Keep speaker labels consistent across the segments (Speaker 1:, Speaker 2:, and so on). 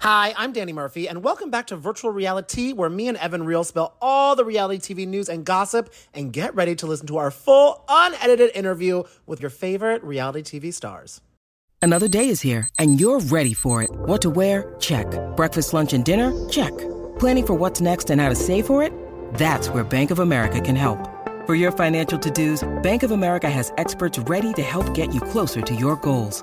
Speaker 1: Hi, I'm Danny Murphy, and welcome back to Virtual Reality, where me and Evan Real spell all the reality TV news and gossip, and get ready to listen to our full, unedited interview with your favorite reality TV stars.
Speaker 2: Another day is here, and you're ready for it. What to wear? Check. Breakfast, lunch, and dinner? Check. Planning for what's next and how to save for it? That's where Bank of America can help. For your financial to dos, Bank of America has experts ready to help get you closer to your goals.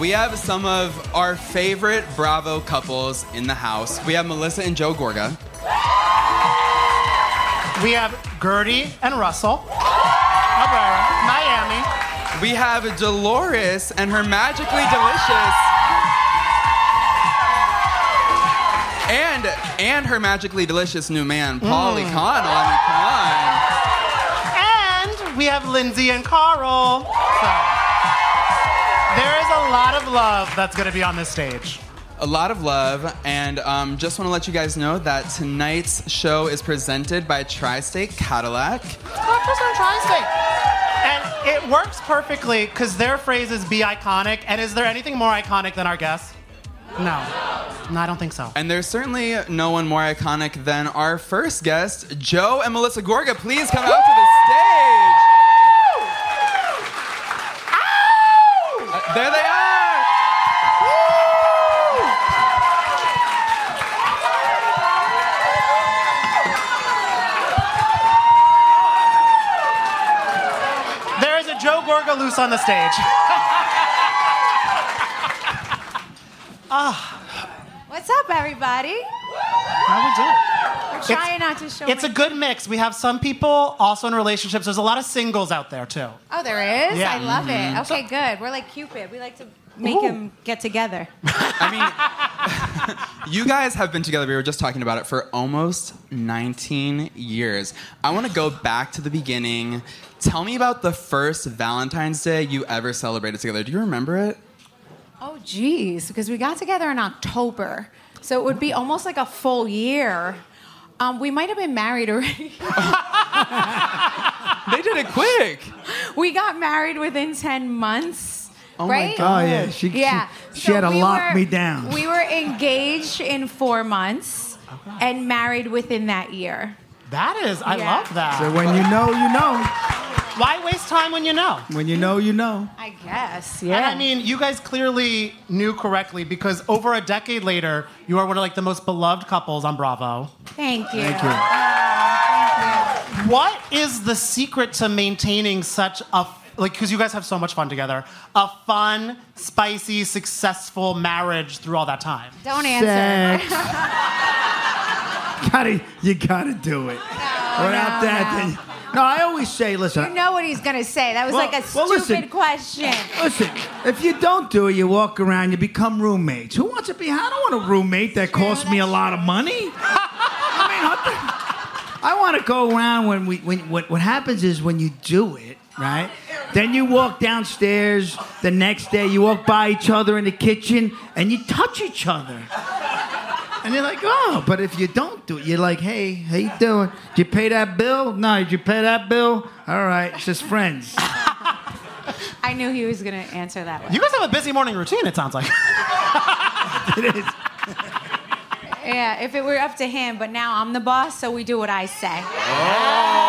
Speaker 3: We have some of our favorite Bravo couples in the house. We have Melissa and Joe Gorga.
Speaker 1: We have Gertie and Russell, Alberta, Miami,
Speaker 3: We have Dolores and her magically delicious. And and her magically delicious new man, Hmm. Polly
Speaker 1: Mm.
Speaker 3: Connell. I
Speaker 1: and we have Lindsay and Carl. So, there is a lot of love that's going to be on this stage.
Speaker 3: mean, come on. A lot of love, and um, just want to let you guys know that tonight's show is presented by Tri-State Cadillac.
Speaker 1: Doctors on Tri-State. And it works perfectly because their phrase is be iconic. And is there anything more iconic than our guests? No. No, I don't think so.
Speaker 3: And there's certainly no one more iconic than our first guest, Joe and Melissa Gorga. Please come out to the stage. Uh, There they are.
Speaker 1: There is a Joe Gorga loose on the stage.
Speaker 4: Ah,
Speaker 5: What's up, everybody?
Speaker 1: How
Speaker 5: We're
Speaker 1: It's-
Speaker 5: trying not to show.
Speaker 1: we do it? It's a
Speaker 5: my-
Speaker 1: good mix. We have some people also in relationships. There's a lot of singles out there, too.
Speaker 5: oh, there is.
Speaker 1: Yeah.
Speaker 5: I
Speaker 1: Mm-hmm.
Speaker 5: love it. Okay, good. We're like Cupid. We like to make
Speaker 1: Ooh.
Speaker 5: them get together.
Speaker 3: I mean, you guys have been together. We were just talking about it for almost 19 years. I want to go back to the beginning. Tell me about the first Valentine's Day you ever celebrated together. Do you remember it?
Speaker 5: Oh, geez, because we got together in October, so it would be almost like a full year. Um, we might have been married already.
Speaker 3: They did it quick.
Speaker 5: we got married within 10 months.
Speaker 3: Oh my
Speaker 5: right?
Speaker 3: God.
Speaker 4: Oh, yeah. She- she-
Speaker 5: yeah.
Speaker 4: she had to lock me down.
Speaker 5: We were engaged in four months and married within that year.
Speaker 1: That is, I
Speaker 5: Yeah.
Speaker 1: love that.
Speaker 4: So when you know, you know.
Speaker 1: Why waste time when you know?
Speaker 4: When you know, you know.
Speaker 5: I guess.
Speaker 1: And
Speaker 5: Yeah.
Speaker 1: I mean, you guys clearly knew correctly because over a decade later, you are one of like the most beloved couples on Bravo.
Speaker 5: Thank you. Um,
Speaker 4: Thank you.
Speaker 1: What is the secret to maintaining such a like because you guys have so much fun together, a fun, spicy, successful marriage through all that time?
Speaker 5: Don't answer.
Speaker 4: Sex. gotta, you gotta do it. Without
Speaker 5: no,
Speaker 4: that,
Speaker 5: no.
Speaker 4: then. No, I always say, listen.
Speaker 5: You know what he's gonna say. That was
Speaker 4: Well-
Speaker 5: like a
Speaker 4: well,
Speaker 5: stupid
Speaker 4: listen.
Speaker 5: question.
Speaker 4: Listen, if you don't do it, you walk around, you become roommates. Who wants to be? I don't want a roommate that
Speaker 5: True,
Speaker 4: costs me a
Speaker 5: that's
Speaker 4: lot of money. I mean, what the- I want to go around when we when what, what happens is when you do it right. Then you walk downstairs the next day. You walk by each other in the kitchen and you touch each other. And you're like, oh, but if you don't do it, you're like, hey, how you doing? Did you pay that bill? No, did you pay that bill? All right, it's just friends.
Speaker 5: I knew he was gonna answer that one.
Speaker 1: You guys have a busy morning routine, it sounds like.
Speaker 4: it is.
Speaker 5: Yeah, if it were up to him, but now I'm the boss, so we do what I say.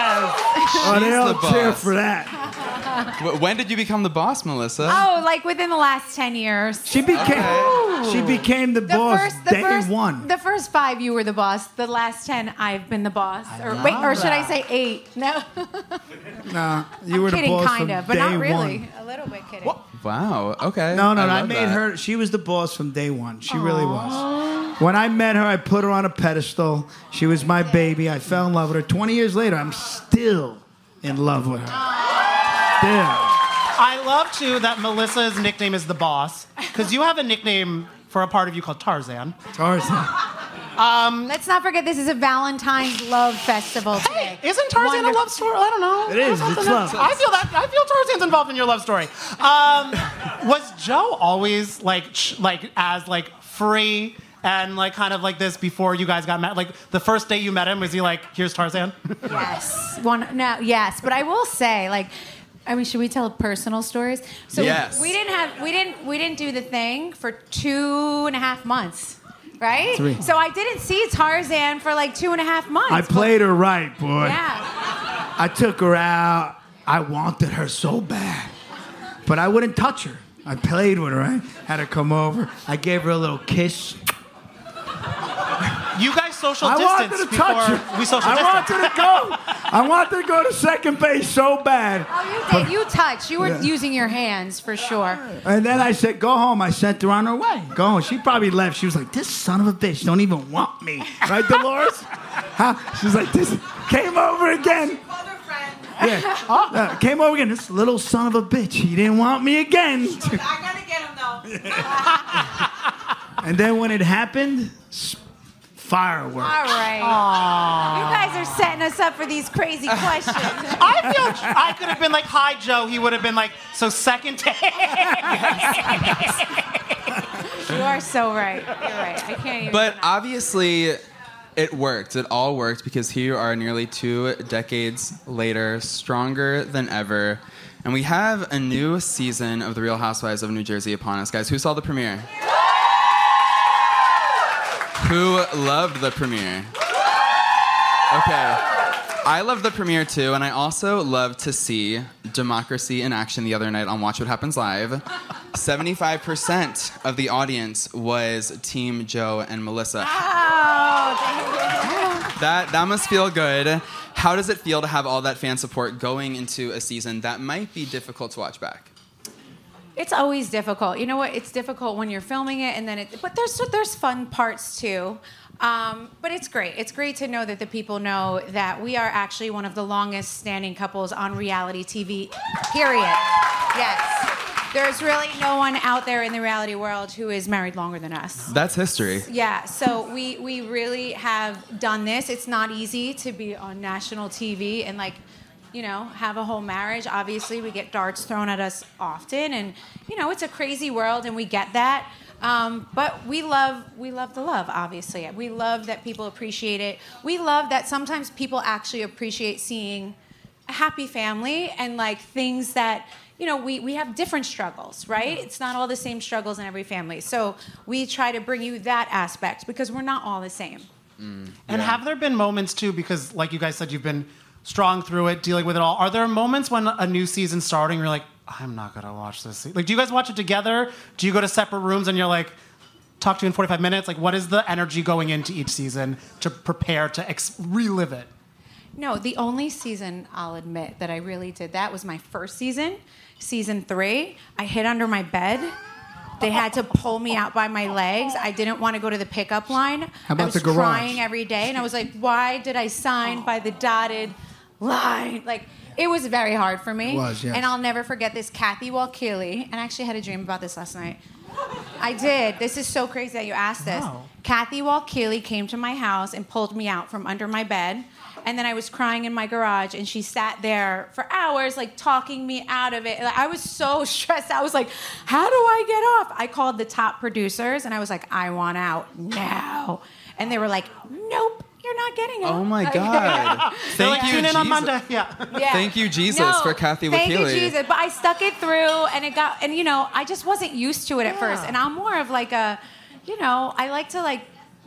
Speaker 4: Oh, they
Speaker 3: She's
Speaker 4: all
Speaker 3: the
Speaker 4: cheer
Speaker 3: boss.
Speaker 4: for that. Oh.
Speaker 3: Wh- When did you become the boss, Melissa?
Speaker 5: Oh, like within the last ten years.
Speaker 4: She became She became the, boss day one.
Speaker 5: The first five, you were the boss. The last ten, I've been the boss. or wait, or should I say eight? No,
Speaker 4: Nah, you
Speaker 5: I'm
Speaker 4: were
Speaker 5: kidding,
Speaker 4: the boss
Speaker 5: kind
Speaker 4: from
Speaker 5: of, but
Speaker 4: day
Speaker 5: not really.
Speaker 4: one.
Speaker 5: A little bit kidding.
Speaker 3: Wow. Okay.
Speaker 4: No, no, no. I,
Speaker 3: love
Speaker 4: made
Speaker 3: that.
Speaker 4: her. She was the boss from day one. She really was. When I met her, I put her on a pedestal. She was my baby. I fell in love with her. Twenty years later, I'm still in love with her. Still.
Speaker 6: I love too that Melissa's nickname is the boss because you have a nickname for a part of you called Tarzan.
Speaker 4: Tarzan.
Speaker 5: Um, Let's not forget this is a Valentine's Love Festival today.
Speaker 6: Isn't Tarzan
Speaker 5: Wonderful.
Speaker 6: a love story? I don't know.
Speaker 4: It is.
Speaker 6: I
Speaker 4: It's
Speaker 6: feel
Speaker 4: love.
Speaker 6: that. I feel Tarzan's involved in your love story. Um, was Joe always like ch- like as like free and like kind of like this before you guys got met? Like the first day you met him, was he like, "Here's Tarzan"?
Speaker 5: Yes. One. No. Yes. But I will say, like, I mean, should we tell personal stories? So
Speaker 3: Yes.
Speaker 5: we didn't have, we didn't, we didn't do the thing for two and a half months, right?
Speaker 4: Three.
Speaker 5: So I didn't see Tarzan for like two and a half months.
Speaker 4: I played her right, boy.
Speaker 5: Yeah.
Speaker 4: I took her out. I wanted her so bad, but I wouldn't touch her. I played with her. I had her come over. I gave her a little kiss.
Speaker 6: You guys social
Speaker 4: I
Speaker 6: distance
Speaker 4: wanted to
Speaker 6: before
Speaker 4: touch her.
Speaker 6: we social
Speaker 4: I
Speaker 6: distance.
Speaker 4: wanted to go. I wanted to go to second base so bad.
Speaker 5: Oh, you did. You touched. You were
Speaker 4: Yeah.
Speaker 5: using your hands for sure.
Speaker 4: And then I said, "Go home." I sent her on her way. Go home. She probably left. She was like, "This son of a bitch don't even want me." Right, Dolores? huh? She was like, "This came over again." Yeah. Uh, came over again. This little son of a bitch. He didn't want me
Speaker 7: I
Speaker 4: again.
Speaker 7: gotta get him though.
Speaker 4: And then when it happened, s- fireworks.
Speaker 5: All right. You guys are setting us up for these crazy questions.
Speaker 6: I feel I could have been like, "Hi, Joe." He would have been like, "So second day."
Speaker 5: you are so right. You're right. I can't even.
Speaker 3: But obviously, it worked. It all worked because here you are nearly two decades later, stronger than ever. And we have a new season of The Real Housewives of New Jersey upon us, guys. Who saw the premiere? Who loved the premiere? Okay. I love the premiere too, and I also love to see democracy in action the other night on Watch What Happens Live. 75% of the audience was Team Joe and Melissa. That, that must feel good. How does it feel to have all that fan support going into a season that might be difficult to watch back?
Speaker 5: It's always difficult. You know what? It's difficult when you're filming it, and then it. But there's there's fun parts too. Um, but it's great. It's great to know that the people know that we are actually one of the longest standing couples on reality TV. Period. Yes. There's really no one out there in the reality world who is married longer than us.
Speaker 3: That's history.
Speaker 5: Yeah, so we we really have done this. It's not easy to be on national TV and like, you know, have a whole marriage. Obviously, we get darts thrown at us often, and you know, it's a crazy world, and we get that. Um, but we love we love the love. Obviously, we love that people appreciate it. We love that sometimes people actually appreciate seeing a happy family and like things that you know we, we have different struggles right it's not all the same struggles in every family so we try to bring you that aspect because we're not all the same
Speaker 6: And have there been moments too, because like you guys said, you've been strong through it, dealing with it all. Are there moments when a new season's starting, you're like, I'm not gonna watch this. se-" Like, do you guys watch it together? Do you go to separate rooms and you're like, talk to you in 45 minutes? Like, what is the energy going into each season to prepare to ex- relive it?
Speaker 5: No, the only season I'll admit that I really did that was my first season, season three. I hid under my bed. They had to pull me out by my legs. I didn't want to go to the pickup line. How
Speaker 4: about
Speaker 5: I was
Speaker 4: the garage?
Speaker 5: crying every day, and I was like, "Why did I sign by the dotted line?" Like, it was very hard for me.
Speaker 4: It was, yes.
Speaker 5: And I'll never forget this Kathy Walkili. And I actually had a dream about this last night. I did. This is so crazy that you asked this.
Speaker 6: Wow.
Speaker 5: Kathy Walkili came to my house and pulled me out from under my bed. And then I was crying in my garage, and she sat there for hours, like talking me out of it. Like, I was so stressed. I was like, How do I get off? I called the top producers and I was like, I want out now. And they were like, Nope, you're not getting out.
Speaker 3: Oh my
Speaker 5: Like-
Speaker 3: God.
Speaker 6: They're
Speaker 3: Thank
Speaker 6: like,
Speaker 3: you,
Speaker 6: tune in on
Speaker 3: Jesus.
Speaker 6: Monday. Yeah.
Speaker 5: Yeah.
Speaker 3: Thank you, Jesus, for Kathy
Speaker 5: Thank you,
Speaker 3: Wakili.
Speaker 5: Jesus. But I stuck it through, and it got, and you know, I just wasn't used to it at first. And I'm more of like a, you know, I like to like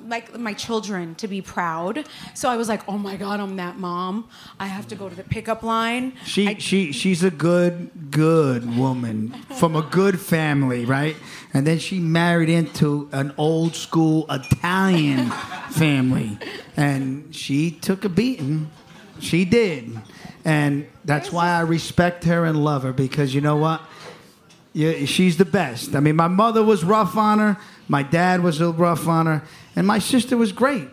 Speaker 5: like my children to be proud. So I was like, oh my god, I'm that mom. I have to go to the pickup line.
Speaker 4: She
Speaker 5: I-
Speaker 4: she she's a good good woman from a good family, right? And then she married into an old school Italian family, and she took a beating. She did, and that's why I respect her and love her because you know what? Yeah, she's the best. I mean, my mother was rough on her, my dad was rough on her, and my sister was great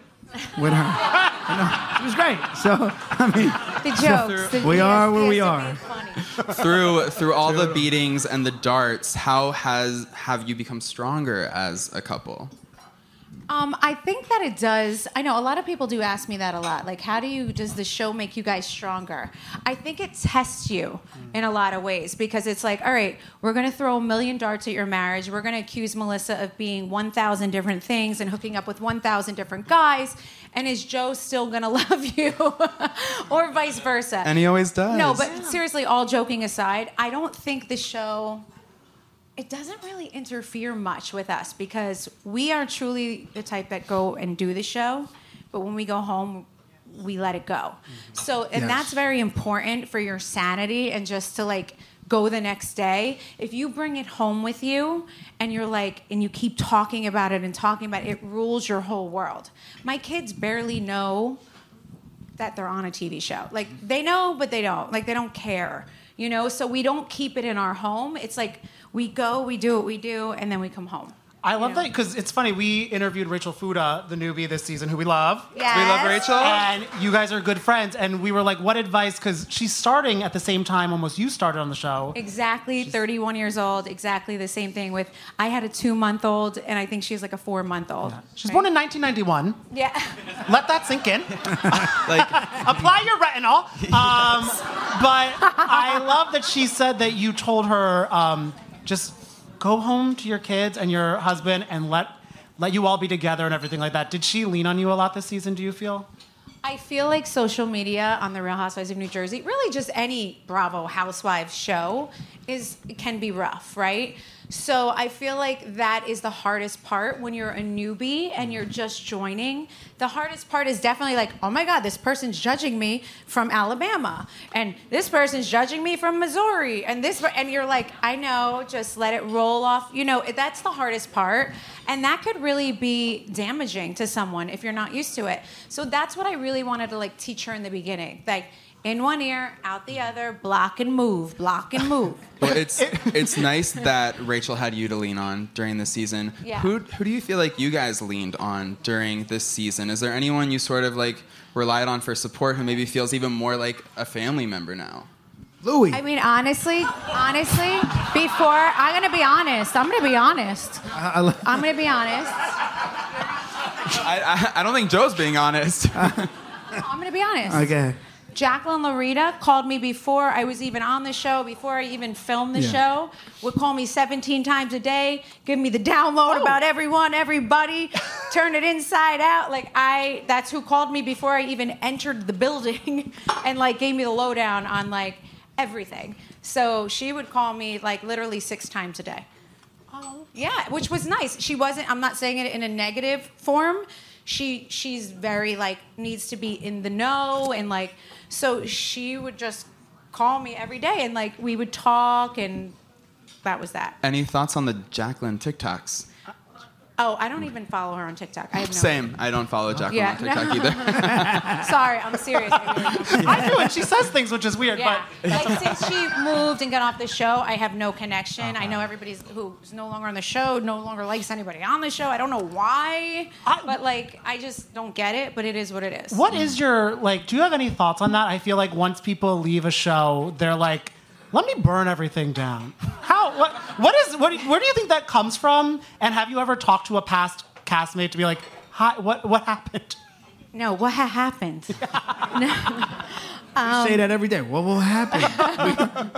Speaker 4: with her. You know, she was great. So I mean.
Speaker 5: the jokes. the-
Speaker 4: We are where we
Speaker 5: it
Speaker 4: are.
Speaker 5: made funny.
Speaker 3: through through all the beatings and the darts, how has have you become stronger as a couple?
Speaker 5: Um, I think that it does. I know a lot of people do ask me that a lot. Like, how do you does the show make you guys stronger? I think it tests you in a lot of ways because it's like, all right, we're gonna throw a million darts at your marriage. We're gonna accuse Melissa of being one thousand different things and hooking up with one thousand different guys. And is Joe still gonna love you, or vice versa?
Speaker 3: And he always does.
Speaker 5: No, but seriously, all joking aside, I don't think the show it doesn't really interfere much with us because we are truly the type that go and do the show, but when we go home, we let it go. So, and
Speaker 4: Yes.
Speaker 5: that's very important for your sanity and just to like go the next day. If you bring it home with you and you're like, and you keep talking about it and talking about it, it rules your whole world. My kids barely know that they're on a TV show. Like they know, but they don't. Like they don't care, you know? So we don't keep it in our home. It's like we go, we do what we do, and then we come home.
Speaker 1: I love
Speaker 5: Yeah.
Speaker 1: that because it's funny. We interviewed Rachel Fuda, the newbie this season, who we love.
Speaker 3: we love Rachel.
Speaker 1: And you guys are good friends. And we were like, what advice? Because she's starting at the same time almost you started on the show.
Speaker 5: Exactly 31 years old. Exactly the same thing with I had a two month old, and I think she's like a four month old.
Speaker 1: She's born in 1991.
Speaker 5: Yeah.
Speaker 1: Let that sink in.
Speaker 3: like
Speaker 1: Apply your retinol. Um, But I love that she said that you told her um, just go home to your kids and your husband and let let you all be together and everything like that. Did she lean on you a lot this season? Do you feel?
Speaker 5: I feel like social media on the Real Housewives of New Jersey, really just any Bravo Housewives show, is can be rough, right? So I feel like that is the hardest part when you're a newbie and you're just joining. The hardest part is definitely like, oh my God, this person's judging me from Alabama, and this person's judging me from Missouri, and this, and you're like, I know, just let it roll off. You know, that's the hardest part, and that could really be damaging to someone if you're not used to it. So that's what I really wanted to like teach her in the beginning, like in one ear, out the other, block and move, block and move.
Speaker 3: well, it's it's nice that Rachel had you to lean on during this season.
Speaker 5: Yeah.
Speaker 3: Who who do you feel like you guys leaned on during this season? Is there anyone you sort of like relied on for support who maybe feels even more like a family member now?
Speaker 4: Louis.
Speaker 5: I mean, honestly, honestly, before I'm gonna be honest, I'm gonna be honest,
Speaker 3: Uh-huh.
Speaker 5: I'm gonna be honest,
Speaker 3: I, I, I don't think Joe's being honest.
Speaker 5: I'm gonna be honest.
Speaker 4: okay.
Speaker 5: Jacqueline Larita called me before I was even on the show, before I even filmed the
Speaker 4: Yeah.
Speaker 5: show. Would call me 17 times a day, give me the download about everyone, everybody, turn it inside out. Like I, that's who called me before I even entered the building, and like gave me the lowdown on like everything. So she would call me like literally six times a day. Yeah, which was nice. She wasn't. I'm not saying it in a negative form. She she's very like needs to be in the know and like so she would just call me every day and like we would talk and that was that.
Speaker 3: Any thoughts on the Jacqueline TikToks?
Speaker 5: Oh, I don't even follow her on TikTok. I have no
Speaker 3: Same. I don't follow Jacqueline
Speaker 5: Yeah.
Speaker 3: on TikTok either.
Speaker 5: Sorry, I'm serious. I really don't.
Speaker 1: I do, and she says things which is weird,
Speaker 5: Yeah.
Speaker 1: but
Speaker 5: Like since she moved and got off the show, I have no connection.
Speaker 1: Uh-huh.
Speaker 5: I know everybody's who's no longer on the show, no longer likes anybody on the show. I don't know why,
Speaker 1: I-
Speaker 5: but like I just don't get it. But it is what it is.
Speaker 1: What is your like? Do you have any thoughts on that? I feel like once people leave a show, they're like, "Let me burn everything down." How? What? What is? What, where do you think that comes from? And have you ever talked to a past castmate to be like, "Hi, what? What happened?"
Speaker 5: No, what ha- happened?
Speaker 4: say that every day. What will happen?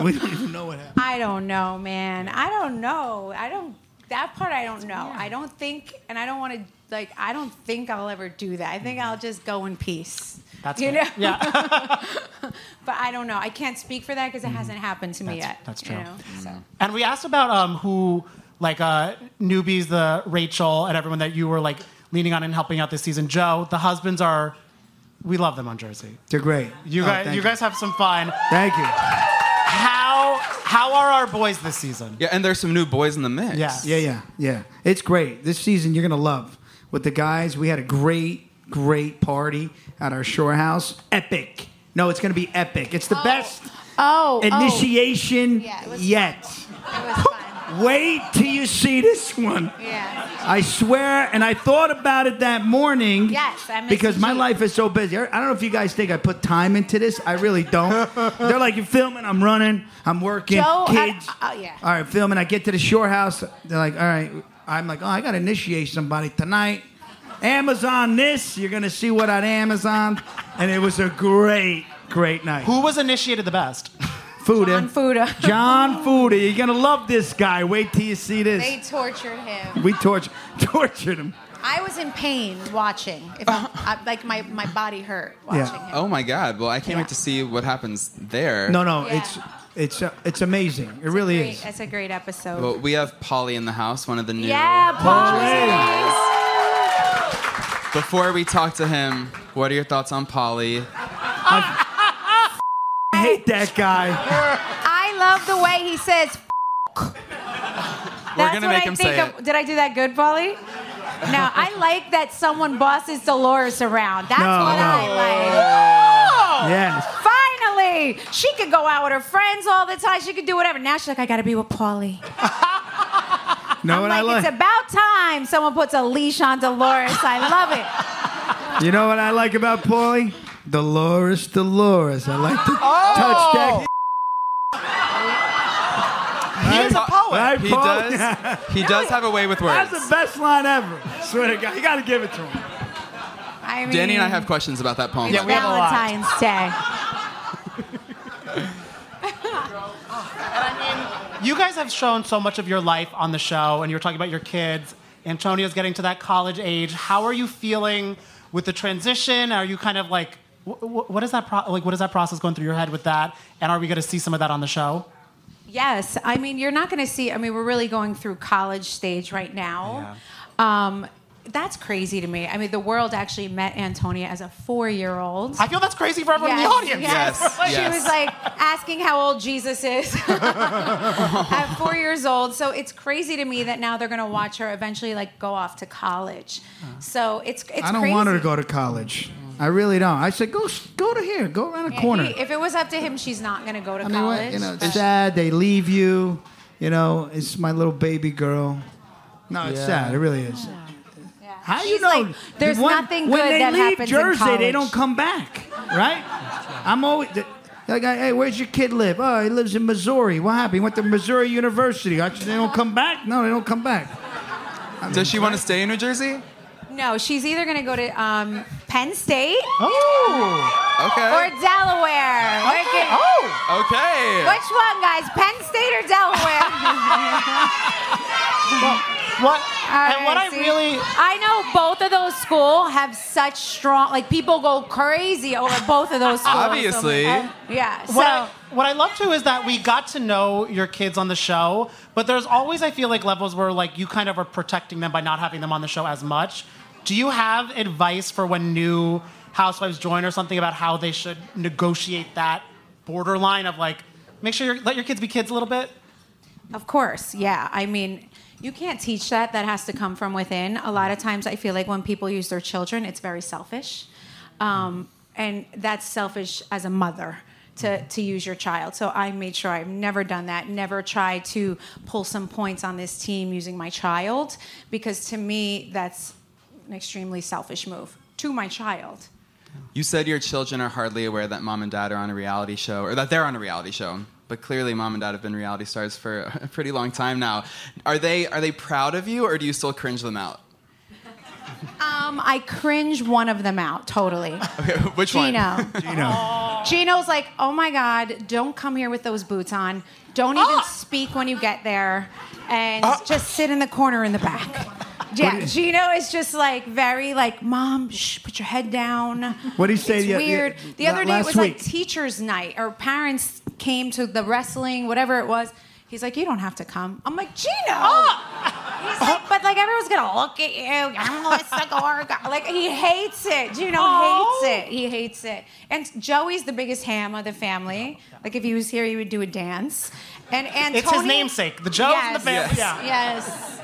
Speaker 4: we, we don't even know what happened.
Speaker 5: I don't know, man. I don't know. I don't. That part I don't know. I don't think, and I don't want to. Like, I don't think I'll ever do that. I think I'll just go in peace.
Speaker 1: Mm-hmm. That's
Speaker 5: you
Speaker 1: fair.
Speaker 5: know.
Speaker 1: Yeah, Mm-hmm.
Speaker 5: But I don't know. I can't speak for that because it hasn't happened to me
Speaker 1: That's-
Speaker 5: yet.
Speaker 1: that's
Speaker 5: you
Speaker 1: true. Mm.
Speaker 5: know, so.
Speaker 1: and we asked about um who like uh newbies, the Rachel and everyone that you were like leaning on and helping out this season. Joe, the husbands are, we love them on Jersey.
Speaker 4: They're great.
Speaker 1: You
Speaker 4: Oh,
Speaker 1: guys,
Speaker 4: thank
Speaker 1: you guys have some fun.
Speaker 4: Thank you.
Speaker 1: How how are our boys this season?
Speaker 3: Yeah, and there's some new boys in the mix.
Speaker 1: Yes.
Speaker 4: Yeah, yeah, yeah. It's great. This season you're gonna love. With the guys, we had a great, great party at our shore house. Epic. No, it's gonna be epic. It's the best
Speaker 5: Oh,
Speaker 4: initiation
Speaker 5: Yeah, it was-
Speaker 4: yet.
Speaker 5: Oh, it was fun.
Speaker 4: Wait till you see this one.
Speaker 5: Yeah.
Speaker 4: I swear, and I thought about it that morning.
Speaker 5: Yes, I messaged
Speaker 4: because my
Speaker 5: you.
Speaker 4: life is so busy. I don't know if you guys think I put time into this. I really don't. They're like, you're filming, I'm running, I'm working,
Speaker 5: Joe, I-
Speaker 4: kids.
Speaker 5: oh, yeah.
Speaker 4: All right, filming. I get to the shore house. They're like, all right. I'm like, oh, I got to initiate somebody tonight. Amazon this. You're going to see what on Amazon. And it was a great, great night.
Speaker 1: Who was initiated the best?
Speaker 4: Fuda.
Speaker 5: John Fuda.
Speaker 4: John Fuda. You're going to love this guy. Wait till you see this.
Speaker 5: They tortured him.
Speaker 4: we torture, tortured him.
Speaker 5: I was in pain watching. If
Speaker 4: Uh-huh.
Speaker 5: I'm, I, like my, my body hurt watching
Speaker 4: Yeah.
Speaker 5: him.
Speaker 3: Oh my God. Well, I can't
Speaker 5: Yeah.
Speaker 3: wait to see what happens there.
Speaker 4: No, no,
Speaker 5: Yeah.
Speaker 4: it's it's uh, it's amazing. It really
Speaker 5: Great.
Speaker 4: is.
Speaker 5: That's a great episode.
Speaker 3: But we have Polly in the house, one of the new.
Speaker 5: yeah, Polly.
Speaker 3: Before we talk to him, what are your thoughts on Polly?
Speaker 4: I hate that guy.
Speaker 5: I love the way he says. F- That's
Speaker 3: We're gonna
Speaker 5: what
Speaker 3: make
Speaker 5: I
Speaker 3: him
Speaker 5: think
Speaker 3: say
Speaker 5: of-
Speaker 3: it.
Speaker 5: Did I do that good, Polly? No, I like that someone bosses Dolores around. That's
Speaker 4: No,
Speaker 5: what
Speaker 4: no.
Speaker 5: I like.
Speaker 4: Yes.
Speaker 5: Finally, she could go out with her friends all the time. She could do whatever. Now she's like, I gotta be with Polly.
Speaker 4: Know
Speaker 5: I'm
Speaker 4: what
Speaker 5: like,
Speaker 4: I like?
Speaker 5: it's about time someone puts a leash on Dolores. I love it.
Speaker 4: you know what I like about Paulie? Dolores, Dolores. I like to
Speaker 1: Oh.
Speaker 4: touch that.
Speaker 3: He is a poet.
Speaker 4: Right,
Speaker 3: he
Speaker 4: Paul?
Speaker 3: does. He does have a way with words.
Speaker 4: That's the best line ever. Swear to God, you got to give it to him.
Speaker 5: I mean,
Speaker 3: Danny and I have questions about that poem.
Speaker 5: it's
Speaker 1: Yeah, we have a lot.
Speaker 5: Valentine's Day.
Speaker 1: You guys have shown so much of your life on the show, and you're talking about your kids. Antonio's getting to that college age. How are you feeling with the transition? Are you kind of like, wh- wh- what is that pro- like? What is that process going through your head with that? And are we going to see some of that on the show?
Speaker 5: Yes, I mean, you're not going to see. I mean, we're really going through college stage right now. Um, that's crazy to me. I mean, the world actually met Antonia as a four-year-old.
Speaker 1: I feel that's crazy for everyone in the
Speaker 5: Yes,
Speaker 1: audience.
Speaker 5: yes.
Speaker 3: Yes,
Speaker 5: She
Speaker 3: yes.
Speaker 5: was like asking how old Jesus is at four years old. So it's crazy to me that now they're going to watch her eventually like go off to college. So it's it's.
Speaker 4: I don't
Speaker 5: crazy.
Speaker 4: want her to go to college. I really don't. I said, go, go to here, go around a corner.
Speaker 5: He- if it was up to him, she's not going to go to
Speaker 4: I mean,
Speaker 5: college.
Speaker 4: what, you know, it's
Speaker 5: but-
Speaker 4: sad. They leave you. You know, it's my little baby girl. No, it's
Speaker 3: Yeah.
Speaker 4: sad. It really is. How
Speaker 5: She's
Speaker 4: you know?
Speaker 5: like, there's
Speaker 4: when-
Speaker 5: nothing
Speaker 4: when
Speaker 5: good
Speaker 4: they
Speaker 5: that
Speaker 4: leave
Speaker 5: happens in
Speaker 4: Jersey, they
Speaker 5: college.
Speaker 4: don't come back, right? I'm always they're like, hey, where's your kid live? Oh, he lives in Missouri. What happened? He went to Missouri University. I- They don't come back. No, they don't come back.
Speaker 3: Does she want to stay in New Jersey? Okay.
Speaker 5: No, she's either going to go to um, Penn State
Speaker 1: Oh,
Speaker 5: or Delaware. Where can-
Speaker 1: oh,
Speaker 3: okay.
Speaker 5: Which one, guys? Penn State or Delaware?
Speaker 1: what?
Speaker 5: All
Speaker 1: and what
Speaker 5: right,
Speaker 1: I
Speaker 5: see?
Speaker 1: really
Speaker 5: I know both of those schools have such strong, like people go crazy over both of those schools.
Speaker 3: Obviously.
Speaker 5: yeah. So
Speaker 1: What, I, what I love too is that we got to know your kids on the show, but there's always I feel like levels where like you kind of are protecting them by not having them on the show as much. Do you have advice for when new housewives join or something about how they should negotiate that borderline of like make sure you let your kids be kids a little bit?
Speaker 5: Of course, yeah. I mean, you can't teach that. That has to come from within. A lot of times, I feel like when people use their children, it's very selfish, um, and that's selfish as a mother to to use your child. So I made sure I've never done that. Never tried to pull some points on this team using my child because to me that's an extremely selfish move to my child.
Speaker 3: You said your children are hardly aware that mom and dad are on a reality show, or that they're on a reality show. But clearly, mom and dad have been reality stars for a pretty long time now. Are they are they proud of you, or do you still cringe them out?
Speaker 5: Um, I cringe one of them out totally.
Speaker 3: Okay, which one?
Speaker 5: Gino.
Speaker 4: You know,
Speaker 5: Gino's like, oh my God, don't come here with those boots on. Don't even speak when you get there. And just sit in the corner in the back. Yeah, Gino is just like very like, Mom, shh, put your head down.
Speaker 4: What'd he say
Speaker 5: It's
Speaker 4: the- the-
Speaker 5: weird. The,
Speaker 4: la-
Speaker 5: other day it
Speaker 4: last
Speaker 5: was like
Speaker 4: week?
Speaker 5: teacher's night or parents came to the wrestling, whatever it was. He's like, You don't have to come. I'm like, Gino! He's like, but like everyone's gonna look at you. I'm a cigar guy. Like he hates it. Gino hates it. He hates it. And Joey's the biggest ham of the family. Like if he was here, he would do a dance. And and
Speaker 1: It's his namesake, the Joes and the family, yeah.
Speaker 5: Yes.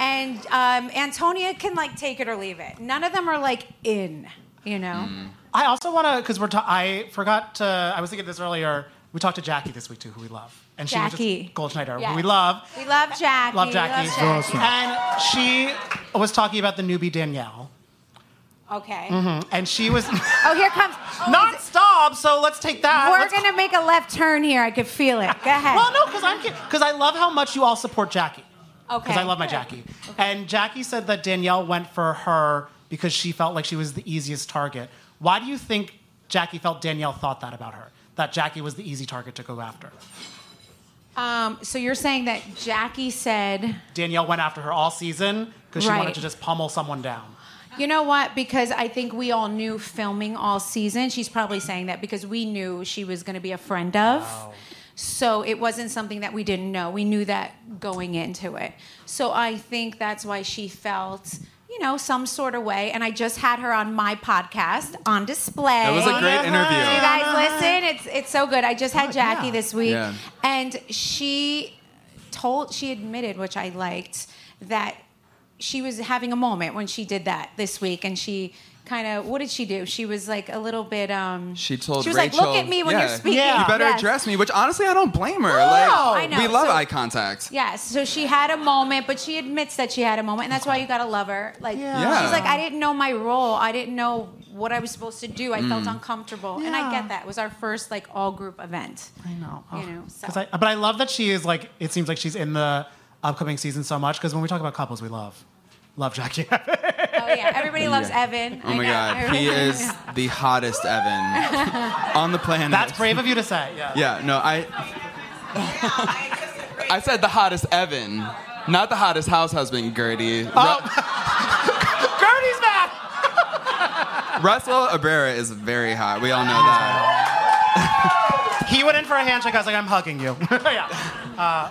Speaker 5: And um, Antonia can like take it or leave it. None of them are like in. You know.
Speaker 1: I also want to, because we're. Ta- I forgot to. I was thinking this earlier. We talked to Jackie this week too, who we love, and she was
Speaker 5: Jackie.
Speaker 1: just Gold Schneider,
Speaker 5: Yeah.
Speaker 1: who we love.
Speaker 5: We love Jackie.
Speaker 1: Love Jackie.
Speaker 5: We love Jackie.
Speaker 1: And she was talking about the newbie Danielle,
Speaker 5: Okay.
Speaker 1: and she was
Speaker 5: Oh, here comes. Oh,
Speaker 1: Mm-hmm. not
Speaker 5: is it-
Speaker 1: stop. So let's take that.
Speaker 5: We're
Speaker 1: Let's-
Speaker 5: gonna make a left turn here. I could feel it. Go ahead.
Speaker 1: Well, no, because I'm because I love how much you all support Jackie.
Speaker 5: Okay.
Speaker 1: Because I love my Jackie. And Jackie said that Danielle went for her because she felt like she was the easiest target. Why do you think Jackie felt Danielle thought that about her? That Jackie was the easy target to go after.
Speaker 5: Um, so you're saying that Jackie said,
Speaker 1: Danielle went after her all season because she wanted
Speaker 5: Right.
Speaker 1: to just pummel someone down.
Speaker 5: you know what? Because I think we all knew filming all season. She's probably saying that because we knew she was going to be a friend of. So it wasn't something that we didn't know. We knew that going into it. So I think that's why she felt, you know, some sort of way. And I just had her on my podcast on display.
Speaker 3: That was a great
Speaker 5: Do you
Speaker 3: interview.
Speaker 5: guys listen? It's it's so good. I just had Jackie
Speaker 1: yeah.
Speaker 5: this week,
Speaker 3: Yeah.
Speaker 5: and she told she admitted, which I liked, that she was having a moment when she did that this week, and she kind of what did she do? She was like a little bit. um
Speaker 3: She told
Speaker 5: she was
Speaker 3: Rachel,
Speaker 5: like, "Look at me when you're
Speaker 3: yeah,
Speaker 5: speaking.
Speaker 1: Yeah.
Speaker 3: You better
Speaker 5: Yes.
Speaker 3: address me," which honestly, I don't blame her.
Speaker 5: I
Speaker 3: like,
Speaker 5: know.
Speaker 3: we love
Speaker 5: So-
Speaker 3: eye contact.
Speaker 5: Yes. So she had a moment, but she admits that she had a moment, and that's why you gotta love her. Like
Speaker 3: Yeah.
Speaker 5: she's like, I didn't know my role. I didn't know what I was supposed to do. I
Speaker 3: Mm.
Speaker 5: felt uncomfortable, and I
Speaker 1: Yeah.
Speaker 5: get that. It was our first like all group event.
Speaker 1: I know.
Speaker 3: Oh.
Speaker 5: You know, so-
Speaker 1: 'Cause I- but I love that she is like, it seems like she's in the upcoming season so much because when we talk about couples, we love. Love Jackie.
Speaker 5: Oh yeah, everybody loves
Speaker 3: Yeah.
Speaker 5: Evan.
Speaker 3: Oh
Speaker 5: I
Speaker 3: my
Speaker 5: know.
Speaker 3: God, he
Speaker 5: Everybody-
Speaker 3: is the hottest Evan on the planet.
Speaker 1: That's brave of you to say. Yeah.
Speaker 3: Yeah, no, I. I said the hottest Evan, not the hottest house husband, Gertie. Ru-
Speaker 1: Oh. Gertie's back!
Speaker 3: Russell Abrera is very hot. We all know that.
Speaker 1: He went in for a handshake. I was like, I'm hugging you. yeah. Uh,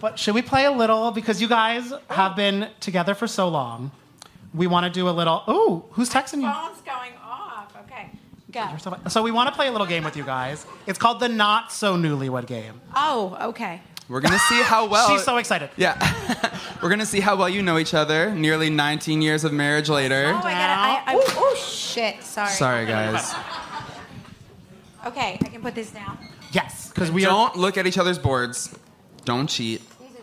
Speaker 1: But should we play a little? Because you guys have been together for so long. We want to do a little. Ooh, who's texting you?
Speaker 5: Phone's going off. Okay, go.
Speaker 1: So we want to play a little game with you guys. It's called the Not So Newlywed Game.
Speaker 5: Oh, okay.
Speaker 3: We're gonna see how well.
Speaker 1: She's so excited.
Speaker 3: Yeah, we're gonna see how well you know each other. Nearly 19 years of marriage
Speaker 5: Oh,
Speaker 3: later.
Speaker 5: I got I, I, oh shit. Sorry.
Speaker 3: Sorry, guys.
Speaker 5: Okay, I can put this down.
Speaker 1: Yes, because we
Speaker 3: We
Speaker 1: are.
Speaker 3: don't look at each other's boards. Don't cheat.
Speaker 5: He's a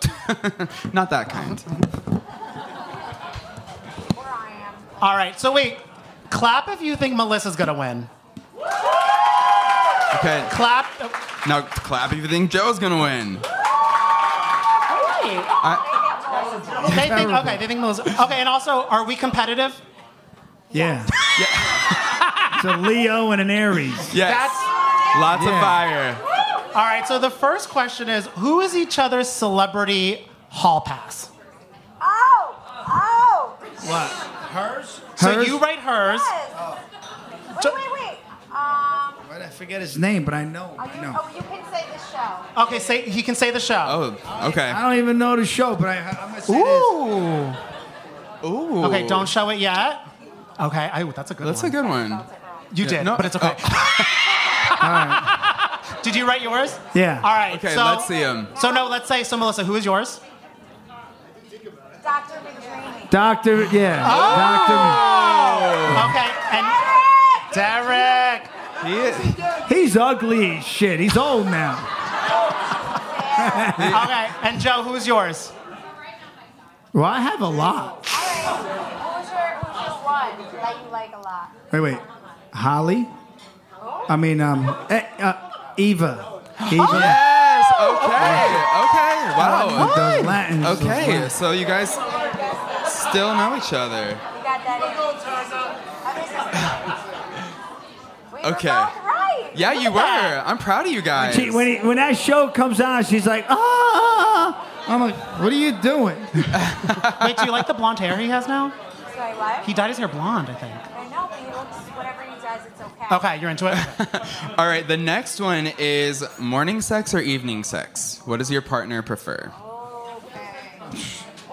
Speaker 5: cheater.
Speaker 3: Oh, not that kind.
Speaker 5: Or I am.
Speaker 1: All right. So wait. Clap if you think Melissa's gonna win.
Speaker 3: Okay,
Speaker 1: Clap.
Speaker 3: now clap if you think Joe's gonna win.
Speaker 1: They think. Okay. They think Melissa. Okay. And also, are we competitive?
Speaker 4: Yeah. it's a Leo and an Aries.
Speaker 3: Yes. Lots of
Speaker 4: Yeah.
Speaker 3: fire.
Speaker 1: All right. So the first question is, who is each other's celebrity hall pass?
Speaker 7: Oh! Oh!
Speaker 4: What? Hers?
Speaker 1: So you write hers.
Speaker 7: Wait, wait, wait. Um,
Speaker 4: I forget his name, but I know.
Speaker 7: are
Speaker 4: I
Speaker 7: you,
Speaker 4: know.
Speaker 7: oh, you can say the show.
Speaker 1: Okay. Say he can say the show.
Speaker 3: Oh, okay.
Speaker 4: I don't even know the show, but I, I'm gonna say this.
Speaker 1: Ooh.
Speaker 3: Oh. Ooh.
Speaker 1: Okay, don't show it yet. Okay, I, ooh, that's a good
Speaker 3: That's a
Speaker 1: one.
Speaker 3: good one.
Speaker 1: You did,
Speaker 3: no, Oh.
Speaker 1: but it's okay. Did you write yours?
Speaker 4: Yeah.
Speaker 1: All right.
Speaker 3: Okay,
Speaker 1: so,
Speaker 3: let's see um, him.
Speaker 1: So no, let's say so. Melissa, who is yours?
Speaker 7: Dr. McDreamy.
Speaker 4: Doctor, yeah,
Speaker 7: Oh,
Speaker 3: Oh.
Speaker 1: Okay, and Derek.
Speaker 4: Doctor. He's ugly as shit. He's old now.
Speaker 1: Okay, and Joe, who is yours?
Speaker 4: Well, I have a lot.
Speaker 7: Who's your, who's your one that you like a lot?
Speaker 4: Wait, wait,
Speaker 7: Oh,
Speaker 4: Holly. I mean, um, eh, uh, Eva. Eva.
Speaker 3: oh, Yes.
Speaker 1: Oh,
Speaker 3: Okay.
Speaker 4: With
Speaker 3: Wow.
Speaker 4: those Latins, those
Speaker 3: Okay.
Speaker 4: Latins.
Speaker 3: So you guys still know each other.
Speaker 7: You got that in. we were
Speaker 3: Okay.
Speaker 7: both right.
Speaker 3: Yeah, you
Speaker 7: Look
Speaker 3: were.
Speaker 7: at that.
Speaker 3: I'm proud of you guys.
Speaker 4: She, when, he, when that show comes on, she's like, ah. I'm like, what are you doing?
Speaker 1: Wait, do you like the blonde hair he has now?
Speaker 7: Sorry, what?
Speaker 1: He dyed his hair blonde, I think.
Speaker 7: I know, but he looks whatever he does, it's okay.
Speaker 1: Okay, you're into it.
Speaker 3: All right, the next one is morning sex or evening sex? What does your partner prefer?
Speaker 7: Okay.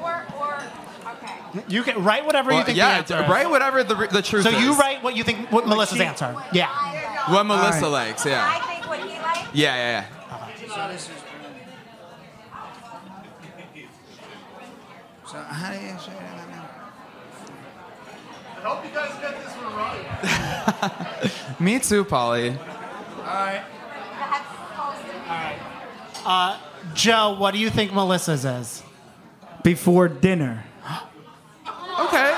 Speaker 7: Or, or, okay.
Speaker 1: You can write whatever you
Speaker 3: Well,
Speaker 1: think.
Speaker 3: yeah,
Speaker 1: the answer is.
Speaker 3: write whatever the, the truth
Speaker 1: So
Speaker 3: is.
Speaker 1: you write what you think. What Melissa's answer?
Speaker 7: What
Speaker 1: Yeah.
Speaker 7: I like.
Speaker 3: what Melissa likes.
Speaker 7: I
Speaker 3: Yeah.
Speaker 7: think what he likes.
Speaker 3: Yeah, yeah, yeah.
Speaker 4: So how do you say that?
Speaker 3: Me too, Polly.
Speaker 7: That's supposed to be.
Speaker 1: Joe, Uh, what do you think Melissa's is?
Speaker 4: Before dinner.
Speaker 3: Okay.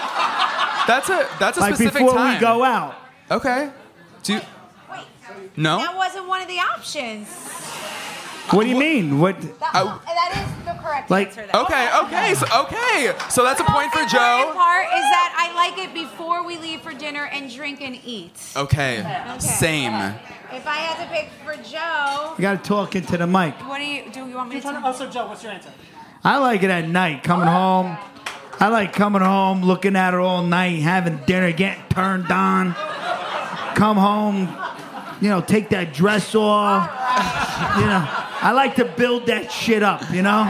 Speaker 3: That's a that's a
Speaker 4: Like
Speaker 3: specific
Speaker 4: before
Speaker 3: time.
Speaker 4: we go out.
Speaker 3: Okay. Do you-
Speaker 7: Wait. That
Speaker 3: no.
Speaker 7: wasn't one of the options.
Speaker 4: What do you mean? What?
Speaker 7: That,
Speaker 3: Oh.
Speaker 7: that is the correct
Speaker 4: Like-
Speaker 7: answer. though.
Speaker 3: Okay. Okay. So, okay. So that's a
Speaker 7: The
Speaker 3: point for
Speaker 7: most important
Speaker 3: Joe.
Speaker 7: part is that I like it before we leave for dinner and drink and eat.
Speaker 3: Okay.
Speaker 7: Okay. Uh-huh.
Speaker 3: Same.
Speaker 7: If I had to pick for Joe,
Speaker 4: You got to talk into the mic.
Speaker 7: what do you do? You want me to? tell-
Speaker 1: Also, Joe, what's your answer?
Speaker 4: I like it at night, coming home. I like coming home, looking at her all night, having dinner, getting turned on. Come home, you know, take that dress off. You know, I like to build that shit up, you know?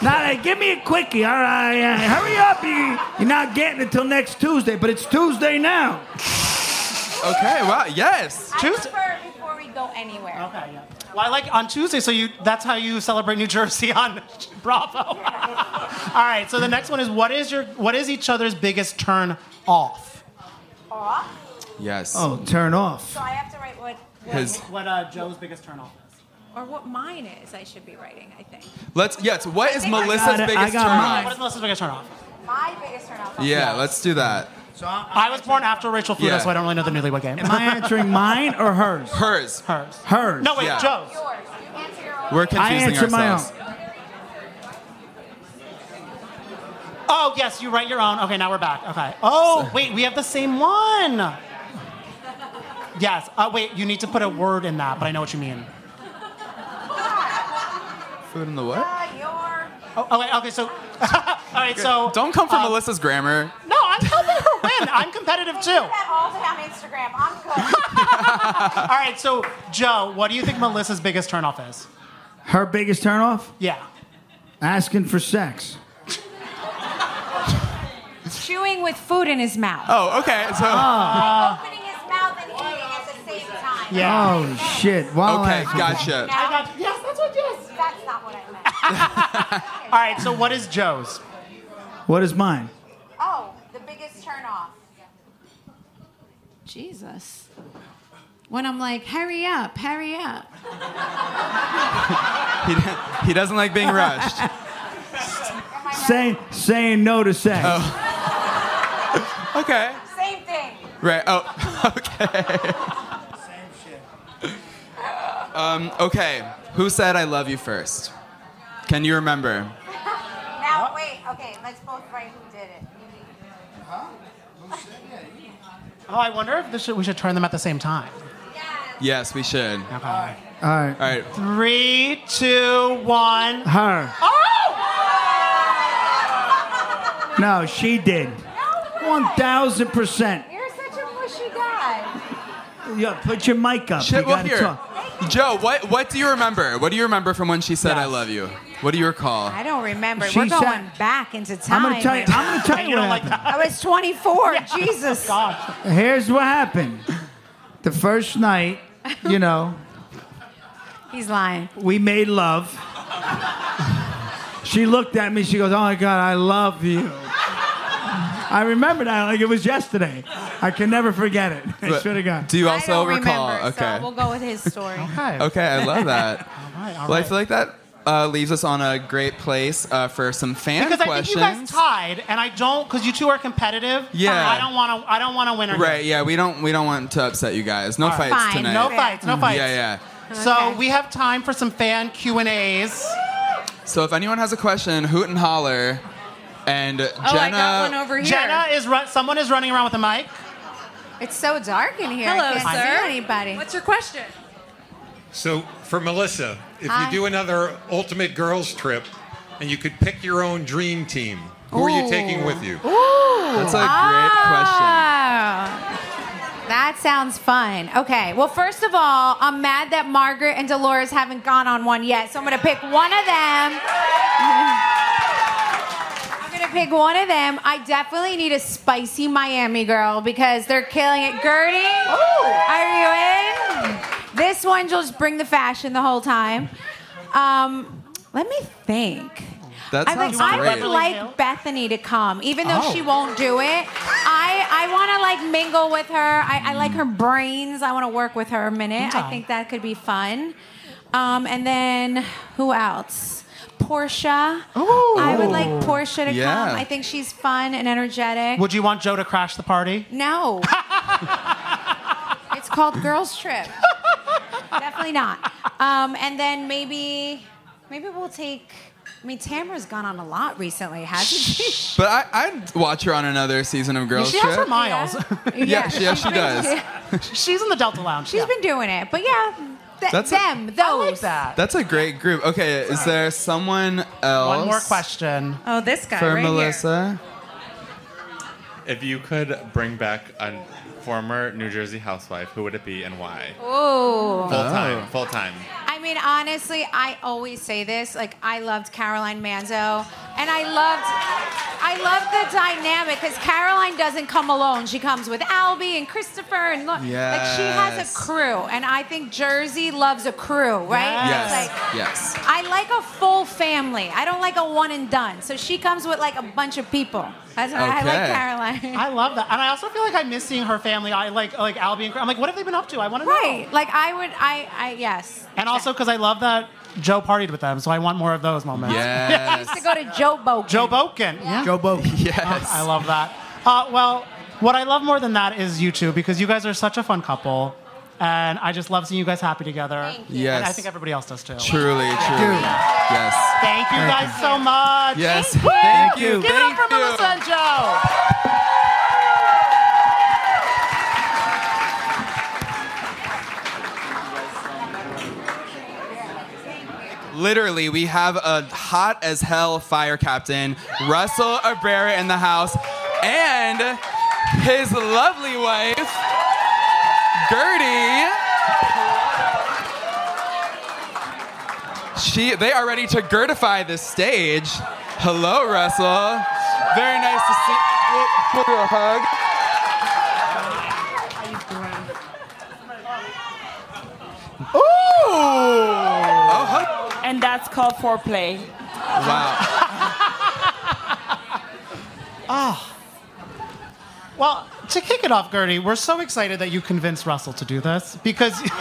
Speaker 4: Not like, give me a quickie, all right? uh, hurry up. You, you're not getting it till next Tuesday, but it's Tuesday now.
Speaker 3: Okay. Wow. Yes.
Speaker 7: I
Speaker 1: Choose-
Speaker 7: prefer before we go anywhere.
Speaker 1: Okay, yeah. Well, I like on Tuesday, so you that's how you celebrate New Jersey on Bravo. All right, so the next one is what is your what is each other's biggest turn off?
Speaker 7: Off.
Speaker 3: Yes.
Speaker 4: Oh, turn off.
Speaker 7: So I have to write what, what
Speaker 3: His
Speaker 1: What uh, Joe's biggest turn off is.
Speaker 7: or what mine is. I should be writing. I think
Speaker 3: let's yes. What is
Speaker 7: think I got
Speaker 3: Melissa's
Speaker 4: it. I
Speaker 3: biggest
Speaker 4: got
Speaker 3: turn
Speaker 4: mine.
Speaker 1: What
Speaker 3: off?
Speaker 1: is Melissa's biggest turn off?
Speaker 7: my biggest turn off.
Speaker 3: Yeah. Let's do that.
Speaker 4: So I'm,
Speaker 1: I was born after Rachel Fuda,
Speaker 3: Yeah.
Speaker 1: so I don't really know the Newlywed Game.
Speaker 4: am I answering mine or hers?
Speaker 3: Hers.
Speaker 1: Hers.
Speaker 4: Hers.
Speaker 1: No, wait,
Speaker 3: Yeah.
Speaker 1: Joe's.
Speaker 7: Yours. You answer your own.
Speaker 3: We're
Speaker 4: I
Speaker 3: confusing
Speaker 4: answer my
Speaker 3: ourselves.
Speaker 4: own.
Speaker 1: Oh yes, you write your own. Okay, now we're back. Okay. Oh wait, we have the same one. Yes. Uh, wait, you need to put a word in that, but I know what you mean.
Speaker 3: Food in the what?
Speaker 7: Uh, your.
Speaker 1: Oh, oh wait, okay. So, all right. So
Speaker 3: Don't come for
Speaker 1: uh,
Speaker 3: Melissa's grammar.
Speaker 1: No, I'm helping her win. I'm competitive
Speaker 7: They
Speaker 1: too.
Speaker 7: do that all day on Instagram. I'm good.
Speaker 1: All right, so Joe, what do you think Melissa's biggest turnoff is?
Speaker 4: Her biggest turn off?
Speaker 1: Yeah.
Speaker 4: Asking for sex.
Speaker 7: Chewing with food in his mouth.
Speaker 3: Oh, okay. So
Speaker 1: Ah.
Speaker 7: Opening his mouth and eating at the same time.
Speaker 1: Yeah.
Speaker 4: Oh shit! Wow.
Speaker 3: okay,
Speaker 4: that's-
Speaker 3: gotcha.
Speaker 7: Now,
Speaker 1: Yes, that's what yes.
Speaker 7: that's not what I meant.
Speaker 1: All right, so what is Joe's?
Speaker 4: What is mine?
Speaker 7: Oh, the biggest turn off.
Speaker 5: Jesus. When I'm like, hurry up, hurry up.
Speaker 3: He, he doesn't like being rushed.
Speaker 7: Am I right?
Speaker 4: Saying saying no to sex.
Speaker 3: Oh. Okay.
Speaker 7: Same thing.
Speaker 3: Right. Oh. Okay. Um. Okay. Who said I love you first? Can you remember?
Speaker 7: Now, wait. Okay, let's both write who did it.
Speaker 1: Oh, I wonder if this should, we should turn them at the same time.
Speaker 3: Yes, we should. All
Speaker 1: Okay.
Speaker 4: All right.
Speaker 3: right.
Speaker 1: Three, two, one.
Speaker 4: Her. No, she did.
Speaker 7: No way.
Speaker 4: One thousand percent.
Speaker 7: You're such a pushy guy.
Speaker 4: Yeah, put your mic up.
Speaker 3: Shit.
Speaker 4: you
Speaker 3: Well,
Speaker 4: gotta
Speaker 3: here,
Speaker 4: talk.
Speaker 3: Joe. What What do you remember? What do you remember from when she said I love you? What do you recall?
Speaker 5: I don't remember.
Speaker 4: She
Speaker 5: We're going
Speaker 4: said-
Speaker 5: back into
Speaker 4: I'm
Speaker 5: time.
Speaker 4: gonna tell you. I'm gonna tell you,
Speaker 1: You
Speaker 4: what
Speaker 1: don't like
Speaker 4: happened.
Speaker 1: that?
Speaker 5: I was 24. Jesus.
Speaker 4: Here's what happened. The first night, you know,
Speaker 5: He's lying.
Speaker 4: we made love. She looked at me. She goes, "Oh my God, I love you." I remember that like it was yesterday. I can never forget it. I
Speaker 3: But
Speaker 4: swear to God.
Speaker 3: Do you
Speaker 5: I
Speaker 3: also
Speaker 5: don't
Speaker 3: recall?
Speaker 5: remember,
Speaker 3: okay.
Speaker 5: So we'll go with his story.
Speaker 3: Okay, I love that.
Speaker 1: all
Speaker 3: Well, I
Speaker 1: right.
Speaker 3: feel like that uh, leaves us on a great place uh, for some fan
Speaker 1: Because I think you
Speaker 3: questions.
Speaker 1: guys tied, and I don't. Because you two are competitive.
Speaker 3: Yeah.
Speaker 1: I don't want to. I don't want to win. Or
Speaker 3: right? Yeah, we don't we don't want to upset you guys. No
Speaker 1: All right.
Speaker 3: fights
Speaker 5: Fine,
Speaker 3: tonight.
Speaker 1: No
Speaker 5: Yeah.
Speaker 1: fights. No fights.
Speaker 3: Yeah, yeah.
Speaker 1: So
Speaker 5: Okay.
Speaker 1: we have time for some fan Q and A's.
Speaker 3: So if anyone has a question, hoot and holler. And
Speaker 5: Oh,
Speaker 3: Jenna,
Speaker 5: I got one over here.
Speaker 1: Jenna is run- someone is running around with a mic.
Speaker 5: It's so dark in here.
Speaker 8: Hello,
Speaker 5: I can't
Speaker 8: sir.
Speaker 5: see anybody.
Speaker 8: What's your question?
Speaker 9: So for Melissa, if
Speaker 5: Hi.
Speaker 9: you do another ultimate girls trip and you could pick your own dream team, who are you taking with you?
Speaker 3: that's a great
Speaker 5: Oh. That sounds fun. Okay. Well, first of all, I'm mad that Margaret and Dolores haven't gone on one yet, so I'm going to pick one of them. I'm going to pick one of them. I definitely need a spicy Miami girl because they're killing it. Gertie, are you in? This one, she'll just bring the fashion the whole time. Um, let me think.
Speaker 3: That
Speaker 5: I would,
Speaker 3: sounds
Speaker 5: I would
Speaker 3: great.
Speaker 5: like Bethany to come, even though
Speaker 3: Oh.
Speaker 5: she won't do it. I, I want to like mingle with her. I, I
Speaker 3: Mm.
Speaker 5: like her brains. I want to work with her a minute. I think that could be fun. Um, and then who else? Portia. I would like Portia to
Speaker 3: Yeah.
Speaker 5: come. I think she's fun and energetic.
Speaker 1: Would you want Joe to crash the party?
Speaker 5: No. it's called Girls Trip. Definitely not. Um, and then maybe, maybe we'll take. I mean, Tamra's gone on a lot recently, hasn't she?
Speaker 3: But I, I'd watch her on another season of Girls
Speaker 1: she
Speaker 3: Trip.
Speaker 1: has her miles.
Speaker 5: Yeah,
Speaker 3: she- yeah,
Speaker 5: she's
Speaker 3: she
Speaker 5: been-
Speaker 3: does.
Speaker 1: She's in the Delta Lounge.
Speaker 5: She's been doing it, but yeah, th-
Speaker 3: That's a-
Speaker 5: them, those.
Speaker 8: that.
Speaker 3: That's a great group. Okay, is there someone else?
Speaker 1: One more question.
Speaker 8: Oh, this guy
Speaker 3: for
Speaker 8: right here.
Speaker 3: Melissa.
Speaker 9: If you could bring back a former New Jersey housewife, who would it be and why?
Speaker 5: Ooh.
Speaker 9: Full time, full time.
Speaker 5: I mean, honestly, I always say this. Like, I loved Caroline Manzo, and I loved, I loved the dynamic because Caroline doesn't come alone. She comes with Albie and Christopher, and look, like she has
Speaker 3: Yes.
Speaker 5: a crew. And I think Jersey loves a crew, right?
Speaker 3: Yes.
Speaker 5: It's like-
Speaker 3: yes.
Speaker 5: I like a full family. I don't like a one and done. So she comes with like a bunch of people. That's why I
Speaker 3: Okay.
Speaker 5: like Caroline.
Speaker 1: I love that, and I also feel like I miss seeing her family. I like like Albie and Chris- I'm like, what have they been up to? I want to
Speaker 5: Right.
Speaker 1: know.
Speaker 5: Like I would I I yes.
Speaker 1: And also because I love that Joe partied with them, so I want more of those moments.
Speaker 5: I used
Speaker 3: Yes.
Speaker 5: to go to Joe Bogan.
Speaker 1: Joe Boken. Oh,
Speaker 4: Joe Bo.
Speaker 3: yes.
Speaker 1: I love that. Uh, well, what I love more than that is you two because you guys are such a fun couple, and I just love seeing you guys happy together.
Speaker 5: Thank you.
Speaker 3: Yes.
Speaker 1: And I think everybody else does too.
Speaker 3: Truly, truly. Yes.
Speaker 1: Thank you guys so much.
Speaker 3: Yes.
Speaker 1: Woo!
Speaker 3: Thank you.
Speaker 1: Give it up
Speaker 3: Thank
Speaker 1: for
Speaker 3: you.
Speaker 1: Melissa and Joe.
Speaker 3: Literally, we have a hot as hell fire captain, Russell Abrera, in the house, and his lovely wife, Gertie. She, they are ready to gertify this stage. Hello, Russell. Very nice to see. Give her a hug. Ooh! Oh, hug.
Speaker 8: And that's called foreplay.
Speaker 3: Wow.
Speaker 1: Ah. Well, to kick it off, Gertie, we're so excited that you convinced Russell to do this because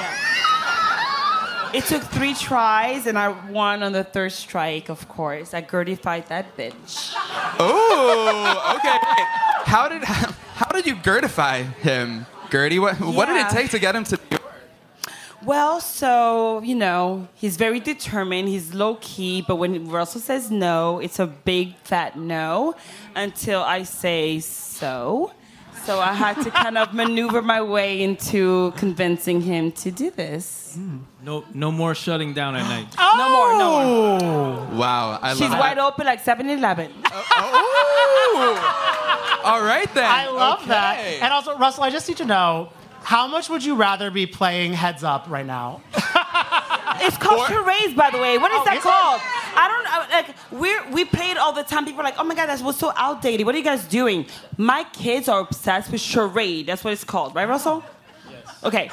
Speaker 8: It took three tries, and I won on the third strike, of course. I gertified that bitch.
Speaker 3: Ooh. Oh, Okay. wait. How did how, did you gertify him, Gertie? What what did
Speaker 8: Yeah.
Speaker 3: it take to get him to?
Speaker 8: Well, so, you know, he's very determined, he's low key, but when Russell says no, it's a big fat no until I say so. So I had to kind of maneuver my way into convincing him to do this.
Speaker 10: No, no more shutting down at night.
Speaker 8: No more, no more.
Speaker 3: Oh. Wow. I
Speaker 8: She's
Speaker 3: love
Speaker 8: wide open like 7 Eleven.
Speaker 3: Oh. All right then.
Speaker 1: I love that.
Speaker 3: Okay.
Speaker 1: And also, Russell, I just need to know how much would you rather be playing heads up right now?
Speaker 8: It's called
Speaker 3: Or-
Speaker 8: charades, by the way. What is that
Speaker 1: is it?
Speaker 8: called? I don't I, like. We're we play it all the time. People are like, "Oh my god, that's what's so outdated. What are you guys doing?" My kids are obsessed with charade. That's what it's called, right, Russell? Yes. Okay.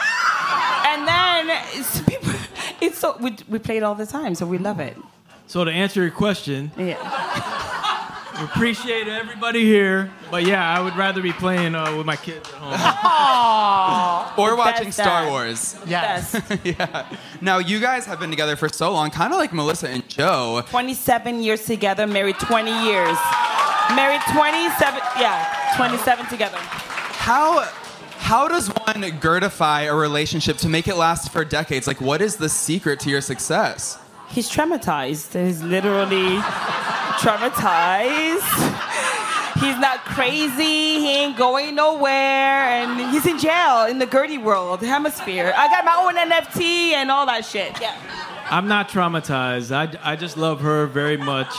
Speaker 8: and then it's, people, it's so we we play it all the time, so we love it.
Speaker 10: So to answer your question,
Speaker 8: Yeah.
Speaker 10: we appreciate everybody here, but yeah, I would rather be playing uh, with my kids at home.
Speaker 3: Or watching
Speaker 8: That's
Speaker 3: Star
Speaker 8: that.
Speaker 3: Wars.
Speaker 1: Yes.
Speaker 8: Yes.
Speaker 3: yeah. Now you guys have been together for so long, kind of like Melissa and Joe.
Speaker 8: Twenty-seven years together, married twenty years, married twenty-seven. Yeah, twenty-seven together.
Speaker 3: How How does one girtify a relationship to make it last for decades? Like, what is the secret to your success?
Speaker 8: He's traumatized. He's literally traumatized. He's not crazy. He ain't going nowhere. And he's in jail in the Gertie world, hemisphere. I got my own NFT and all that shit. Yeah.
Speaker 10: I'm not traumatized. I, I just love her very much.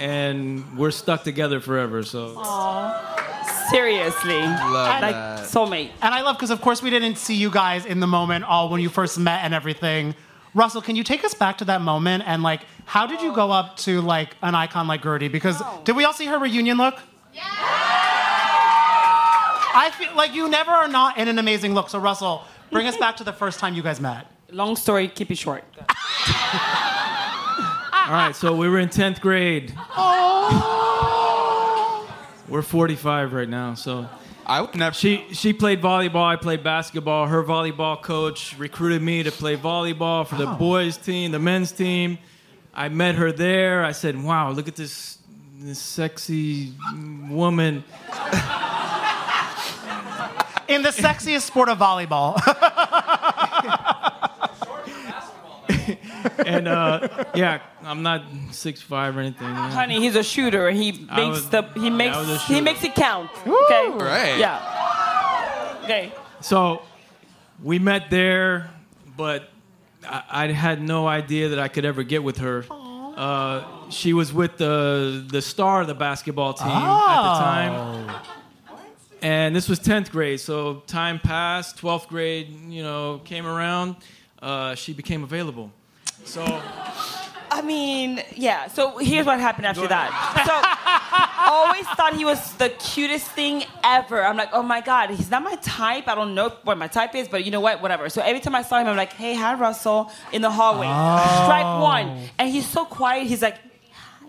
Speaker 10: And we're stuck together forever, so.
Speaker 8: Seriously.
Speaker 10: Love
Speaker 8: like
Speaker 10: that.
Speaker 8: soulmate.
Speaker 1: And I love because, of course, we didn't see you guys in the moment, all when you first met and everything. Russell, can you take us back to that moment and like, how did you go up to like an icon like Gertie? Because did we all see her reunion look? I feel like you never are not in an amazing look. So Russell, bring us back to the first time you guys met.
Speaker 8: Long story, keep it short.
Speaker 10: All right, so we were in 10th grade. We're 45 right now, so.
Speaker 3: I would never.
Speaker 10: She she played volleyball. I played basketball. Her volleyball coach recruited me to play volleyball for the
Speaker 11: Oh.
Speaker 10: boys team, the men's team. I met her there. I said, "Wow, look at this, this sexy woman."
Speaker 1: In the sexiest sport of volleyball.
Speaker 10: And uh, yeah, I'm not six five or anything. yeah.
Speaker 8: Honey, he's a shooter. He
Speaker 10: I
Speaker 8: makes
Speaker 10: was-
Speaker 8: the he makes
Speaker 10: was a
Speaker 8: he
Speaker 10: shooter.
Speaker 8: makes it count. Okay.
Speaker 10: Right.
Speaker 8: Yeah. Okay.
Speaker 10: So we met there, but I, I had no idea that I could ever get with her. Uh, she was with the the star of the basketball team at the time.
Speaker 8: Oh.
Speaker 10: And this was 10th grade, so time passed. 12th grade, you know, came around. Uh, she became available. So
Speaker 8: I mean, yeah. So here's what happened after that. So always thought he was the cutest thing ever. I'm like, oh my god, he's not my type. I don't know what my type is, but you know what? Whatever. So every time I saw him, I'm like, hey, hi, Russell, in the hallway.
Speaker 11: Oh.
Speaker 8: Strike one, and he's so quiet. He's like. "Hi,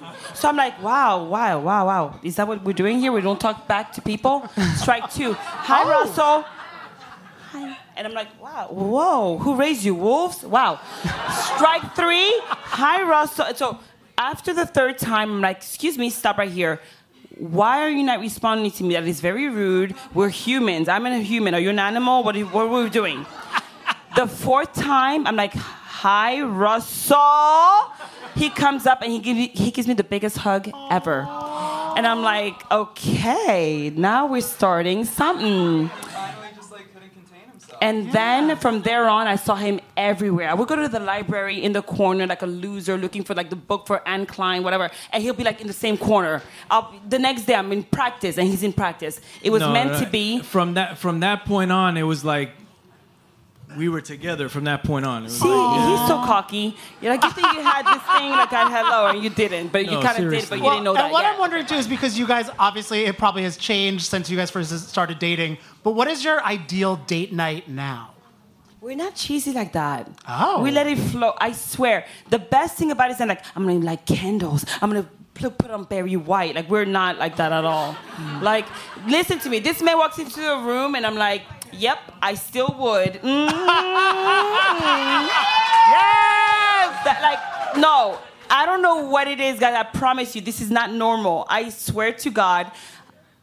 Speaker 8: hi." So I'm like, wow, wow, wow, wow. Is that what we're doing here? We don't talk back to people? Strike two. Hi, Russell. Hi. And I'm like, wow, whoa, who raised you? Wolves? Wow. Strike three. Hi, Russell. So after the third time, I'm like, excuse me, stop right here. Why are you not responding to me? That is very rude. We're humans. I'm a human. Are you an animal? What, are you- what are we doing? The fourth time, I'm like, hi, Russell. He comes up and he, give, he gives me the biggest hug ever. And I'm like, okay, now we're starting something. And then from there on, I saw him everywhere. I would go to the library in the corner, like a loser, looking for like the book for Anne Klein, whatever. And he'll be like in the same corner. I'll, the next day, I'm in practice, and he's in practice. It was
Speaker 10: No,
Speaker 8: meant
Speaker 10: no,
Speaker 8: to be.
Speaker 10: From that from that point on, it was like we were together. From that point on, it was
Speaker 8: See,
Speaker 10: like, yeah.
Speaker 8: he's so cocky. You're like, you think you had this thing like I had hello, and you didn't, but you
Speaker 10: No,
Speaker 8: kind of did, but
Speaker 10: seriously.
Speaker 8: you
Speaker 10: Well,
Speaker 8: didn't know
Speaker 1: and
Speaker 8: that.
Speaker 1: what
Speaker 8: yet.
Speaker 1: I'm wondering too is because you guys obviously it probably has changed since you guys first started dating. But what is your ideal date night now?
Speaker 8: We're not cheesy like that.
Speaker 1: Oh.
Speaker 8: We let it flow. I swear. The best thing about it is I'm like, I'm gonna like candles. I'm gonna pl- put on Barry White. Like we're not like that at all. Like, listen to me. This man walks into the room and I'm like, yep, I still would. Mm. yes! That, like, no. I don't know what it is, guys. I promise you, this is not normal. I swear to God.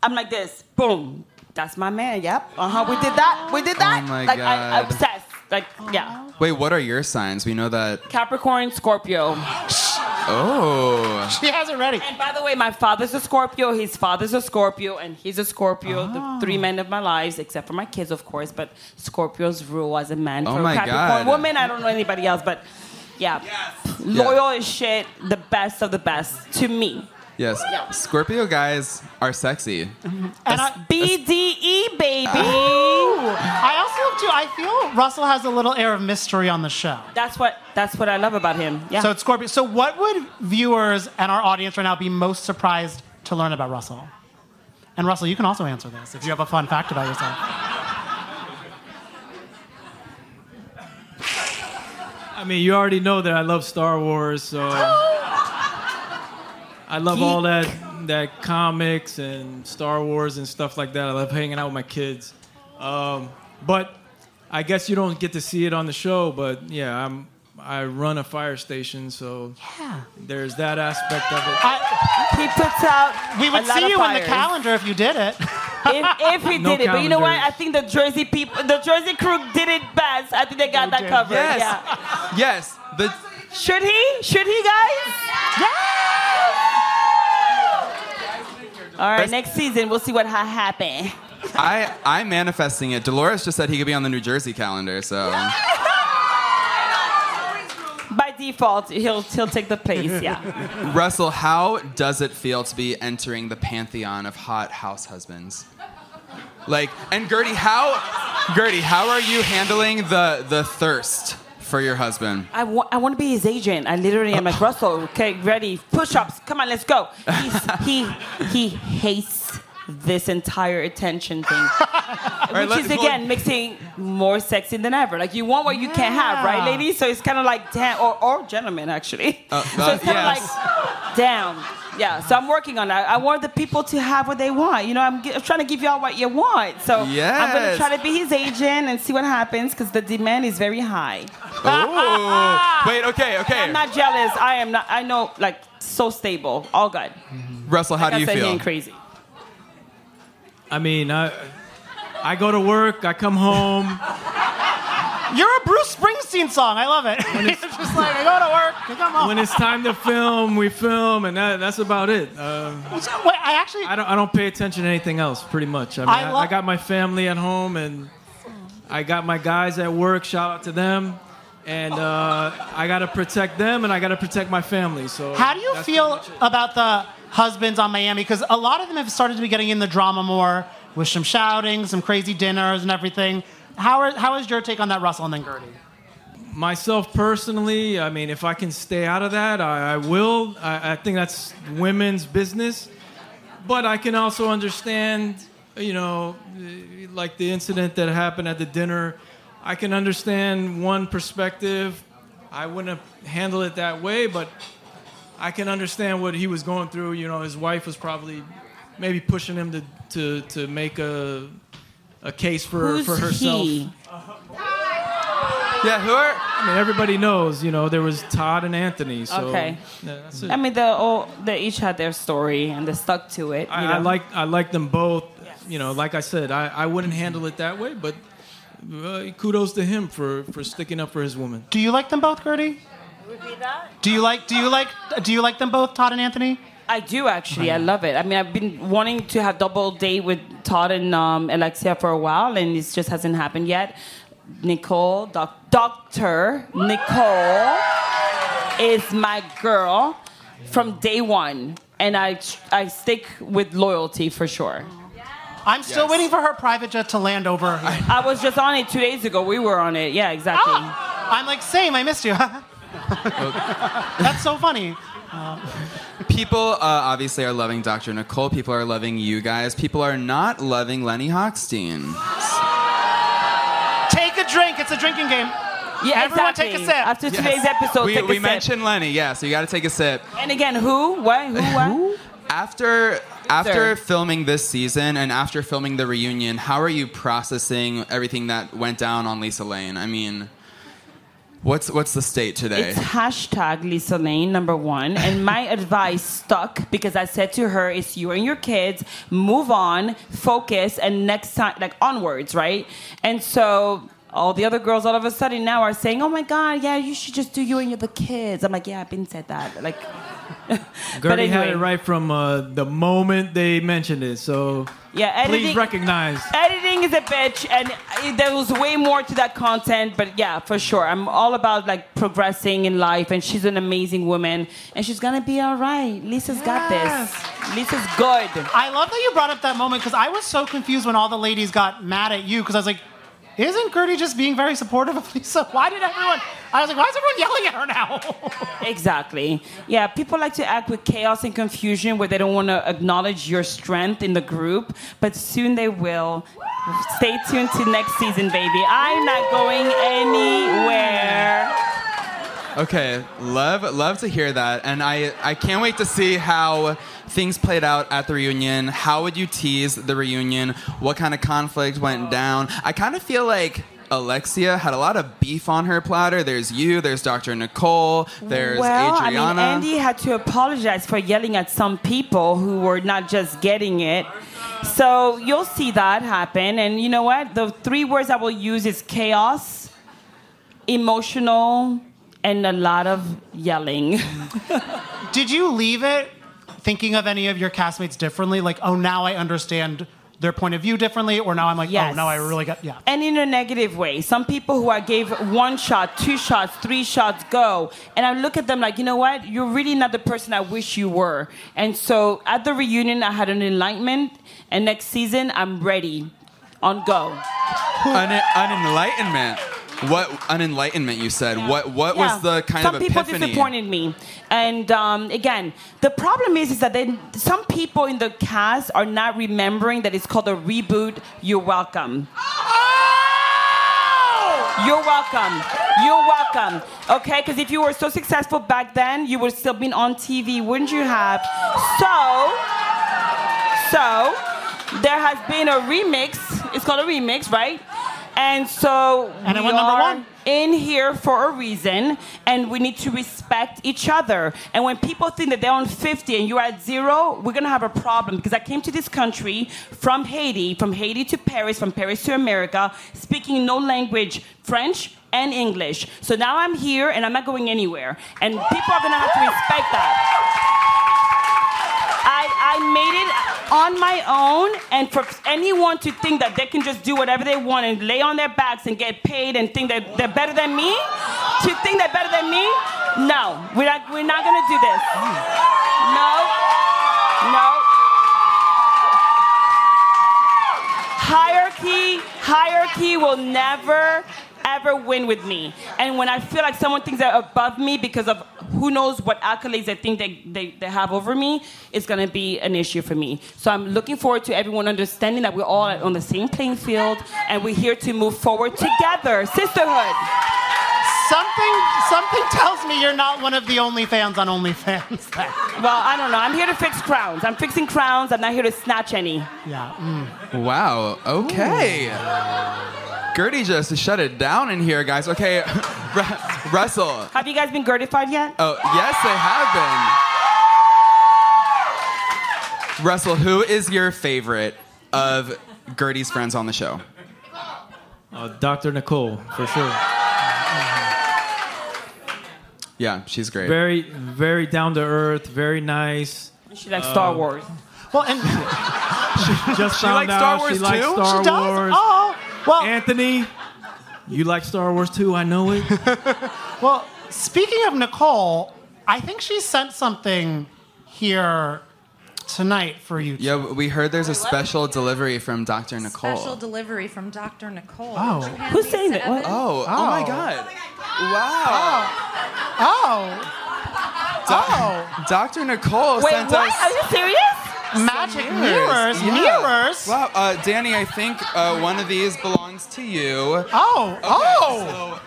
Speaker 8: I'm like this. Boom. That's my man. Yep. Uh huh. We did that. We did that.
Speaker 3: Oh my
Speaker 8: like I,
Speaker 3: God.
Speaker 8: obsessed. Like yeah.
Speaker 3: Wait, what are your signs? We know that.
Speaker 8: Capricorn, Scorpio.
Speaker 3: Oh.
Speaker 1: She has it ready.
Speaker 8: And by the way, my father's a Scorpio. His father's a Scorpio, and he's a Scorpio.
Speaker 3: Ah.
Speaker 8: The three men of my lives, except for my kids, of course. But Scorpios rule as a man.
Speaker 3: Oh
Speaker 8: for
Speaker 3: my
Speaker 8: a
Speaker 3: God.
Speaker 8: Capricorn woman, I don't know anybody else, but yeah, loyal as shit. The best of the best to me.
Speaker 3: Yes. Scorpio guys are sexy.
Speaker 1: And I,
Speaker 8: BDE E, baby.
Speaker 1: I also love too. I feel Russell has a little air of mystery on the show.
Speaker 8: That's what that's what I love about him. Yeah.
Speaker 1: So it's Scorpio. So what would viewers and our audience right now be most surprised to learn about Russell? And Russell, you can also answer this if you have a fun fact about yourself.
Speaker 10: I mean, you already know that I love Star Wars, so I love all that that comics and Star Wars and stuff like that. I love hanging out with my kids, um, but I guess you don't get to see it on the show. But yeah, I'm I run a fire station, so there's that aspect of it.
Speaker 8: he puts out.
Speaker 1: We would
Speaker 10: a lot
Speaker 1: see
Speaker 10: of
Speaker 1: you in the
Speaker 10: fires.
Speaker 1: calendar if you did it.
Speaker 8: if, if he
Speaker 10: No
Speaker 8: did it, but you know what?
Speaker 10: calendars.
Speaker 8: I think the Jersey people, the Jersey crew did it best. I think they got that covered.
Speaker 3: Yes.
Speaker 8: Yeah.
Speaker 3: Yes. The
Speaker 8: Should he? Should he, guys? Yes. All right, next season we'll see what ha- happened.
Speaker 3: I I'm manifesting it. Dolores just said he could be on the New Jersey calendar, so
Speaker 8: By default, he'll he'll take the place. Yeah.
Speaker 3: Russell, how does it feel to be entering the pantheon of hot house husbands? Like, and Gertie, how Gertie, how are you handling the the thirst for your husband?
Speaker 8: I want to be his agent. I literally
Speaker 3: Uh,
Speaker 8: am like Russell. Okay, ready? Push-ups. Come on, let's go. He's, he he hates this entire attention thing,
Speaker 3: right,
Speaker 8: which is
Speaker 3: let's-
Speaker 8: again mixing more sexy than ever. Like you want what you can't have, right,
Speaker 3: Yeah.
Speaker 8: ladies? So it's kind of like damn, or or gentlemen actually.
Speaker 3: Uh,
Speaker 8: so
Speaker 3: uh,
Speaker 8: it's kind of
Speaker 3: yes.
Speaker 8: like damn. Yeah, so I'm working on that. I want the people to have what they want. You know, I'm, gi- I'm trying to give y'all what you want. So I'm going to
Speaker 3: Yes.
Speaker 8: try to be his agent and see what happens because the demand is very high.
Speaker 3: Oh, wait, okay, okay.
Speaker 8: I'm not jealous. I am not. I know, like, so stable. All good.
Speaker 3: Russell, how
Speaker 8: Like I
Speaker 3: do you
Speaker 8: said, he
Speaker 3: feel?
Speaker 8: ain't crazy.
Speaker 10: I mean, I I go to work, I come home.
Speaker 1: You're a Bruce Springsteen song. I love it. It's just like I go to work. I come home.
Speaker 10: When it's time to film, we film, and that, that's about it. Uh,
Speaker 1: Wait, I actually
Speaker 10: I don't I don't pay attention to anything else, pretty much. I mean,
Speaker 1: I
Speaker 10: I,
Speaker 1: lo-
Speaker 10: I got my family at home, and I got my guys at work. Shout out to them. And uh, I gotta protect them, and I gotta protect my family. So
Speaker 1: How do you
Speaker 10: that's
Speaker 1: feel about the husbands on Miami? Because a lot of them have started to be getting in the drama more with some shouting, some crazy dinners, and everything. How, are, how is your take on that, Russell and then Gertie?
Speaker 10: myself personally, I mean, if I can stay out of that, I, I will. I, I think that's women's business. But I can also understand, you know, eh, like the incident that happened at the dinner. I can understand one perspective. I wouldn't have handled it that way, but I can understand what he was going through. You know, his wife was probably maybe pushing him to, to, to make a, a case for,
Speaker 8: Who's
Speaker 10: for herself.
Speaker 8: he? Uh,
Speaker 3: Yeah, who are?
Speaker 10: I mean, everybody knows, you know, there was Todd and Anthony. So
Speaker 8: okay.
Speaker 10: yeah, that's it.
Speaker 8: I mean, they all they each had their story and they stuck to it.
Speaker 10: I,
Speaker 8: you
Speaker 10: I
Speaker 8: know?
Speaker 10: like I like them both. You know, like I said, I, I wouldn't handle it that way, but uh, kudos to him for, for sticking up for his woman.
Speaker 1: Do you like them both, Gertie? Do you like do you like do you like them both, Todd and Anthony?
Speaker 8: I do actually. I love it. I mean, I've been wanting to have double date with Todd and um, Alexia for a while, and it just hasn't happened yet. Nicole, doc- Doctor Nicole, is my girl from day one, and I I stick with loyalty for sure.
Speaker 1: I'm still waiting for her private jet to land over. I,
Speaker 8: I was just on it two days ago. We were on it. Yeah, exactly.
Speaker 1: am Ah! like, same. I missed you. That's so funny.
Speaker 3: People uh, obviously are loving Dr. Nicole. People are loving you guys. People are not loving Lenny Hochstein.
Speaker 1: Take a drink. It's a drinking game.
Speaker 8: Yeah,
Speaker 1: Everyone
Speaker 8: exactly.
Speaker 1: take a sip.
Speaker 8: After today's episode,
Speaker 3: we,
Speaker 8: take a
Speaker 3: we
Speaker 8: sip.
Speaker 3: mentioned Lenny, yeah, so you gotta take a sip.
Speaker 8: And again, who? What? Who? What?
Speaker 3: After after filming this season and after filming the reunion, how are you processing everything that went down on Lisa Lane? I mean, what's what's the state today?
Speaker 8: It's hashtag Lisa Lane, number one. And my advice stuck because I said to her, it's you and your kids, move on, focus, and next time, like onwards, right? And so all the other girls all of a sudden now are saying, oh my God, yeah, you should just do you and your the kids. I'm like, yeah, I've been said that. Like,
Speaker 10: Gertie had
Speaker 8: anyway.
Speaker 10: it right from uh, the moment they mentioned it. So
Speaker 8: yeah, editing.
Speaker 10: please recognize.
Speaker 8: Editing is a bitch, and I- there was way more to that content. But yeah, for sure, I'm all about like progressing in life, and she's an amazing woman, and she's gonna be all right. Lisa's got this. Lisa's good.
Speaker 1: I love that you brought up that moment because I was so confused when all the ladies got mad at you because I was like, isn't Gertie just being very supportive of Lisa? Why did everyone? I was like, why is everyone yelling at her now?
Speaker 8: Exactly. Yeah, people like to act with chaos and confusion where they don't want to acknowledge your strength in the group, but soon they will. Stay tuned to next season, baby. I'm not going anywhere.
Speaker 3: Okay, love love to hear that, and I I can't wait to see how things played out at the reunion. How would you tease the reunion? What kind of conflict went down? I kind of feel like. Alexia had a lot of beef on her platter. There's you, there's Dr. Nicole, there's
Speaker 8: well, I mean,
Speaker 3: Adriana.
Speaker 8: Andy had to apologize for yelling at some people who were not just getting it. So you'll see that happen. And you know what? The three words I will use is chaos, emotional, and a lot of yelling.
Speaker 1: Did you leave it thinking of any of your castmates differently? Like, oh, now I understand their point of view differently, or now I'm like,
Speaker 8: Yes.
Speaker 1: oh, now I really got, yeah.
Speaker 8: And in a negative way. Some people who I gave one shot, two shots, three shots go. And I look at them like, you know what? You're really not the person I wish you were. And so at the reunion, I had an enlightenment. And next season, I'm ready on go.
Speaker 3: An, an enlightenment. What an enlightenment you said. What what
Speaker 8: Yeah.
Speaker 3: was the kind
Speaker 8: some
Speaker 3: of
Speaker 8: people
Speaker 3: epiphany?
Speaker 8: disappointed me and um, again the problem is is that they, some people in the cast are not remembering that it's called a reboot you're welcome you're welcome. You're welcome. Okay, because if you were so successful back then, you would still been on TV, wouldn't you have? So, so there has been a remix. It's called a remix, right? And so
Speaker 1: And it
Speaker 8: we
Speaker 1: went number
Speaker 8: are
Speaker 1: one.
Speaker 8: in here for a reason, and we need to respect each other. And when people think that they're on 50 and you're at zero, we're gonna have a problem because I came to this country from Haiti, from Haiti to Paris, from Paris to America, speaking no language, French and English. So now I'm here and I'm not going anywhere. And people are gonna have to respect that. I, I made it on my own, and for anyone to think that they can just do whatever they want and lay on their backs and get paid and think that they're better than me, to think they're better than me, no, we're not, we're not gonna do this. No, no. Hierarchy, hierarchy will never, ever win with me. And when I feel like someone thinks they're above me because of who knows what accolades they think they, they, they have over me, it's gonna be an issue for me. So I'm looking forward to everyone understanding that we're all on the same playing field and we're here to move forward together. Sisterhood.
Speaker 1: Something, something tells me you're not one of the only fans on OnlyFans.
Speaker 8: Well, I don't know. I'm here to fix crowns. I'm fixing crowns. I'm not here to snatch any.
Speaker 1: Yeah. mm.
Speaker 3: Wow. Okay. Gertie just shut it down in here, guys. Okay, Ru- Russell.
Speaker 8: Have you guys been gertified yet?
Speaker 3: Oh yes, they have been. Russell, who is your favorite of Gertie's friends on the show?
Speaker 10: Uh, Dr. Nicole, for sure.
Speaker 3: Yeah, she's great.
Speaker 10: Very, very down to earth, very nice. Um,
Speaker 8: She likes Star Wars.
Speaker 1: Um, Well, and
Speaker 10: she just
Speaker 1: She
Speaker 10: found
Speaker 1: likes
Speaker 10: out
Speaker 1: Star Wars
Speaker 10: she likes
Speaker 1: too?
Speaker 10: Star
Speaker 1: She does?
Speaker 10: Wars.
Speaker 1: Oh, well,
Speaker 10: Anthony, you like Star Wars too? I know it.
Speaker 1: Well, speaking of Nicole, I think she sent something here tonight for you.
Speaker 3: Yeah, we heard there's a special delivery from Dr. Nicole.
Speaker 5: Special delivery from Dr. Nicole.
Speaker 3: Oh.
Speaker 5: Would you hand
Speaker 3: Who's
Speaker 5: these
Speaker 3: saying
Speaker 5: to
Speaker 3: that? What?
Speaker 5: Evan?
Speaker 3: Oh, oh my God. Wow.
Speaker 1: Oh.
Speaker 3: Oh. Dr. Nicole
Speaker 8: Wait,
Speaker 3: sent
Speaker 8: what?
Speaker 3: us.
Speaker 8: Are you serious?
Speaker 1: Magic mirrors, mirrors.
Speaker 3: Wow, uh, Danny, I think uh, one of these belongs to you.
Speaker 1: Oh, oh.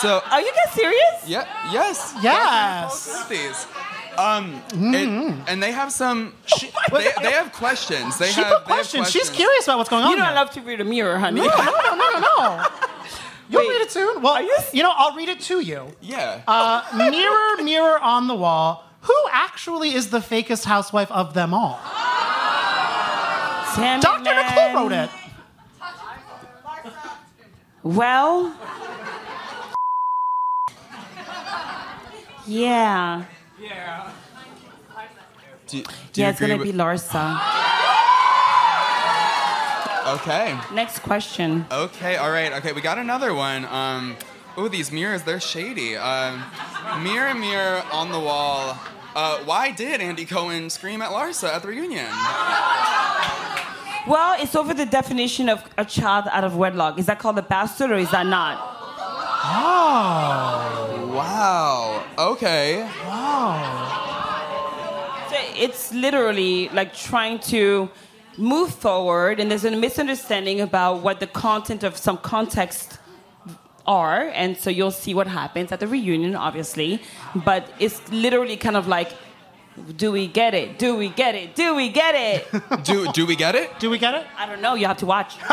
Speaker 3: So,
Speaker 8: are you guys serious?
Speaker 3: Yeah, yes, Dr.
Speaker 1: Yes. Mm-hmm.
Speaker 3: Nicole sent these. Um, and, and they have some. they, they have questions. They
Speaker 1: Oh she
Speaker 3: have
Speaker 1: put
Speaker 3: they have
Speaker 1: questions. She's curious about what's going on.
Speaker 8: You don't
Speaker 1: here.
Speaker 8: love to read a mirror, honey.
Speaker 1: No, no, no, no, no, no. You'll read it soon. Well, you, know, I'll read it to you.
Speaker 3: Yeah.
Speaker 1: Uh, mirror, mirror on the wall, who actually is the fakest housewife of them all?
Speaker 8: Damn it,
Speaker 1: Dr.
Speaker 8: man.
Speaker 1: Nicole wrote it.
Speaker 8: Well, yeah.
Speaker 3: Do, do you
Speaker 8: yeah, it's
Speaker 3: agree
Speaker 8: gonna
Speaker 3: with-
Speaker 8: be Larsa.
Speaker 3: Okay.
Speaker 8: Next question.
Speaker 3: Okay, all right. Okay, we got another one. Um, oh, these mirrors, they're shady. Um, mirror, mirror on the wall. Uh, why did Andy Cohen scream at Larsa at the reunion?
Speaker 8: Well, it's over the definition of a child out of wedlock. Is that called a bastard or is that not?
Speaker 3: Oh. Wow. Okay.
Speaker 1: Wow.
Speaker 8: So it's literally like trying to move forward, and there's a misunderstanding about what the content of some context are, and so you'll see what happens at the reunion, obviously. But it's literally kind of like, do we get it? Do we get it? Do we get it?
Speaker 3: Do do we get it?
Speaker 1: Do we get it?
Speaker 8: I don't know. Oh, You have to watch.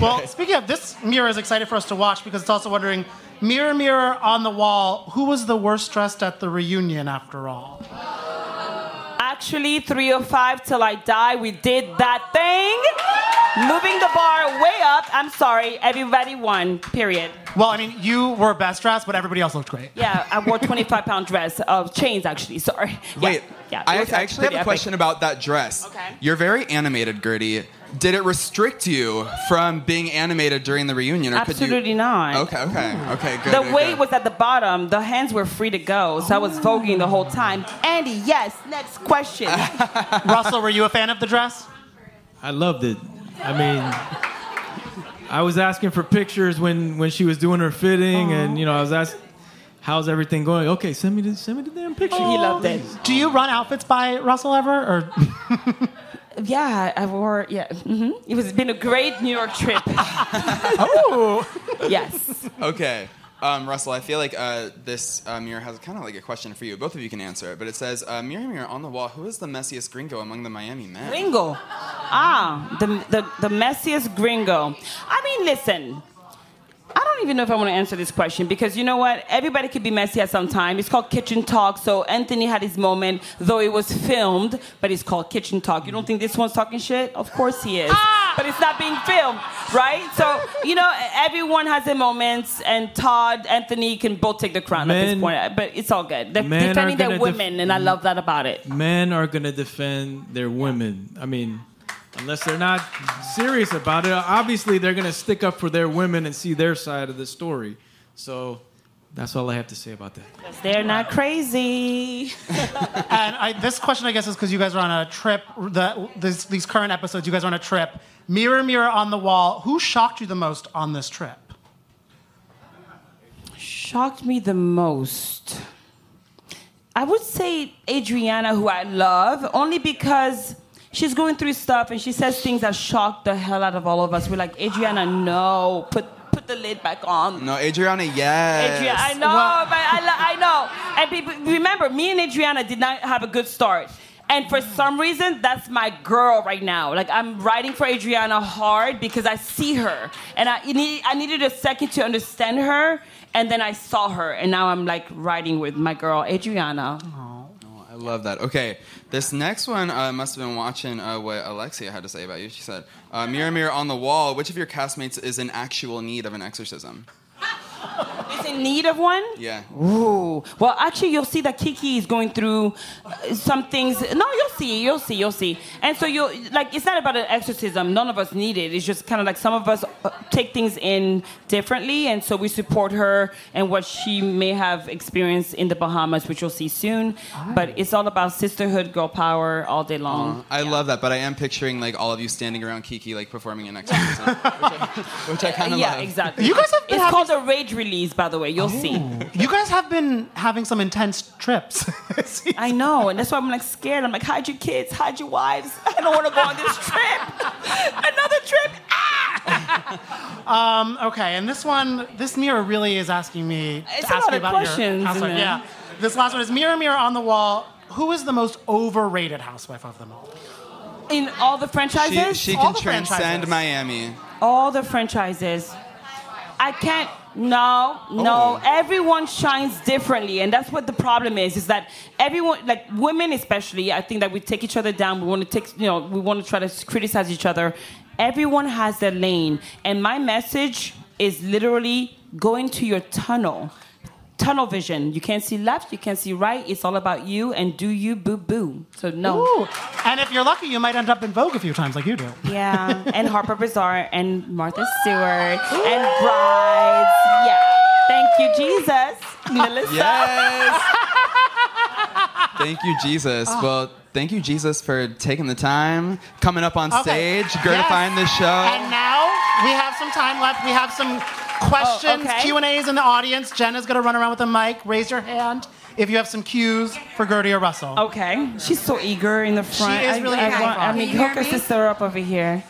Speaker 1: Well, speaking of this, Mirror is excited for us to watch because it's also wondering Mirror, mirror on the wall, who was the worst dressed at the reunion after all?
Speaker 8: I actually 305 till I die. We did that thing. Moving the bar way up. I'm sorry. Everybody won. Period.
Speaker 1: Well, I mean, you were best dressed, but everybody else looked great.
Speaker 8: Yeah, I wore 25 pound dress of chains actually. Sorry. Yeah,
Speaker 3: Wait,
Speaker 8: yeah.
Speaker 3: I,
Speaker 8: it
Speaker 3: I
Speaker 8: was
Speaker 3: actually have
Speaker 8: pretty
Speaker 3: a
Speaker 8: epic.
Speaker 3: question about that dress. Okay. You're very animated, Gertie. Did it restrict you from being animated during the reunion? Or could
Speaker 8: Absolutely
Speaker 3: you...
Speaker 8: not.
Speaker 3: Okay, okay, okay, good.
Speaker 8: the
Speaker 3: good,
Speaker 8: weight
Speaker 3: good.
Speaker 8: was at the bottom. The hands were free to go, so I was voguing the whole time. Andy, yes. Next question.
Speaker 1: Russell, were you a fan of the dress?
Speaker 10: I loved it. I mean, I was asking for pictures when when she was doing her fitting, and you know, I was asking, "How's everything going?" Okay, send me the send me the damn picture.
Speaker 8: He loved it.
Speaker 1: Do you run outfits by Russell ever? Or
Speaker 8: yeah, I wore. Yeah, hmm it was been a great New York trip.
Speaker 3: oh.
Speaker 8: Yes.
Speaker 3: Okay. Um, Russell, I feel like uh, this uh, mirror has kind of like a question for you. Both of you can answer it, but it says, uh, "Mirror, mirror on the wall, who is the messiest gringo among the Miami men?"
Speaker 8: Gringo. Ah, the, the, the messiest gringo. I mean, listen, I don't even know if I want to answer this question because you know what? Everybody could be messy at some time. It's called kitchen talk. So Anthony had his moment, though it was filmed, but it's called kitchen talk. You don't think this one's talking shit? Of course he is. But it's not being filmed, right? So, you know, everyone has their moments, and Todd, Anthony can both take the crown at this
Speaker 10: Men-
Speaker 8: point. But it's all good. They're
Speaker 10: men are
Speaker 8: defending their
Speaker 10: gonna def-
Speaker 8: women, and I love that about it.
Speaker 10: Men are gonna defend their women. I mean, unless they're not serious about it, obviously they're gonna stick up for their women and see their side of the story. So that's all I have to say about that.
Speaker 8: They're not crazy.
Speaker 1: and I, this question, I guess, is because you guys are on a trip. The, this, these current episodes, you guys are on a trip. Mirror, mirror on the wall, who shocked you the most on this trip?
Speaker 8: shocked me the most? I would say Adriana, who I love, only because she's going through stuff and she says things that shock the hell out of all of us. We're like, Adriana, no, put put the lid back on.
Speaker 3: No, Adriana, yes.
Speaker 8: Adriana, I know, but I, lo- I know. And people, remember, me and Adriana did not have a good start. And for some reason, that's my girl right now. Like, I'm writing for Adriana hard because I see her. And I, it need, I needed a second to understand her. And then I saw her. And now I'm like writing with my girl, Adriana.
Speaker 3: I love that. Okay, this next one uh, must have been watching uh, what Alexia had to say about you. She said, uh, "Mirror, mirror on the wall, which of your castmates is in actual need of an exorcism?"
Speaker 8: Is in need of one?
Speaker 3: Yeah.
Speaker 8: Ooh. Well, actually, you'll see that Kiki is going through uh, some things. No, you'll see, you'll see, you'll see. And so you will like, it's not about an exorcism. None of us need it. It's just kind of like some of us uh, take things in differently, and so we support her and what she may have experienced in the Bahamas, which you'll see soon.
Speaker 3: Ah.
Speaker 8: But it's all about sisterhood, girl power, all day long.
Speaker 3: I love that, but I am picturing like all of you standing around Kiki like performing an exorcism, which I, Uh-huh. which I kind of
Speaker 8: yeah,
Speaker 3: love.
Speaker 8: exactly. It's called a rage release, by the way. You'll
Speaker 3: Oh.
Speaker 8: see.
Speaker 1: You guys have been having some intense trips.
Speaker 8: I know, and that's why I'm like scared. I'm like, hide your kids, hide your wives. I don't want to go on this trip. Another trip.
Speaker 1: Um, okay, and this one, this mirror really is asking me
Speaker 8: It's
Speaker 1: to
Speaker 8: a
Speaker 1: ask
Speaker 8: lot
Speaker 1: you
Speaker 8: of
Speaker 1: about
Speaker 8: questions,
Speaker 1: your housewife.
Speaker 8: man.
Speaker 1: Yeah, this last one is mirror, mirror on the wall. Who is the most overrated housewife of them all?
Speaker 8: In all the
Speaker 3: She,
Speaker 8: franchises?
Speaker 3: she
Speaker 8: all
Speaker 3: can
Speaker 8: the
Speaker 3: transcend
Speaker 8: franchises.
Speaker 3: Miami.
Speaker 8: All the franchises. I can't. No, no.
Speaker 3: Oh.
Speaker 8: Everyone shines differently, and that's what the problem is. Is that everyone, like women especially, I think that we take each other down. We want to take, you know, we want to try to criticize each other. Everyone has their lane, and my message is literally go into your tunnel. Tunnel vision. You can't see left. You can't see right. It's all about you and do you boo boo. So no.
Speaker 1: Ooh. And if you're lucky, you might end up in Vogue a few times, like you do.
Speaker 8: Yeah, and Harper Bazaar and Martha Stewart and Brides. Yeah. Thank you, Jesus. Melissa.
Speaker 3: Yes. Thank you, Jesus.
Speaker 1: Ah.
Speaker 3: Well, thank you, Jesus, for taking the time, coming up on
Speaker 1: Okay.
Speaker 3: stage, gratifying
Speaker 1: Yes.
Speaker 3: the show.
Speaker 1: And now we have some time left. We have some questions,
Speaker 8: okay.
Speaker 1: Q and A's in the audience. Jenna's gonna run around with a mic. Raise your hand if you have some cues for Gertie or Russell.
Speaker 8: Okay. She's so eager in the front.
Speaker 1: is really
Speaker 8: I, I,
Speaker 1: eager.
Speaker 8: want- I
Speaker 1: Can
Speaker 8: mean,
Speaker 1: you
Speaker 8: hook
Speaker 1: hear
Speaker 8: her
Speaker 1: me?
Speaker 8: sister up over here.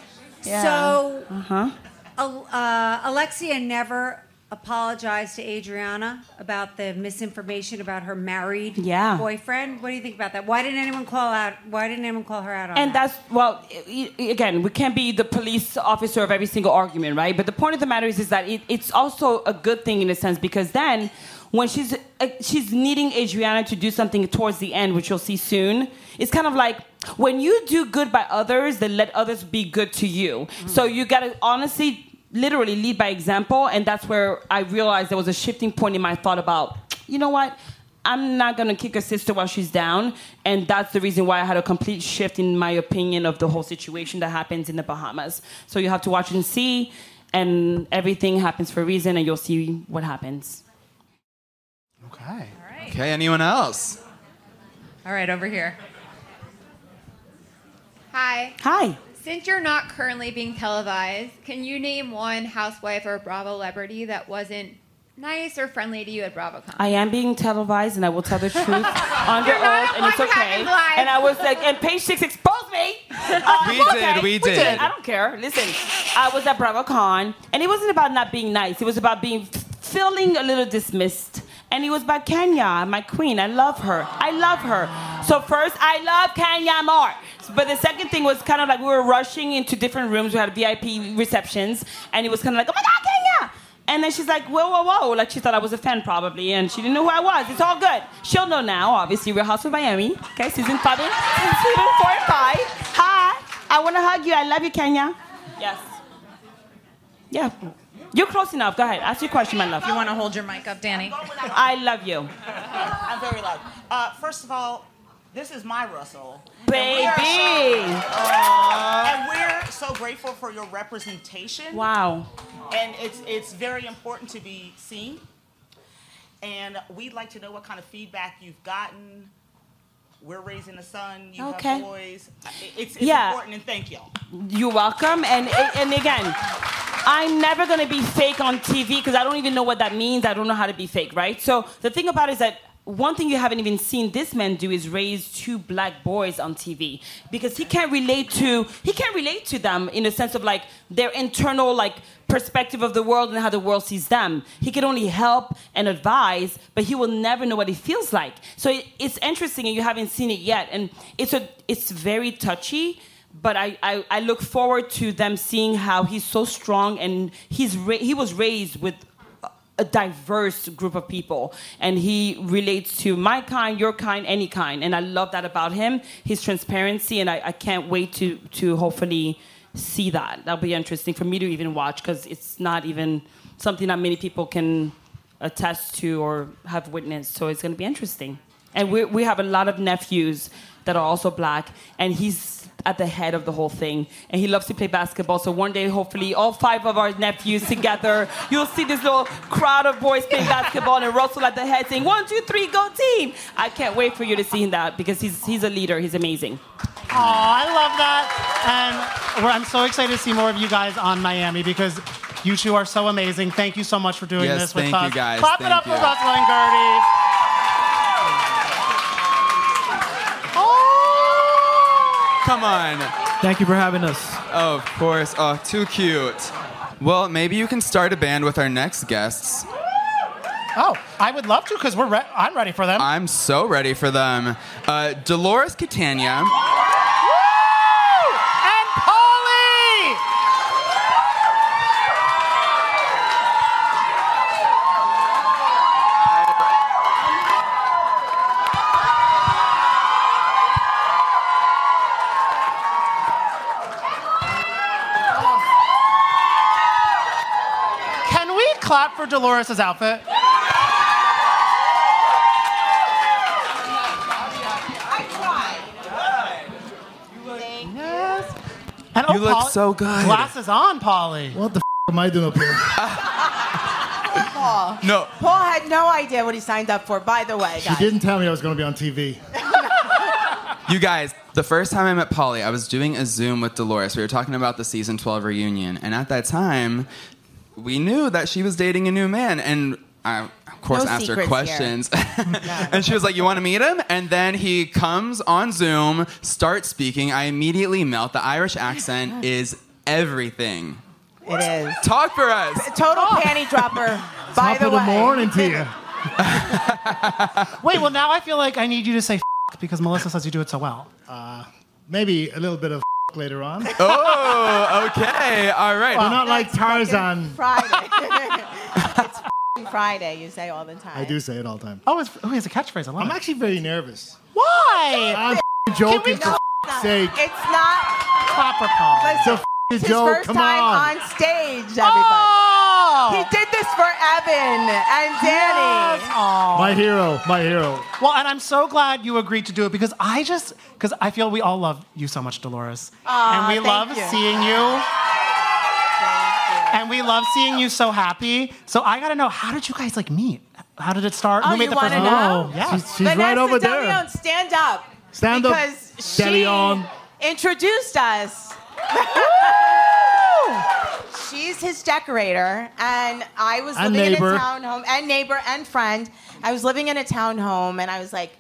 Speaker 11: So-
Speaker 8: Uh-huh.
Speaker 11: Al- uh, Alexia never apologized to Adriana about the misinformation about her married
Speaker 8: Yeah.
Speaker 11: boyfriend. What do you think about that? Why didn't anyone call out? Why didn't anyone call her out on
Speaker 8: And
Speaker 11: that?
Speaker 8: that's well. i- i- Again, we can't be the police officer of every single argument, right? But the point of the matter is, is that it, it's also a good thing in a sense because then, when she's uh, she's needing Adriana to do something towards the end, which you'll see soon. It's kind of like when you do good by others, then let others be good to you.
Speaker 11: Mm.
Speaker 8: So you gotta honestly, literally lead by example, and that's where I realized there was a shifting point in my thought about, you know what. I'm not gonna kick her sister while she's down, and that's the reason why I had a complete shift in my opinion of the whole situation that happens in the Bahamas. So you have to watch and see, and everything happens for a reason, and you'll see what happens.
Speaker 3: Okay, anyone else?
Speaker 12: All right, over here.
Speaker 13: Hi.
Speaker 8: Hi.
Speaker 13: Since you're not currently being televised, can you name one housewife or Bravo celebrity that wasn't nice or friendly to you at BravoCon?
Speaker 8: I am being televised, and I will tell the truth under
Speaker 13: You're not
Speaker 8: oath, and it's
Speaker 13: on
Speaker 8: okay.
Speaker 13: Hacking Live.
Speaker 8: And I was like, and page six exposed me. Uh,
Speaker 13: We
Speaker 8: it's
Speaker 13: did,
Speaker 8: okay.
Speaker 13: we did.
Speaker 8: I don't care. Listen, I was at BravoCon, and it wasn't about not being nice. It was about being feeling a little dismissed. And it was about Kenya, my queen. I love her. I love her. So first, I love Kenya more. But the second thing was kind of like we were rushing into different rooms. We had VIP receptions, and it was kind of like, oh my God, Kenya! And then she's like, whoa, whoa, whoa. Like she thought I was a fan probably, and she didn't know who I was. It's all good. She'll know now, obviously. Real House of Miami. Okay, season five and season four and five. Hi. I wanna hug you. I love you, Kenya. Yes. Yeah. You're close enough. Go ahead. Ask your question, my love.
Speaker 12: You want to hold your mic up, Danny?
Speaker 8: I love you.
Speaker 14: I'm very loud. Uh, first of all, this is my Russell.
Speaker 8: Baby.
Speaker 14: And we are so, and we're so grateful for your representation.
Speaker 8: Wow.
Speaker 14: And it's, it's very important to be seen. And we'd like to know what kind of feedback you've gotten. We're raising a son. You
Speaker 8: Okay.
Speaker 14: have boys. It- It's, it's
Speaker 8: Yeah.
Speaker 14: important, and thank y'all.
Speaker 8: You're welcome. And and again, I'm never gonna be fake on TV because I don't even know what that means. I don't know how to be fake, right? So the thing about it is that one thing you haven't even seen this man do is raise two black boys on TV because he can't relate to he can't relate to them in a sense of like their internal like perspective of the world and how the world sees them. He can only help and advise, but he will never know what it feels like. So it, it's interesting, and you haven't seen it yet, and it's a it's very touchy but I, I, I look forward to them seeing how he's so strong and he's ra- he was raised with a- a diverse group of people and he relates to my kind your kind any kind and i love that about him his transparency and i, I can't wait to to hopefully see that that'll be interesting for me to even watch because it's not even something that many people can attest to or have witnessed so it's going to be interesting and we, we have a lot of nephews that are also black, and he's at the head of the whole thing. And he loves to play basketball. So one day, hopefully, all five of our nephews together, you'll see this little crowd of boys playing basketball, and Russell at the head saying, "One, two, three, go team!" I can't wait for you to see that because he's he's a leader. He's amazing.
Speaker 1: Oh, I love that. And we're, I'm so excited to see more of you guys on Miami because you two are so amazing. Thank you so much for doing
Speaker 3: Yes,
Speaker 1: this with
Speaker 3: thank
Speaker 1: us.
Speaker 3: you guys.
Speaker 1: Clap it
Speaker 3: Thank
Speaker 1: up
Speaker 3: you.
Speaker 1: for Russell and Gertie.
Speaker 3: Come on.
Speaker 10: Thank you for having us.
Speaker 3: Of course. Oh, too cute. Well, maybe you can start a band with our next guests.
Speaker 1: Oh, I would love to because we're re- I'm ready for them.
Speaker 3: I'm so ready for them. Uh, Dolores Catania.
Speaker 1: And Polly! Can we clap for Dolores' outfit? And oh,
Speaker 15: You look so good.
Speaker 1: Glasses on, Polly.
Speaker 15: What the f- am I doing up here?
Speaker 16: Paul.
Speaker 3: No.
Speaker 16: Paul had no idea what he signed up for, by the way,
Speaker 15: she
Speaker 16: guys.
Speaker 15: didn't tell me I was going to be on TV.
Speaker 3: You guys, the first time I met Polly, I was doing a Zoom with Dolores. We were talking about the season 12 reunion. And at that time, we knew that she was dating a new man. And I, of course,
Speaker 17: No
Speaker 3: asked her
Speaker 17: secrets
Speaker 3: questions. and she was like, You want to meet him? And then he comes on Zoom, starts speaking. I immediately melt. The Irish accent is everything.
Speaker 16: It is.
Speaker 3: Talk for us.
Speaker 16: Total panty dropper, by the way.
Speaker 15: to you.
Speaker 1: Wait, well, now I feel like I need you to say f- because Melissa says you do it so well.
Speaker 15: Uh, maybe a little bit of f- later on.
Speaker 3: Oh, okay. All right.
Speaker 15: We're not like Tarzan.
Speaker 16: Friday. it's Happy Friday, you say all the time.
Speaker 15: I do say it all the time.
Speaker 1: Oh, it's, oh, he has a catchphrase. I love
Speaker 15: I'm actually very nervous.
Speaker 16: Why?
Speaker 15: I'm f***ing joking for f***ing sake.
Speaker 16: It's not
Speaker 1: proper call.
Speaker 15: It's a
Speaker 16: It's
Speaker 15: f***ing
Speaker 16: his
Speaker 15: joke.
Speaker 16: first
Speaker 15: Come
Speaker 16: time
Speaker 15: on.
Speaker 16: on, stage, everybody.
Speaker 1: Oh!
Speaker 16: He did this for Evan and Danny.
Speaker 15: My hero, my hero.
Speaker 1: Well, and I'm so glad you agreed to do it because I just, because I feel we all love you so much, Dolores.
Speaker 16: Aw,
Speaker 1: and we
Speaker 16: thank
Speaker 1: love
Speaker 16: you.
Speaker 1: seeing you. And we love seeing you so happy. So I gotta know, how did you guys like meet? How did it start?
Speaker 16: Oh,
Speaker 1: Who made
Speaker 16: you
Speaker 1: the first
Speaker 16: wanna know?
Speaker 1: Oh, yeah.
Speaker 15: She's- she's right
Speaker 16: Vanessa
Speaker 15: over
Speaker 16: De
Speaker 15: there.
Speaker 16: Leon, stand up.
Speaker 15: Stand up,
Speaker 16: because
Speaker 15: De
Speaker 16: she
Speaker 15: Leon.
Speaker 16: introduced us. She's his decorator, and I was
Speaker 15: And
Speaker 16: living in
Speaker 15: neighbor.
Speaker 16: a townhome, and neighbor and friend. I was living in a townhome, and I was like,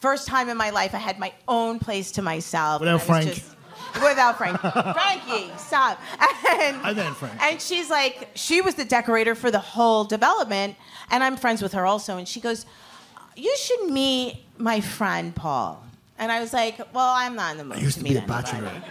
Speaker 16: first time in my life, I had my own place to myself. and I
Speaker 15: Without
Speaker 16: was
Speaker 15: Frank.
Speaker 16: just- without Frank. Frankie, stop. And,
Speaker 15: I meant Frank.
Speaker 16: and she's like, she was the decorator for the whole development, and I'm friends with her also. And she goes, You should meet my friend Paul. And I was like, Well, I'm not in the mood.
Speaker 15: used to
Speaker 16: meet
Speaker 15: be a
Speaker 16: anybody."
Speaker 15: bachelor.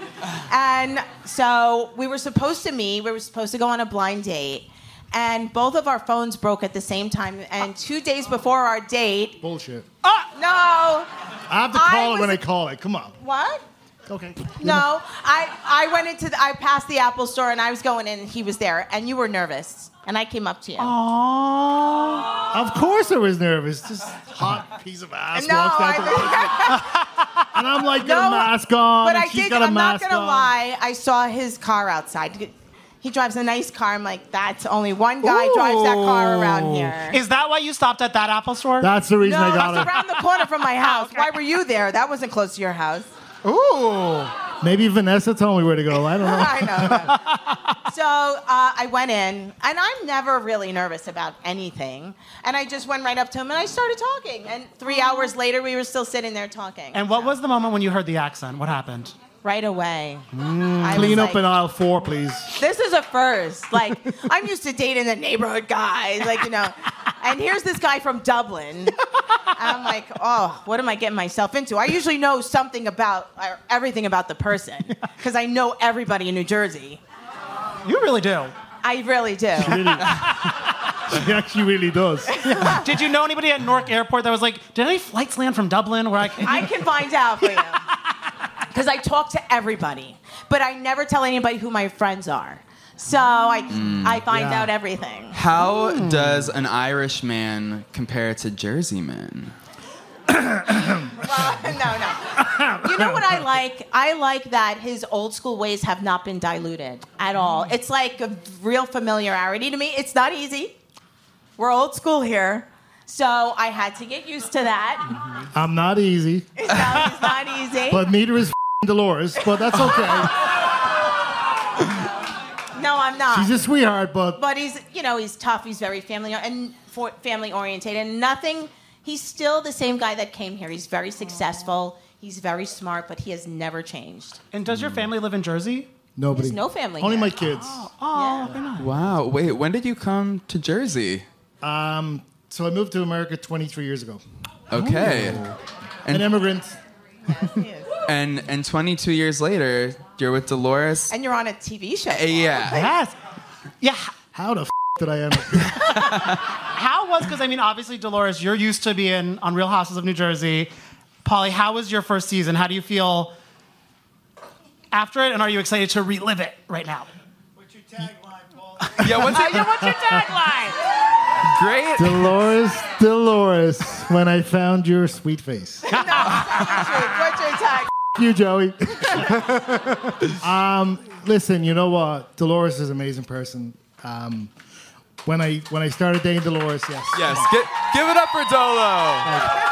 Speaker 16: And so we were supposed to meet, we were supposed to go on a blind date. And both of our phones broke at the same time. And two days before our date, Oh,
Speaker 15: Bullshit.
Speaker 16: no,
Speaker 15: I have to
Speaker 16: I
Speaker 15: call it when
Speaker 16: was-
Speaker 15: I call it. Come on.
Speaker 16: what?
Speaker 15: Okay.
Speaker 16: No, I, I went into the, I passed the Apple store and I was going in and he was there and you were nervous and I came up to you.
Speaker 15: Aww. Of course I was nervous. Just hot piece of ass
Speaker 16: No,
Speaker 15: walks down
Speaker 16: I
Speaker 15: to the- And I'm like, got a mask on.
Speaker 16: But
Speaker 15: and
Speaker 16: I
Speaker 15: she's
Speaker 16: did.
Speaker 15: got a
Speaker 16: I'm not
Speaker 15: mask
Speaker 16: gonna
Speaker 15: on.
Speaker 16: lie. I saw his car outside. He drives a nice car. I'm like, that's only one guy drives that car around here.
Speaker 1: Is that why you stopped at that Apple store?
Speaker 15: That's the reason I got
Speaker 16: it's
Speaker 15: it.
Speaker 16: around the corner from my house. Why were you there? That wasn't close to your house.
Speaker 1: Ooh.
Speaker 15: Maybe Vanessa told me where to go. I don't know.
Speaker 16: I know. no. so uh, I went in, and I'm never really nervous about anything. And I just went right up to him and I started talking. And three hours later, we were still sitting there talking.
Speaker 1: And what was the moment when you heard the accent? What happened?
Speaker 16: Right away. Mm. I was
Speaker 15: Clean up
Speaker 16: like-
Speaker 15: in aisle four, please.
Speaker 16: This is a first. Like, I'm used to dating the neighborhood guys, like, you know. And here's this guy from Dublin. I'm like, oh, what am I getting myself into? I usually know something about, or everything about the person, because I know everybody in New Jersey.
Speaker 1: You really do.
Speaker 16: I really do.
Speaker 15: She actually really does.
Speaker 1: Did you know anybody at Newark Airport that was like, did any flights land from Dublin where I can?
Speaker 16: I can find out for you. Because I talk to everybody, but I never tell anybody who my friends are. So I, I find
Speaker 3: Yeah.
Speaker 16: out everything.
Speaker 3: How
Speaker 16: Hmm.
Speaker 3: does an Irish man compare to Jersey men?
Speaker 16: Well, no, no. You know what I like? I like that his old school ways have not been diluted at all.
Speaker 15: Mm.
Speaker 16: It's like a real familiarity to me. It's not easy. We're old school here. So I had to get used to that.
Speaker 15: I'm not easy,
Speaker 16: It's not easy.
Speaker 15: but neither is f***ing Dolores. But that's okay.
Speaker 16: no, I'm not.
Speaker 15: She's a sweetheart, but
Speaker 16: but he's, you know, he's tough. He's very family and for, family orientated. And nothing. He's still the same guy that came here. He's very successful. He's very smart, but he has never changed.
Speaker 1: And does your
Speaker 15: Mm.
Speaker 1: family live in Jersey?
Speaker 15: nobody.
Speaker 16: There's no family.
Speaker 15: Only
Speaker 16: here.
Speaker 15: my kids.
Speaker 16: Oh, yeah.
Speaker 3: Wow. Wait, when did you come to Jersey?
Speaker 15: Um, so I moved to America 23 years ago.
Speaker 3: Okay.
Speaker 15: Oh. An immigrant.
Speaker 3: And and 22 years later, you're with Dolores.
Speaker 16: And you're on a TV show.
Speaker 3: Uh, yeah.
Speaker 1: Yes. Yeah.
Speaker 15: How the f- did I end up?
Speaker 1: How was, because I mean, obviously, Dolores, you're used to being on Real Houses of New Jersey. Polly, how was your first season? How do you feel after it? And are you excited to relive it right now?
Speaker 3: Yeah, what's it?
Speaker 16: what's your tagline?
Speaker 3: Great.
Speaker 15: Dolores, Dolores, when I found your sweet face. F-
Speaker 3: Ah.
Speaker 16: What's your tag?
Speaker 15: you, Joey. um, listen, you know what? Dolores is an amazing person. Um, when I when I started dating Dolores, yes.
Speaker 3: Yes. Get, give it up for Dolo.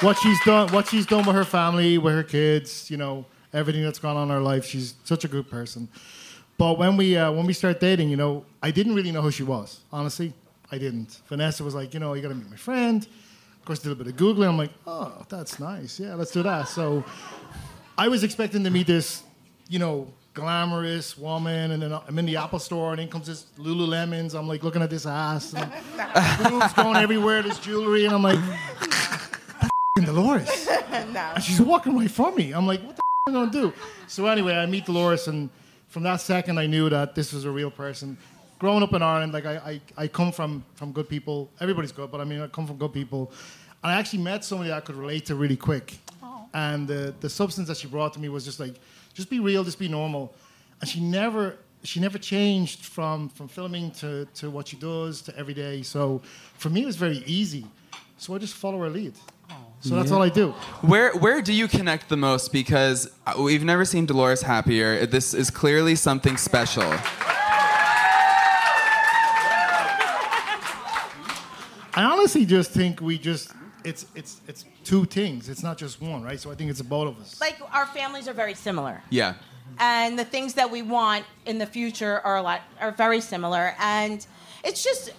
Speaker 15: What she's done, what she's done with her family, with her kids, you know, everything that's gone on in her life. She's such a good person. But when we uh, when we start dating, you know, I didn't really know who she was. Honestly, I didn't. Vanessa was like, you know, you got to meet my friend. Of course, did a bit of googling. I'm like, oh, that's nice. Yeah, let's do that. So, I was expecting to meet this, you know, glamorous woman, and then I'm in the Apple store, and in comes this Lululemon's. I'm like looking at this ass, and boobs going everywhere, this jewelry, and I'm like, that's Dolores. And she's walking away from me. I'm like, what the f- am I gonna do? So anyway, I meet Dolores, and from that second, I knew that this was a real person. growing up in Ireland, like I, I, I come from, from good people. Everybody's good, but I mean, I come from good people. And I actually met somebody that I could relate to really quick. And the, the substance that she brought to me was just like, just be real, just be normal. And she never she never changed from, from filming to, to what she does to every day. So for me, it was very easy. So I just follow her lead. So that's
Speaker 3: Yeah.
Speaker 15: all I do.
Speaker 3: Where where do you connect the most? Because uh, we've never seen Dolores happier. This is clearly something special.
Speaker 15: I honestly just think we just it's it's it's two things. It's not just one, right? So I think it's both of us.
Speaker 16: Like our families are very similar.
Speaker 3: Yeah.
Speaker 16: and the things that we want in the future are a lot are very similar and it's just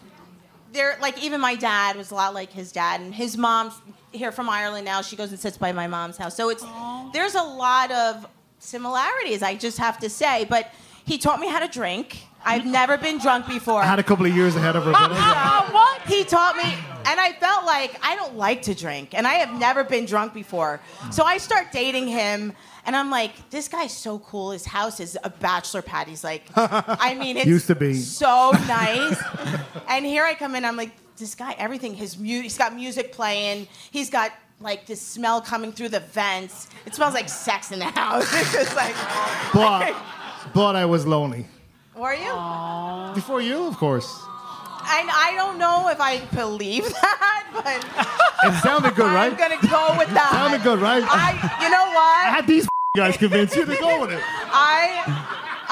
Speaker 16: they're like even my dad was a lot like his dad and his mom's here from ireland now she goes and sits by my mom's house so it's there's a lot of similarities i just have to say but he taught me how to drink i've never been drunk before
Speaker 15: I had a couple of years ahead of her. But
Speaker 16: what? He taught me, and I felt like I don't like to drink, and I have never been drunk before. So I start dating him, and I'm like, this guy's so cool. His house is a bachelor pad. He's like, I mean, it's
Speaker 15: Used to be.
Speaker 16: so nice. and here I come in, I'm like, this guy, everything. His mu- he's got music playing. He's got like this smell coming through the vents. It smells like sex in the house. It's just like,
Speaker 15: but, but I was lonely.
Speaker 16: were you?
Speaker 15: Before you, of course.
Speaker 16: And I don't know if I believe that, but.
Speaker 15: It sounded good, right?
Speaker 16: I'm gonna go with that.
Speaker 15: sounded good, right? I,
Speaker 16: You know what?
Speaker 15: had these guys convince you to go with it.
Speaker 16: I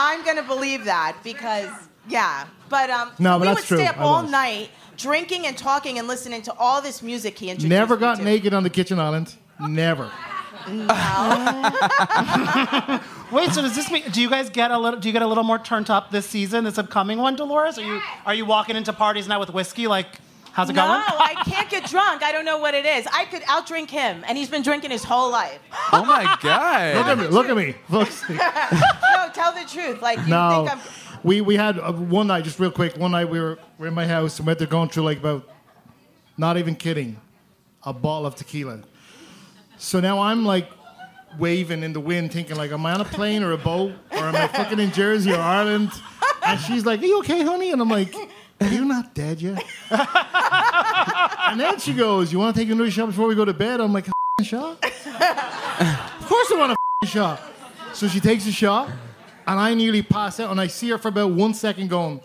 Speaker 16: I'm gonna believe that because yeah. But um
Speaker 15: No, but
Speaker 16: we
Speaker 15: that's
Speaker 16: would stay
Speaker 15: true.
Speaker 16: up
Speaker 15: I
Speaker 16: all
Speaker 15: was.
Speaker 16: night drinking and talking and listening to all this music he introduced.
Speaker 15: Never
Speaker 16: me
Speaker 15: got
Speaker 16: to.
Speaker 15: naked on the kitchen island. Never.
Speaker 1: Wait, so does this mean do you guys get a little do you get a little more turned up this season, this upcoming one, Dolores? Are you are you walking into parties now with whiskey? Like, how's it
Speaker 16: no,
Speaker 3: Uh,
Speaker 1: going?
Speaker 16: I can't get drunk. I don't know what it is. I could outdrink him, and he's been drinking his whole life.
Speaker 3: Oh my god!
Speaker 15: Look at me. Look at me. Look.
Speaker 16: no, tell the truth. Like you
Speaker 15: no.
Speaker 16: think I'm
Speaker 15: We we had uh, one night, just real quick. One night we were, we were in my house and we had to going through like about, not even kidding, a bottle of tequila. So now I'm like waving in the wind, thinking like, am I on a plane or a boat or am I fucking in Jersey or Ireland? And she's like, are you okay, honey? And I'm like, are you not dead yet? and then she goes, you want to take another shot before we go to bed? I'm like, a shot? Of course I want a f***ing shot. So she takes a shot, and I nearly pass out. And I see her for about one second going,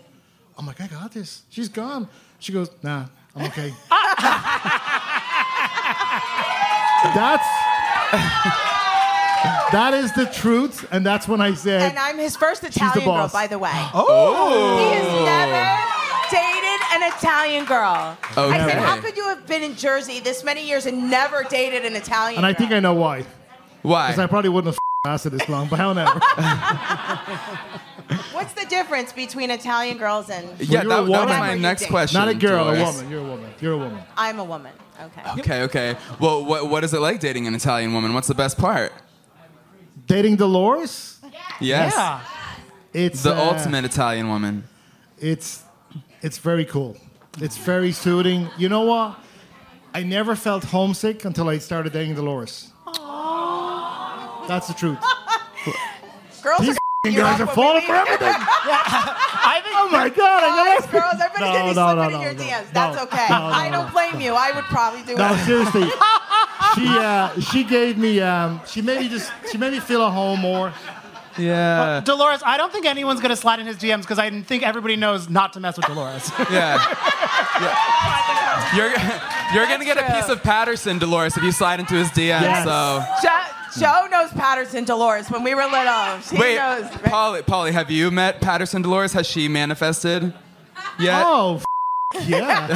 Speaker 15: I'm like, I got this. She's gone. She goes, Nah, I'm okay. that's that is the truth, and that's when I said,
Speaker 16: and I'm his first Italian girl,
Speaker 15: boss.
Speaker 16: by the way.
Speaker 15: Oh.
Speaker 16: He has never dated an Italian girl. I
Speaker 15: Okay.
Speaker 16: said, how could you have been in Jersey this many years and never dated an Italian
Speaker 15: and I
Speaker 16: girl?
Speaker 15: think I know why.
Speaker 3: Why?
Speaker 15: Because I probably wouldn't have f***ing lasted this long, but hell no.
Speaker 16: What's the difference between Italian girls and
Speaker 3: Yeah, that, that was
Speaker 16: Whatever
Speaker 3: my
Speaker 16: you
Speaker 3: next
Speaker 16: think.
Speaker 3: question.
Speaker 15: Not a girl, a
Speaker 3: Dolores.
Speaker 15: woman. You're a woman. You're a woman.
Speaker 16: I'm a woman. Okay.
Speaker 3: Okay, okay. Well, what what is it like dating an Italian woman? What's the best part?
Speaker 15: Dating Dolores?
Speaker 3: Yes.
Speaker 15: Yeah. It's
Speaker 3: the
Speaker 15: uh,
Speaker 3: ultimate Italian woman.
Speaker 15: It's it's very cool. It's very soothing. You know what? I never felt homesick until I started dating Dolores. That's the truth.
Speaker 16: Girls
Speaker 15: These
Speaker 16: are
Speaker 15: f***ing guys are falling for everything.
Speaker 16: I
Speaker 1: think
Speaker 15: oh my god! I
Speaker 16: Guys, girls, everybody's
Speaker 15: No,
Speaker 16: gonna be
Speaker 15: no,
Speaker 16: slipping
Speaker 15: no,
Speaker 16: in
Speaker 15: no,
Speaker 16: your
Speaker 15: no,
Speaker 16: DMs.
Speaker 15: no,
Speaker 16: That's okay.
Speaker 15: no, no,
Speaker 16: I don't blame you. I would probably do
Speaker 15: No,
Speaker 16: it.
Speaker 15: seriously. She uh, she gave me um, she made me just she made me feel at home more. Uh,
Speaker 3: Yeah.
Speaker 1: Dolores, I don't think anyone's gonna slide in his DMs because I think everybody knows not to mess with Dolores.
Speaker 3: Yeah. You're you're gonna get a piece of Patterson, Dolores, if you slide into his DM. So.
Speaker 16: Jo- Joe knows Patterson Dolores when we were little. She
Speaker 3: Wait,
Speaker 16: knows.
Speaker 3: Polly, Polly, have you met Patterson Dolores? Has she manifested yet?
Speaker 15: Oh, yeah.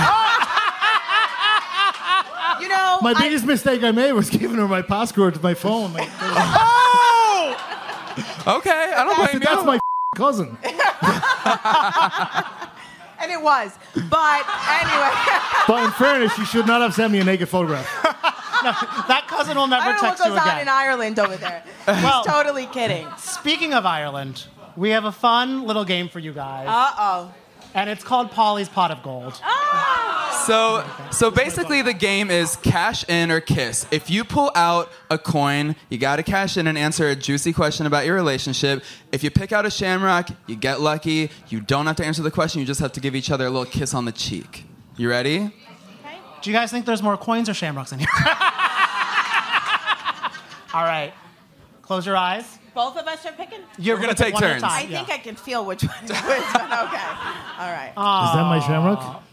Speaker 16: You know,
Speaker 15: My
Speaker 16: I-
Speaker 15: biggest mistake I made was giving her my password to my phone. Like,
Speaker 3: oh! Okay, I don't
Speaker 15: I
Speaker 3: blame
Speaker 15: said,
Speaker 3: you.
Speaker 15: that's my cousin.
Speaker 16: and it was. But anyway.
Speaker 15: But in fairness, she should not have sent me a naked photograph.
Speaker 1: that cousin will never
Speaker 16: I don't know what
Speaker 1: text you
Speaker 16: goes
Speaker 1: again.
Speaker 16: on in Ireland over there.
Speaker 1: Well-
Speaker 16: He's totally kidding.
Speaker 1: Speaking of Ireland, we have a fun little game for you guys.
Speaker 16: Uh oh.
Speaker 1: And it's called Polly's Pot of Gold.
Speaker 3: So, so basically, the game is cash in or kiss. If you pull out a coin, you gotta cash in and answer a juicy question about your relationship. If you pick out a shamrock, you get lucky. You don't have to answer the question. You just have to give each other a little kiss on the cheek. You ready?
Speaker 1: Do you guys think there's more coins or shamrocks in here? All right. Close your eyes.
Speaker 16: Both of us are picking.
Speaker 1: You're We're gonna gonna pick take one at a turns. time,
Speaker 16: I
Speaker 1: yeah.
Speaker 16: think I can feel which one. Which one. Okay. All right.
Speaker 15: Is that my shamrock?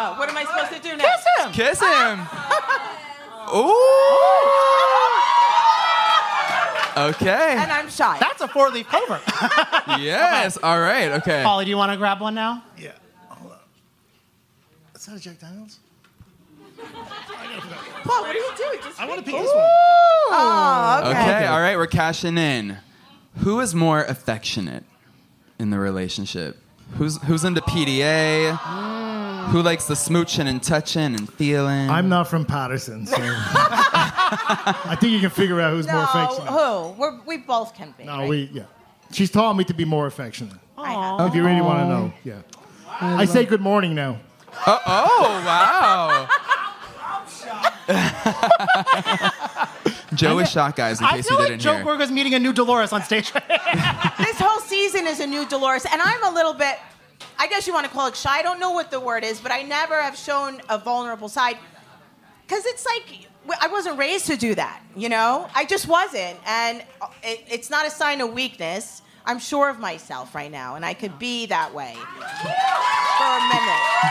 Speaker 16: Oh, what am I supposed to do now? Kiss him.
Speaker 3: Kiss him.
Speaker 16: Oh.
Speaker 3: Ooh.
Speaker 16: Ah!
Speaker 3: Okay.
Speaker 16: And I'm shy.
Speaker 1: That's a four leaf clover.
Speaker 3: Yes. All right. Okay.
Speaker 1: Polly, do you want to grab one now?
Speaker 15: Yeah. Is that a Jack Daniels?
Speaker 16: Paul, what are you doing? Just
Speaker 15: I want to pick
Speaker 16: it.
Speaker 15: this one.
Speaker 16: Oh, okay.
Speaker 3: All right. We're cashing in. Who is more affectionate in the relationship? Who's who's into PDA?
Speaker 1: Hmm.
Speaker 3: Who likes the smooching and touching and feeling?
Speaker 15: I'm not from Patterson, so I think you can figure out who's more affectionate.
Speaker 16: No, who? We're, we both can be.
Speaker 15: No, we yeah. She's taught me to be more affectionate.
Speaker 16: Aw.
Speaker 15: If you really want to know, yeah. I, say good morning now.
Speaker 3: Uh, oh wow! Joe is shocked, guys. In
Speaker 1: I
Speaker 3: case
Speaker 1: feel
Speaker 3: you
Speaker 1: like
Speaker 3: didn't
Speaker 1: Joe
Speaker 3: hear.
Speaker 1: Gorga's meeting a new Dolores on stage.
Speaker 16: this whole season is a new Dolores, and I'm a little bit, I guess you want to call it shy. I don't know what the word is, but I never have shown a vulnerable side. Because it's like, w- I wasn't raised to do that, you know? I just wasn't. And it, it's not a sign of weakness. I'm sure of myself right now, and I could be that way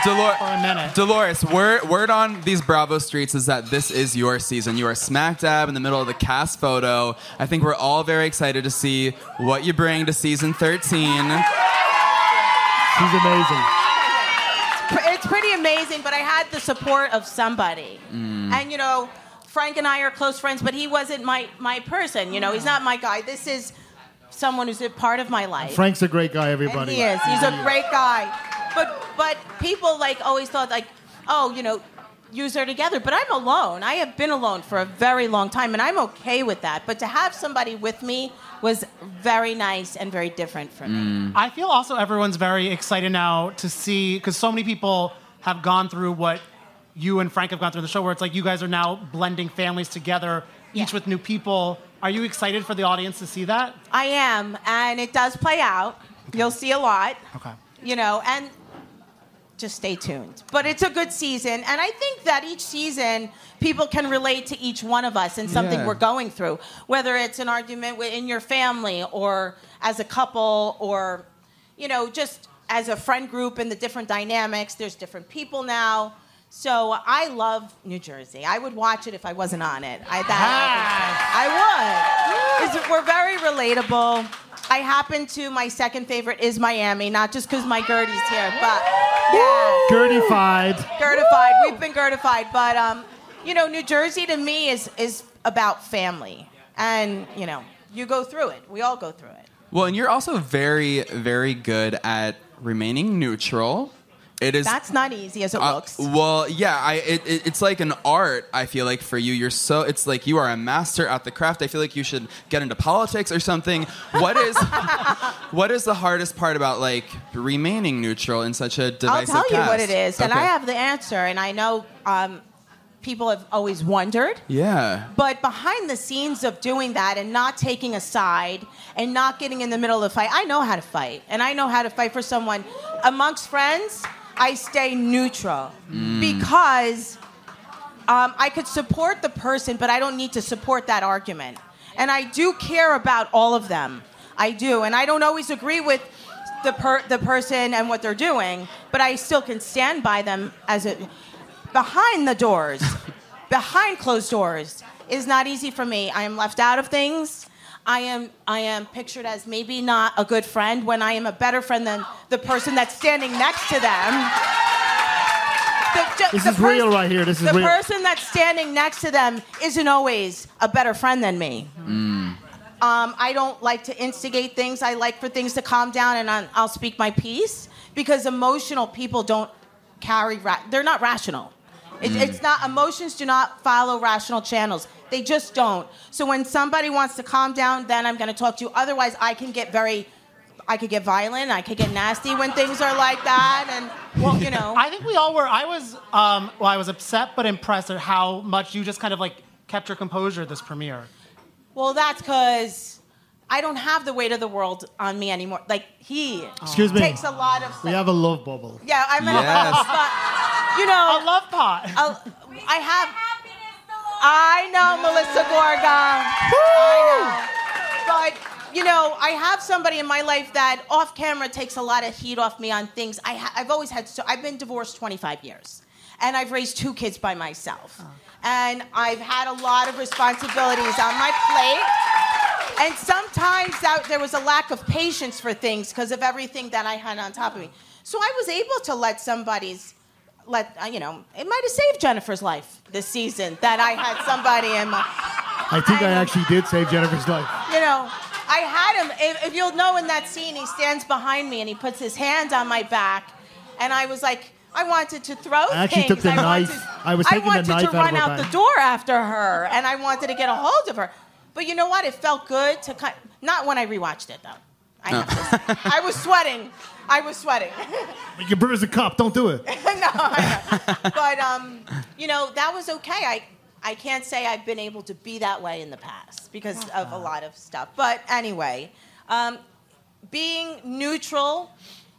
Speaker 16: for a minute.
Speaker 3: Dolor-
Speaker 1: minute.
Speaker 3: Dolores, word, word on these Bravo streets is that this is your season. You are smack dab in the middle of the cast photo. I think we're all very excited to see what you bring to season 13.
Speaker 15: She's amazing.
Speaker 16: Pr- It's pretty amazing, but I had the support of somebody. And you know, Frank and I are close friends, but he wasn't my my person. You know, he's not my guy. This is someone who's a part of my life.
Speaker 15: Frank's a great guy, everybody.
Speaker 16: He is. He's a great guy. But but people like always thought like, oh, you know, use her together. But I'm alone. I have been alone for a very long time, and I'm okay with that. But to have somebody with me was very nice and very different for me.
Speaker 1: I feel also everyone's very excited now to see because so many people have gone through what you and Frank have gone through in the show, where it's like you guys are now blending families together, each with new people. Are you excited for the audience to see that?
Speaker 16: I am, and it does play out. You'll see a lot.
Speaker 1: Okay.
Speaker 16: You know, and just stay tuned. But it's a good season, and I think that each season people can relate to each one of us and something
Speaker 12: Yeah.
Speaker 16: we're going through, whether it's an argument wi- in your family or as a couple or you know, just as a friend group and the different dynamics, there's different people now. So I love New Jersey. I would watch it if I wasn't on it. I, that I would. It's- we're very relatable. I happen to my second favorite is Miami, not just because my Gertie's here, but yeah,
Speaker 15: Gertie fied.
Speaker 16: Gertified. We've been Gertified, but um, you know, New Jersey to me is is about family, and you know, you go through it. We all go through it.
Speaker 3: Well, and you're also very, very good at remaining neutral. It is
Speaker 16: That's not easy as it
Speaker 3: Uh,
Speaker 16: looks.
Speaker 3: Well, yeah, I, it, it, it's like an art. I feel like for you, you're so it's like you are a master at the craft. I feel like you should get into politics or something. What is what is the hardest part about like remaining neutral in such a
Speaker 16: I'll
Speaker 3: divisive
Speaker 16: tell you what
Speaker 3: cast?
Speaker 16: it is, and I
Speaker 3: Okay.
Speaker 16: have the answer, and I know um, people have always wondered.
Speaker 3: yeah.
Speaker 16: But behind the scenes of doing that and not taking a side and not getting in the middle of the fight, I know how to fight. And I know how to fight for someone. Amongst friends, I stay neutral because um, I could support the person, but I don't need to support that argument. And I do care about all of them. I do. And I don't always agree with the, per- the person and what they're doing, but I still can stand by them as a. Behind the doors, behind closed doors is not easy for me. I am left out of things. I am I am pictured as maybe not a good friend when I am a better friend than the person that's standing next to them. The- the-
Speaker 15: This
Speaker 16: the
Speaker 15: is real right here. This is
Speaker 16: the
Speaker 15: real.
Speaker 16: person that's standing next to them isn't always a better friend than me. Um, I don't like to instigate things. I like for things to calm down and i I'll speak my piece because emotional people don't carry, ra- they're not rational. It,
Speaker 15: Mm.
Speaker 16: It's not, emotions do not follow rational channels. They just don't. So when somebody wants to calm down, then I'm going to talk to you. Otherwise, I can get very I could get violent. I could get nasty when things are like that. And well, you know,
Speaker 1: I think we all were. I was, um, well, I was upset but impressed at how much you just kind of like kept your composure this premiere.
Speaker 16: well, that's because I don't have the weight of the world on me anymore. Like he
Speaker 15: Excuse me.
Speaker 16: takes a lot of.
Speaker 15: We have a love bubble.
Speaker 16: Yeah, I'm in a
Speaker 15: Yes.
Speaker 16: love pot. You know, a
Speaker 1: love pot.
Speaker 16: I have. I know, Melissa Gorga. I know. But you know, I have somebody in my life that off camera takes a lot of heat off me on things. I ha- I've always had. So I've been divorced 25 years, and I've raised two kids by myself,
Speaker 1: Oh.
Speaker 16: and I've had a lot of responsibilities on my plate. And sometimes that, there was a lack of patience for things because of everything that I had on top of me. So I was able to let somebody's, let uh, you know, it might have saved Jennifer's life this season that I had somebody in my,
Speaker 15: I think I actually did save Jennifer's life.
Speaker 16: you know, I had him. If, if you'll know in that scene, he stands behind me and he puts his hand on my back, and I was like, I wanted to throw
Speaker 15: I actually took
Speaker 16: things.
Speaker 15: the
Speaker 16: I
Speaker 15: knife.
Speaker 16: Wanted,
Speaker 15: I was taking the
Speaker 16: wanted
Speaker 15: knife out
Speaker 16: to
Speaker 15: of
Speaker 16: run
Speaker 15: her
Speaker 16: out
Speaker 15: back.
Speaker 16: the door after her, and I wanted to get a hold of her. But you know what? It felt good to kind. Not when I rewatched it though. I, have to say. I was sweating. I was sweating.
Speaker 15: You bruise a cop. Don't do it.
Speaker 16: no, I know. but um, you know that was okay. I I can't say I've been able to be that way in the past because of a lot of stuff. But anyway, um, being neutral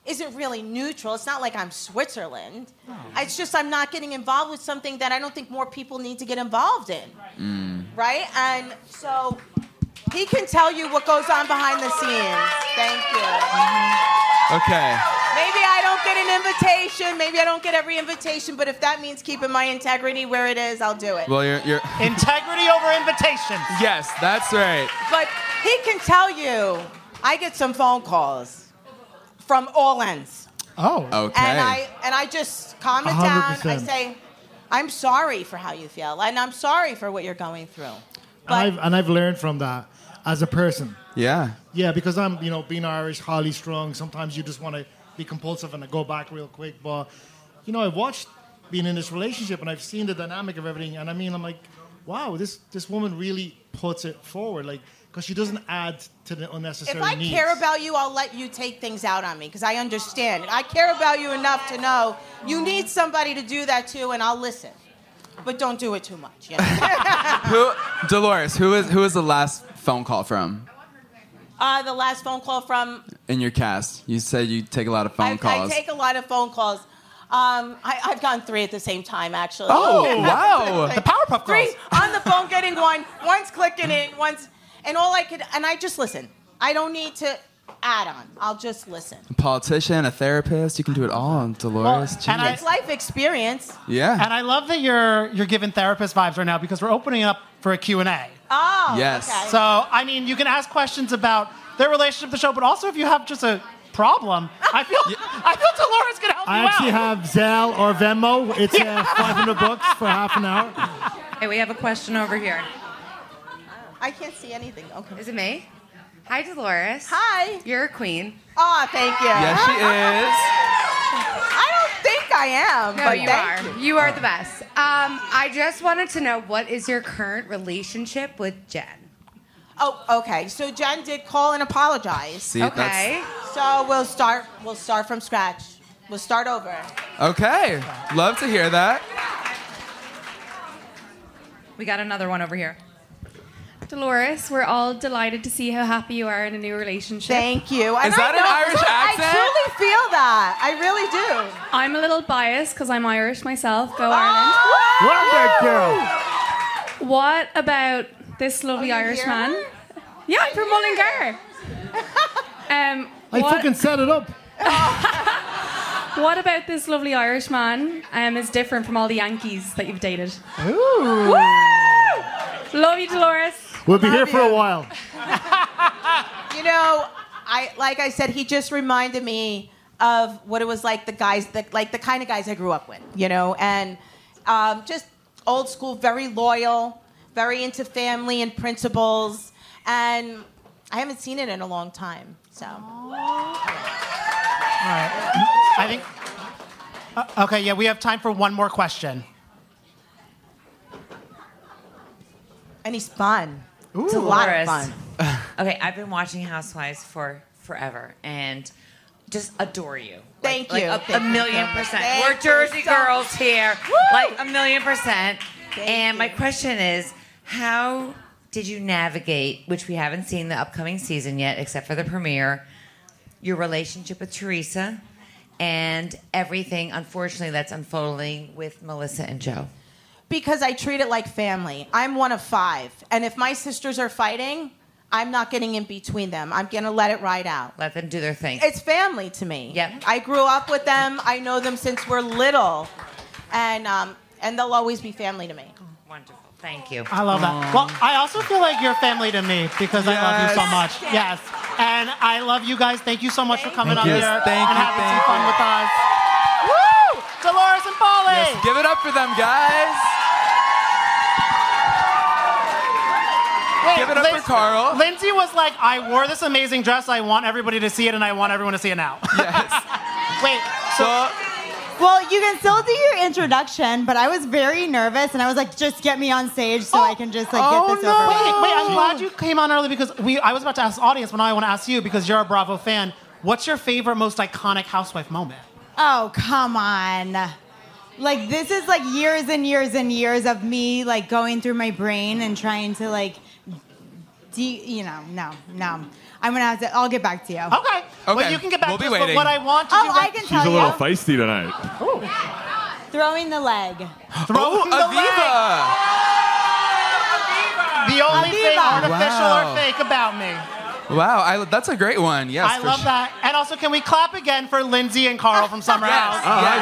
Speaker 16: isn't really neutral. It's not like I'm Switzerland. It's just I'm not getting involved with something that I don't think more people need to get involved in,
Speaker 18: Mm.
Speaker 16: right? And so he can tell you what goes on behind the scenes. Thank you.
Speaker 3: Okay.
Speaker 16: Maybe I don't get an invitation. Maybe I don't get every invitation. But if that means keeping my integrity where it is, I'll do it.
Speaker 3: Well, you're. you're
Speaker 1: Integrity over invitation.
Speaker 3: yes, that's right.
Speaker 16: But he can tell you, I get some phone calls from all ends,
Speaker 15: Oh.
Speaker 3: Okay.
Speaker 16: and I and I just calm it
Speaker 3: A hundred
Speaker 16: down. I
Speaker 3: percent.
Speaker 16: say, I'm sorry for how you feel, and I'm sorry for what you're going through.
Speaker 15: And I've, and I've learned from that as a person.
Speaker 3: yeah.
Speaker 15: Yeah, because I'm, you know, being Irish, highly strung. Sometimes you just want to be compulsive and go back real quick. But, you know, I've watched being in this relationship and I've seen the dynamic of everything. And I mean, I'm like, wow, this this woman really puts it forward, like, because she doesn't add to the unnecessary
Speaker 16: If I
Speaker 15: needs.
Speaker 16: care about you, I'll let you take things out on me because I understand. I care about you enough to know you need somebody to do that to, and I'll listen. But don't do it too much. You know?
Speaker 3: Who, Dolores? Who is who is the last phone call from
Speaker 16: Uh, the last phone call from
Speaker 3: in your cast? You said you take a lot of phone
Speaker 16: I, I
Speaker 3: calls.
Speaker 16: take a lot of phone calls. Um, I, I've gotten three at the same time, actually.
Speaker 3: Oh, wow. The
Speaker 16: Powerpuff Girls. Three on the phone, getting one. One's clicking it. One's and all I could and I just listen. I don't need to add on. I'll just listen.
Speaker 3: a politician, a therapist. You can do it all, Dolores.
Speaker 16: and
Speaker 3: Jeez.
Speaker 16: it's life experience.
Speaker 3: yeah.
Speaker 1: And I love that you're you're giving therapist vibes right now because we're opening up for a Q&A.
Speaker 16: Oh,
Speaker 3: Yes. okay.
Speaker 1: So, I mean, you can ask questions about their relationship to the show, but also if you have just a problem, I feel I feel Dolores can help
Speaker 15: I
Speaker 1: you
Speaker 15: actually
Speaker 1: out.
Speaker 15: have Zelle or Venmo. It's uh, 500 bucks for half an hour.
Speaker 12: Hey, we have a question over here.
Speaker 16: I can't see anything. Okay.
Speaker 12: Is it me? Hi, Dolores.
Speaker 16: Hi.
Speaker 12: You're a queen.
Speaker 16: Oh, thank you.
Speaker 3: Yes, she is.
Speaker 16: I don't think I am.
Speaker 12: No,
Speaker 16: but
Speaker 12: you
Speaker 16: thank
Speaker 12: are.
Speaker 16: You.
Speaker 12: You. are the best. Um, I just wanted to know what is your current relationship with Jen?
Speaker 16: Oh, okay. So Jen did call and apologize.
Speaker 3: See, that's- Okay.
Speaker 16: So we'll start. We'll start from scratch. We'll start over.
Speaker 3: Okay. Love to hear that.
Speaker 12: We got another one over here.
Speaker 13: Dolores, we're all delighted to see how happy you are in a new relationship.
Speaker 16: Thank you.
Speaker 12: Is that an Irish
Speaker 16: I
Speaker 13: accent?
Speaker 16: truly feel that. I really do. Oh!
Speaker 13: I'm a little biased because I'm Irish myself. Go
Speaker 15: Love that girl.
Speaker 13: Ireland. What about this
Speaker 16: Oh,
Speaker 13: lovely Irish man? Yeah, I'm from Mullingar. um,
Speaker 15: I
Speaker 13: what-
Speaker 15: fucking set it up.
Speaker 13: What about this lovely Irish man um, is different from all the Yankees that you've dated?
Speaker 15: Ooh.
Speaker 13: Love you, Dolores.
Speaker 15: We'll be here for a while.
Speaker 16: You know, I like I said, he just reminded me of what it was like the guys, the, like the kind of guys I grew up with. You know, and um, just old school, very loyal, very into family and principles. And I haven't seen it in a long time. So.
Speaker 1: All right. I think uh, Okay, yeah, we have time for one more question.
Speaker 16: And he's fun. It's a lot of
Speaker 17: Dolores.
Speaker 16: fun.
Speaker 17: okay, I've been watching Housewives for forever and just adore you.
Speaker 16: Thank
Speaker 17: Like
Speaker 16: you.
Speaker 17: a, a
Speaker 16: Thank you
Speaker 17: million
Speaker 16: so much.
Speaker 17: percent.
Speaker 16: Thank
Speaker 17: We're
Speaker 16: you
Speaker 17: Jersey
Speaker 16: so
Speaker 17: girls
Speaker 16: much.
Speaker 17: here.
Speaker 16: Woo!
Speaker 17: Like a million percent.
Speaker 16: Thank
Speaker 17: and my
Speaker 16: you.
Speaker 17: question is how did you navigate, which we haven't seen the upcoming season yet, except for the premiere, your relationship with Teresa and everything, unfortunately, that's unfolding with Melissa and Joe?
Speaker 16: Because I treat it like family. I'm one of five. And if my sisters are fighting, I'm not getting in between them. I'm going to let it ride out.
Speaker 17: Let them do their thing.
Speaker 16: It's family to me. Yep. I grew up with them. I know them since we're little. And, um, and they'll always be family to me.
Speaker 17: Wonderful. Thank you.
Speaker 1: I love that. Well, I also feel like you're family to me because I love you so
Speaker 17: Yes.
Speaker 1: much. Yes. And I love you guys. Thank you so much for coming
Speaker 3: Thank
Speaker 1: on
Speaker 3: you.
Speaker 1: here
Speaker 3: Yes, thank
Speaker 1: and
Speaker 3: you,
Speaker 1: having
Speaker 3: thank
Speaker 1: some fun
Speaker 3: you.
Speaker 1: with us. Woo! Dolores and Polly.
Speaker 3: Yes, give it up for them, guys. Give it up for Carl.
Speaker 1: Lindsay was like, I wore this amazing dress. I want everybody to see it, and I want everyone to see it now. Wait, so.
Speaker 19: Well, you can still do your introduction, but I was very nervous and I was like, just get me on stage so I can just like get this over with.
Speaker 1: oh, Wait, wait, I'm glad you came on early because we I was about to ask the audience, but now I want to ask you because you're a Bravo fan. What's your favorite, most iconic housewife moment?
Speaker 19: Oh, come on. Like this is like years and years and years of me like going through my brain and trying to like de- you know, no, no. I'm gonna have to I'll get back to you. Okay. Okay.
Speaker 18: Well, you can get back We'll to be us, but waiting. what I
Speaker 1: want
Speaker 19: to oh, I can
Speaker 18: She's
Speaker 19: tell
Speaker 18: a little
Speaker 19: you.
Speaker 18: feisty tonight.
Speaker 19: Throwing the leg.
Speaker 18: Oh, Aviva!
Speaker 1: The only thing
Speaker 19: Aviva.
Speaker 1: artificial
Speaker 3: Wow.
Speaker 1: or fake about me.
Speaker 3: Wow, I, that's a great one. Yes,
Speaker 1: I
Speaker 3: for
Speaker 1: love
Speaker 3: sure.
Speaker 1: that. And also, can we clap again for Lindsay and Carl from Summer House?
Speaker 3: Oh, hi,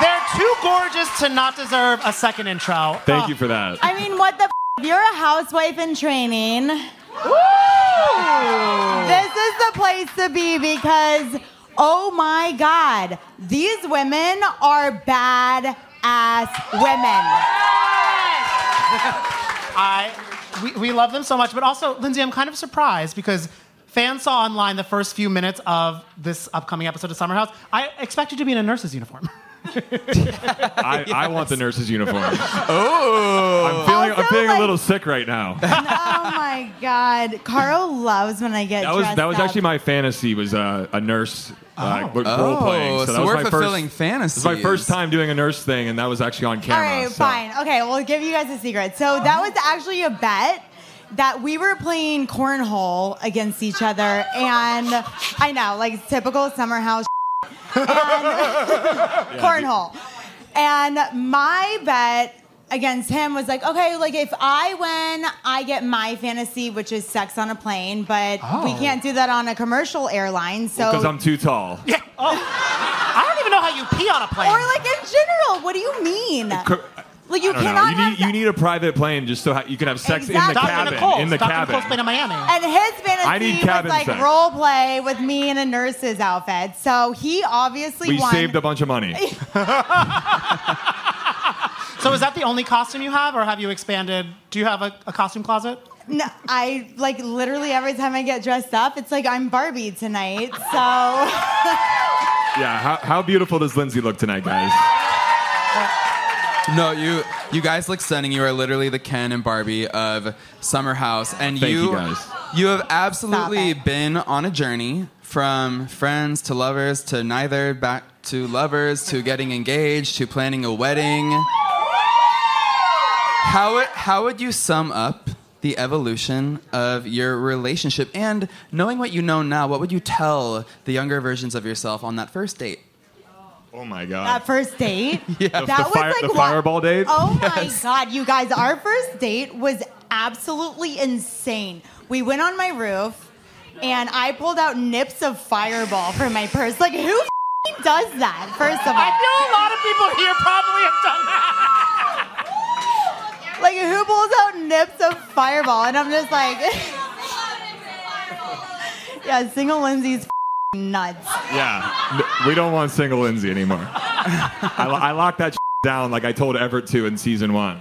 Speaker 3: guys.
Speaker 1: They're too gorgeous to not deserve a second intro.
Speaker 18: Thank
Speaker 1: Ah.
Speaker 18: you for that.
Speaker 19: I mean, what the f- You're a housewife in training. This is the place to be because, oh my God, these women are bad ass women.
Speaker 1: I Uh, we, we love them so much, but also Lindsay, I'm kind of surprised because fans saw online the first few minutes of this upcoming episode of Summer House. I expected you to be in a nurse's uniform.
Speaker 18: I, I want the nurse's uniform. oh, I'm feeling, I'm feeling a little sick right now. that
Speaker 19: oh my God. Carl loves when I get
Speaker 18: was
Speaker 19: dressed
Speaker 18: that was
Speaker 19: up.
Speaker 18: actually my fantasy was uh, a nurse uh,
Speaker 19: Oh.
Speaker 18: role playing.
Speaker 3: Oh,
Speaker 18: that
Speaker 3: so
Speaker 18: was
Speaker 3: we're
Speaker 18: my
Speaker 3: fulfilling
Speaker 18: first, This is my first
Speaker 3: fantasies.
Speaker 18: time doing a nurse thing, and that was actually on camera.
Speaker 19: All right,
Speaker 18: so-
Speaker 19: fine. Okay, we'll give you guys a secret. So that was actually a bet that we were playing cornhole against each other, and I know, like typical summer house
Speaker 1: Um,
Speaker 19: and cornhole. And my bet against him was like, okay, like if I win, I get my fantasy, which is sex on a plane, but we
Speaker 18: Oh.
Speaker 19: can't do that on a commercial airline. So
Speaker 18: Because I'm too tall.
Speaker 1: Oh. I don't even know how you pee on a plane.
Speaker 19: Or like in general, what do you mean?
Speaker 18: Co-
Speaker 19: Like you
Speaker 18: I don't know.
Speaker 19: cannot
Speaker 18: You need, you need a private plane just so ha- you can have sex in the
Speaker 19: Exactly.
Speaker 18: cabin. In the cabin.
Speaker 1: in Miami.
Speaker 19: And his fantasy
Speaker 18: I need cabin
Speaker 19: was like
Speaker 18: sex.
Speaker 19: role play with me in a nurse's outfit. So he obviously
Speaker 18: We
Speaker 19: won.
Speaker 18: saved a bunch of money.
Speaker 1: so is that the only costume you have, or have you expanded? Do you have a, a costume closet?
Speaker 19: No, I like literally every time I get dressed up, it's like I'm Barbie tonight. So
Speaker 18: Yeah, how, how beautiful does Lindsay look tonight, guys?
Speaker 3: No, you you guys look stunning. You are literally the Ken and Barbie of Summer House, and
Speaker 18: Thank you,
Speaker 3: you
Speaker 18: guys.
Speaker 3: you have absolutely been on a journey from friends to lovers to neither, back to lovers to getting engaged to planning a wedding. How would, how would you sum up the evolution of your relationship and knowing what you know now? What would you tell the younger versions of yourself on that first date?
Speaker 18: Oh my god.
Speaker 19: that first date,
Speaker 3: Yeah.
Speaker 19: that
Speaker 3: The- the
Speaker 19: was
Speaker 3: fire-
Speaker 19: like
Speaker 3: the
Speaker 19: what-
Speaker 18: fireball date?
Speaker 19: Oh my god, you guys! Our first date was absolutely insane. We went on my roof, and I pulled out nips of Fireball from my purse. Like who f- does that? First of all,
Speaker 1: I know a lot of people here probably have done that.
Speaker 19: Like who pulls out nips of Fireball? And I'm just like, yeah, single Lindsay's f- nuts.
Speaker 18: Yeah, N- we don't want single Lindsay anymore. I, lo- I locked that down like I told Everett to in season one.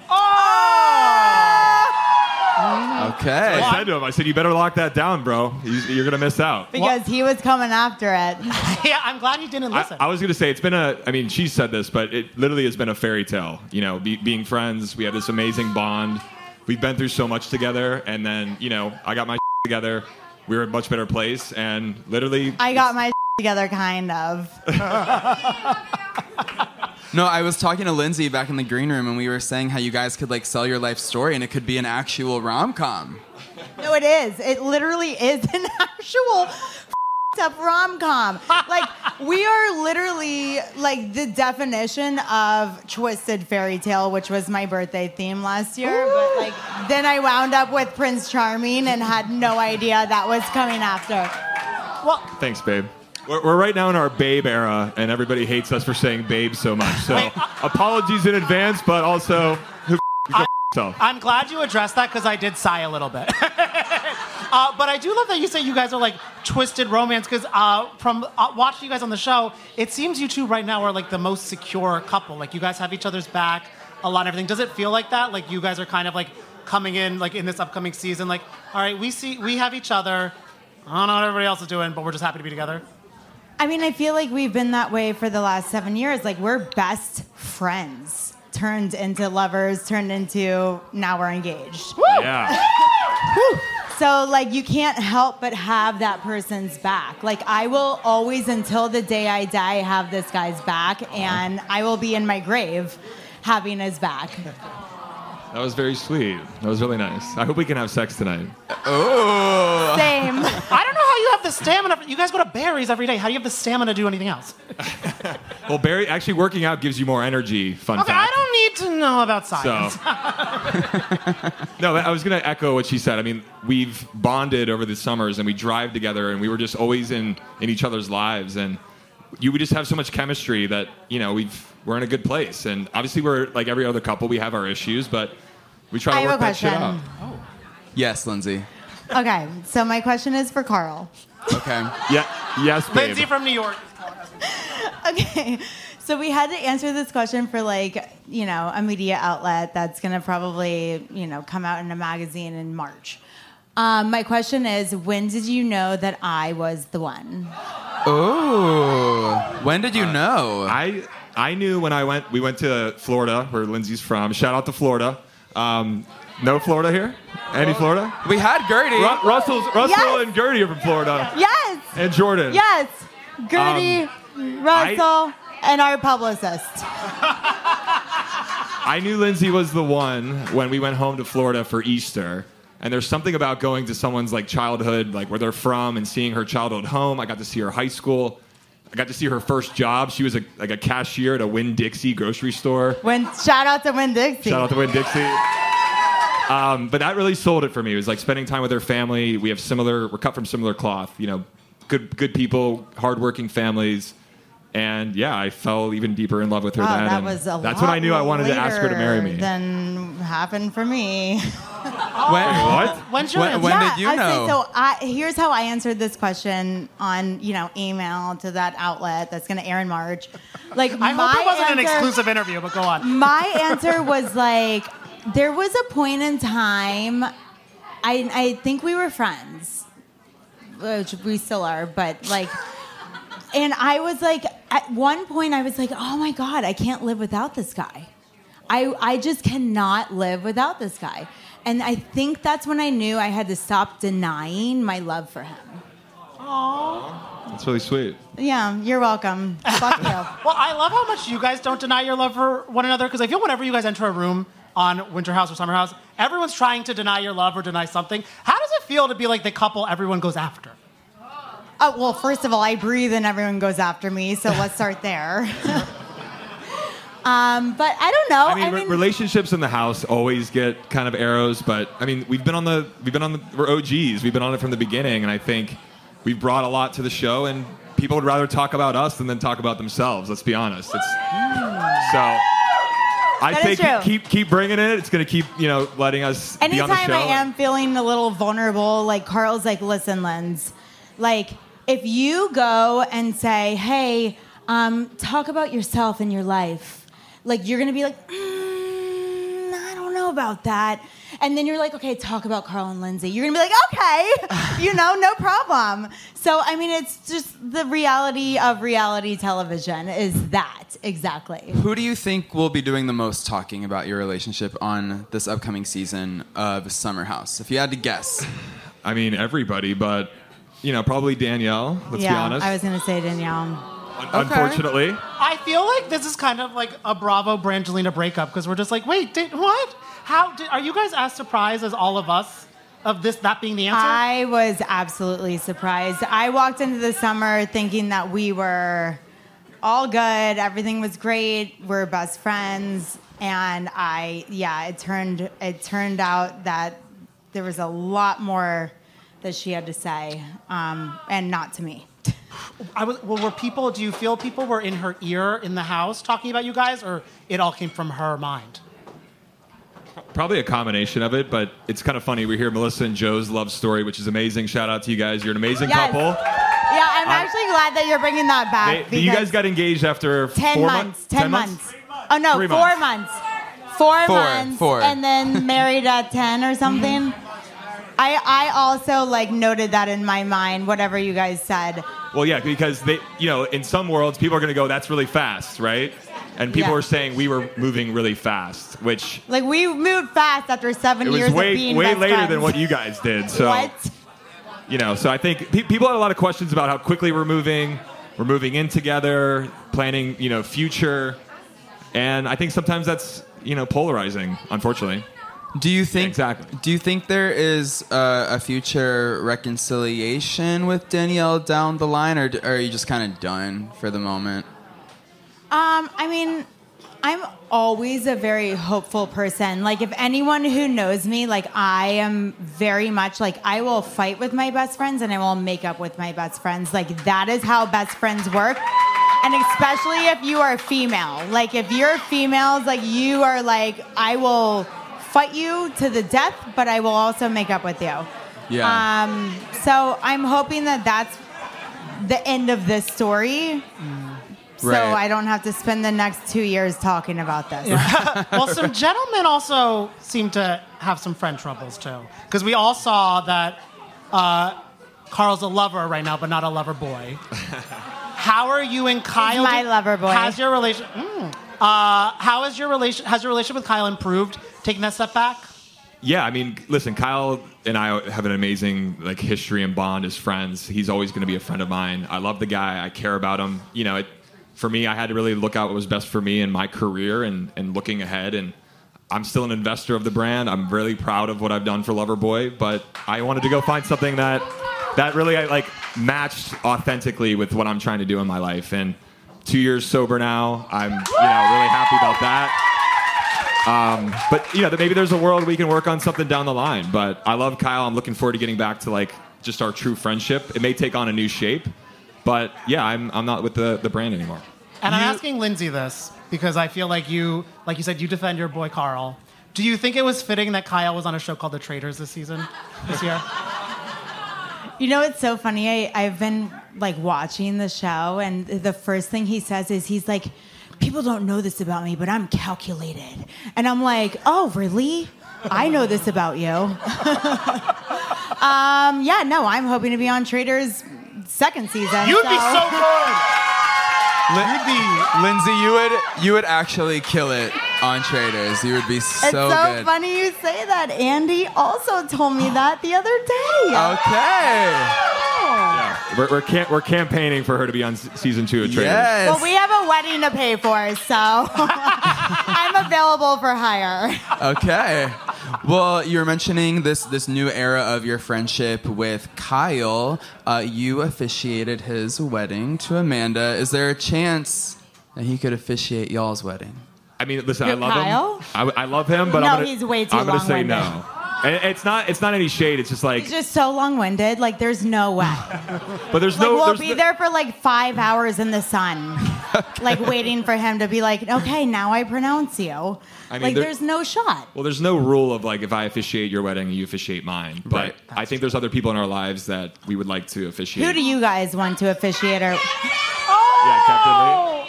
Speaker 3: Okay.
Speaker 18: I said to him, I said, you better lock that down, bro. You- You're going to miss out.
Speaker 19: Because he was coming after it.
Speaker 1: yeah, I'm glad you didn't
Speaker 18: I,
Speaker 1: listen.
Speaker 18: I was going to say, it's been a, I mean, she said this, but it literally has been a fairy tale. You know, be, being friends, we have this amazing bond. We've been through so much together. And then, you know, I got my together. we were a much better place. And literally,
Speaker 19: I got my together, kind of.
Speaker 3: No, I was talking to Lindsay back in the green room, and we were saying how you guys could like sell your life story, and it could be an actual rom com.
Speaker 19: No, it is. It literally is an actual up rom com. Like we are literally like the definition of twisted fairy tale, which was my birthday theme last year. But like then I wound up with Prince Charming and had no idea that was coming after. Well,
Speaker 18: thanks, babe. We're, we're right now in our babe era, and everybody hates us for saying babe so much. So apologies in advance, but also who f- yourself.
Speaker 1: I'm glad you addressed that because I did sigh a little bit. uh, but I do love that you say you guys are like twisted romance because uh, from uh, watching you guys on the show, it seems you two right now are like the most secure couple. Like you guys have each other's back a lot and everything. Does it feel like that? Like you guys are kind of like coming in like in this upcoming season, like, all right, we see we have each other. I don't know what everybody else is doing, but we're just happy to be together.
Speaker 19: I mean, I feel like we've been that way for the last seven years. Like we're best friends, turned into lovers, turned into now we're engaged.
Speaker 18: Yeah.
Speaker 19: So like you can't help but have that person's back. Like I will always until the day I die have this guy's back and I will be in my grave having his back.
Speaker 18: That was very sweet. That was really nice. I hope we can have sex tonight.
Speaker 3: Oh.
Speaker 19: Same.
Speaker 1: I don't know how you have the stamina. You guys go to Barry's every day. How do you have the stamina to do anything else?
Speaker 18: Well, Barry, actually working out gives you more energy. Fun
Speaker 1: Okay,
Speaker 18: fact.
Speaker 1: I don't need to know about science.
Speaker 18: So- No, I was going to echo what she said. I mean, we've bonded over the summers and we drive together and we were just always in, in each other's lives. And you, we just have so much chemistry that, you know, we've, we're in a good place. And obviously, we're like every other couple, we have our issues, but we try
Speaker 19: I
Speaker 18: to
Speaker 19: have
Speaker 18: work
Speaker 19: a
Speaker 18: that shit out.
Speaker 19: question.
Speaker 3: Yes, Lindsay.
Speaker 19: Okay, so my question is for Carl.
Speaker 3: Okay.
Speaker 18: yeah. Yes, babe.
Speaker 1: Lindsay from New York.
Speaker 19: Okay. So we had to answer this question for like, you know, a media outlet that's going to probably, you know, come out in a magazine in March. Um, my question is, when did you know that I was the one?
Speaker 18: Oh.
Speaker 3: When did you know?
Speaker 18: I I knew when I went. We went to Florida, where Lindsay's from. Shout out to Florida. Um, no Florida here. Any Florida?
Speaker 3: We had Gertie.
Speaker 18: Ru- Russell's Russell
Speaker 19: Yes.
Speaker 18: and Gertie are from Florida.
Speaker 19: Yes.
Speaker 18: And Jordan.
Speaker 19: Yes.
Speaker 18: Um,
Speaker 19: Gertie, Russell, and our publicist.
Speaker 18: I knew Lindsay was the one when we went home to Florida for Easter. And there's something about going to someone's like childhood, like where they're from, and seeing her childhood home. I got to see her high school. I got to see her first job. She was a, like a cashier at a Winn Dixie grocery store.
Speaker 19: When shout out to Winn Dixie.
Speaker 18: Shout out to Win Dixie. Um, but that really sold it for me. It was like spending time with her family. We have similar, we're cut from similar cloth. You know, good, good people, hardworking families. And yeah, I fell even deeper in love with her
Speaker 19: Oh,
Speaker 18: then.
Speaker 19: that
Speaker 18: and
Speaker 19: was a
Speaker 18: That's
Speaker 19: lot
Speaker 18: when I knew I wanted to ask her to marry
Speaker 19: later
Speaker 18: me.
Speaker 19: Than happened for me.
Speaker 18: what?
Speaker 1: When's
Speaker 18: your When- when
Speaker 19: yeah,
Speaker 18: did you
Speaker 19: I
Speaker 18: know?
Speaker 19: Say, so I, here's how I answered this question on you know email to that outlet that's going to air in March. Like
Speaker 1: I
Speaker 19: my
Speaker 1: hope it wasn't an
Speaker 19: answer-
Speaker 1: exclusive interview, but go on.
Speaker 19: my answer was like, there was a point in time, I, I think we were friends, which we still are, but like, and I was like, at one point, I was like, oh my God, I can't live without this guy. I, I just cannot live without this guy. And I think that's when I knew I had to stop denying my love for him.
Speaker 18: That's really sweet.
Speaker 19: Yeah, you're welcome. Fuck you.
Speaker 1: Well, I love how much you guys don't deny your love for one another because I feel whenever you guys enter a room on Winter House or Summer House, everyone's trying to deny your love or deny something. How does it feel to be like the couple everyone goes after?
Speaker 19: Oh, well, first of all, I breathe and everyone goes after me, so let's start there. um, but I don't know.
Speaker 18: I mean, re- relationships in the house always get kind of arrows, but I mean, we've been on the we've been on the we're OGs. We've been on it from the beginning, and I think we've brought a lot to the show. And people would rather talk about us than then talk about themselves. Let's be honest. It's, so I
Speaker 19: That is
Speaker 18: think
Speaker 19: true.
Speaker 18: keep keep bringing it. It's going to keep you know letting us be on the
Speaker 19: Anytime
Speaker 18: show.
Speaker 19: I am feeling a little vulnerable, like Carl's like, listen, Lens, like if you go and say, hey, um, talk about yourself and your life, like you're gonna be like, "Mm, I don't know about that. And then you're like, okay, talk about Carl and Lindsay. You're gonna be like, okay, you know, no problem. So, I mean, it's just the reality of reality television is that exactly.
Speaker 3: Who do you think will be doing the most talking about your relationship on this upcoming season of Summer House? If you had to guess.
Speaker 18: I mean, everybody, but you know, probably Danielle. Let's
Speaker 19: yeah,
Speaker 18: be honest.
Speaker 19: I was gonna say Danielle.
Speaker 18: Un- Unfortunately,
Speaker 1: I feel like this is kind of like a Bravo Brangelina breakup because we're just like, wait, did, what? How did, are you guys as surprised as all of us of this that being the answer?
Speaker 19: I was absolutely surprised. I walked into the summer thinking that we were all good, everything was great, we're best friends, and I yeah, it turned it turned out that there was a lot more that she had to say, um, and not to me.
Speaker 1: I was. Well, were people? Do you feel people were in her ear in the house talking about you guys, or it all came from her mind?
Speaker 18: probably a combination of it, but it's kind of funny. We hear Melissa and Joe's love story, which is amazing. Shout out to you guys. You're an amazing
Speaker 19: Yes.
Speaker 18: couple.
Speaker 19: Yeah, I'm
Speaker 18: I-
Speaker 19: actually glad that you're bringing that
Speaker 18: They-
Speaker 19: back.
Speaker 18: you
Speaker 19: because-
Speaker 18: guys got engaged after
Speaker 19: 10
Speaker 18: four
Speaker 19: months,
Speaker 18: months.
Speaker 19: 10, months. Oh no,
Speaker 18: Three
Speaker 19: 4
Speaker 18: months.
Speaker 19: months. 4,
Speaker 18: Four,
Speaker 19: months
Speaker 18: four.
Speaker 19: and then married at 10 or something.
Speaker 18: Mm-hmm.
Speaker 19: I I also like noted that in my mind whatever you guys said.
Speaker 18: Well, yeah, because they, you know, in some worlds, people are going to go, "That's really fast," right? And people
Speaker 19: Yeah.
Speaker 18: are saying we were moving really fast, which
Speaker 19: Like we moved fast after 7
Speaker 18: it was
Speaker 19: years of
Speaker 18: way
Speaker 19: being
Speaker 18: way
Speaker 19: best
Speaker 18: later than
Speaker 19: friends.
Speaker 18: what you guys did. So,
Speaker 19: What?
Speaker 18: you know, so I think pe- people had a lot of questions about how quickly we're moving, we're moving in together, planning, you know, future, and I think sometimes that's you know polarizing, unfortunately.
Speaker 3: Do you think exactly? Do you think there is uh, a future reconciliation with Danielle down the line, or, d- or are you just kind of done for the moment?
Speaker 19: Um, I mean, I'm always a very hopeful person. Like, if anyone who knows me, like, I am very much like, I will fight with my best friends and I will make up with my best friends. Like, that is how best friends work. And especially if you are female. Like, if you're females, like, you are like, I will fight you to the death, but I will also make up with you.
Speaker 3: Yeah.
Speaker 19: Um, so I'm hoping that that's the end of this story. So
Speaker 1: Mm. Right.
Speaker 19: I don't have to spend the next two years talking about this.
Speaker 1: well, some gentlemen also seem to have some friend troubles too, because we all saw that uh, Carl's a lover right now, but not a lover boy. How are you and Kyle?
Speaker 19: my lover boy.
Speaker 1: Has your relation? Mm. uh, how is your relation? Has your relationship with Kyle improved? Taking that step back.
Speaker 18: Yeah, I mean, listen, Kyle and I have an amazing like history and bond as friends. He's always going to be a friend of mine. I love the guy. I care about him. You know, it, for me, I had to really look out what was best for me and my career and and looking ahead. And I'm still an investor of the brand. I'm really proud of what I've done for Loverboy, but I wanted to go find something that that really I, like matched authentically with what I'm trying to do in my life. And two years sober now, I'm you know really happy about that. Um, but you know, that maybe there's a world we can work on something down the line. But I love Kyle. I'm looking forward to getting back to like just our true friendship. It may take on a new shape, but yeah, I'm I'm not with the the brand anymore.
Speaker 1: And I'm asking Lindsay this because I feel like you, like you said, you defend your boy Carl. Do you think it was fitting that Kyle was on a show called The Traitors this season, this year?
Speaker 19: You know, it's so funny. I, I've been like watching the show, and the first thing he says is he's like, People don't know this about me, but I'm calculated. And I'm like, Oh, really? I know this about you. um, yeah, no, I'm hoping to be on Traders second season.
Speaker 1: You'd be so good.
Speaker 3: Lindsay, you would you would actually kill it on Traders. You would be so,
Speaker 19: it's so
Speaker 3: good.
Speaker 19: funny you say that. Andy also told me that the other day.
Speaker 3: Okay.
Speaker 19: Oh.
Speaker 18: We're we're, cam- we're campaigning for her to be on s- season two of Traders.
Speaker 19: Well, we have a wedding to pay for, so I'm available for hire.
Speaker 3: okay. Well, you were mentioning this this new era of your friendship with Kyle. Uh, you officiated his wedding to Amanda. Is there a chance that he could officiate y'all's wedding?
Speaker 18: I mean, listen, I
Speaker 3: Who,
Speaker 18: love
Speaker 19: Kyle?
Speaker 18: him. I, w- I love him, but
Speaker 19: No,
Speaker 18: I'm gonna,
Speaker 19: he's way too
Speaker 18: I'm gonna say
Speaker 19: long-winded.
Speaker 18: no. And it's not it's not any shade. It's just like,
Speaker 19: It's just so long-winded. Like, there's no way.
Speaker 18: but there's
Speaker 19: like,
Speaker 18: no.
Speaker 19: we'll
Speaker 18: there's
Speaker 19: be
Speaker 18: no-
Speaker 19: there for like five hours in the sun, like waiting for him to be like, okay, now I pronounce you.
Speaker 18: I mean,
Speaker 19: like,
Speaker 18: there-
Speaker 19: there's no shot.
Speaker 18: Well, there's no rule of like if I officiate your wedding, you officiate mine. But I think there's other people in our lives that we would like to officiate.
Speaker 19: Who do you guys want to officiate? Or
Speaker 18: yeah, Captain Lee.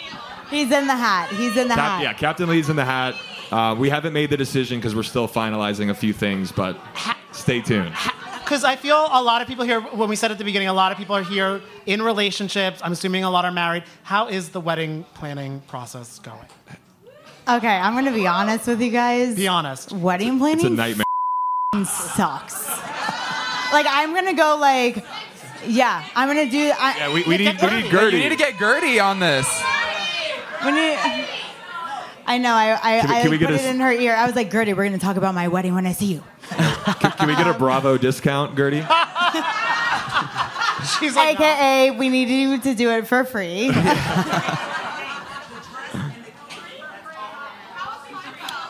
Speaker 19: he's in the hat. He's in the
Speaker 18: Cap-
Speaker 19: hat.
Speaker 18: yeah, Captain Lee's in the hat. Uh, we haven't made the decision because we're still finalizing a few things, but stay tuned.
Speaker 1: Because I feel a lot of people here, when we said at the beginning, a lot of people are here in relationships. I'm assuming a lot are married. How is the wedding planning process going?
Speaker 19: Okay, I'm gonna be honest with you guys. Be
Speaker 1: honest.
Speaker 19: Wedding planning
Speaker 18: nightmare.
Speaker 19: f***ing sucks. Like I'm gonna go like, yeah, I'm gonna do. I,
Speaker 3: Yeah, we, we need we need
Speaker 19: Gertie.
Speaker 3: You need to get Gertie on this.
Speaker 19: When you, I know. I I,
Speaker 18: Can
Speaker 19: I
Speaker 18: we- can we
Speaker 19: put
Speaker 18: get a
Speaker 19: it
Speaker 18: s-
Speaker 19: in her ear. I was like, Gertie, we're gonna talk about my wedding when I see you.
Speaker 18: Can, can we get a Bravo discount, Gertie?
Speaker 19: She's like, AKA, we need you to do it for free.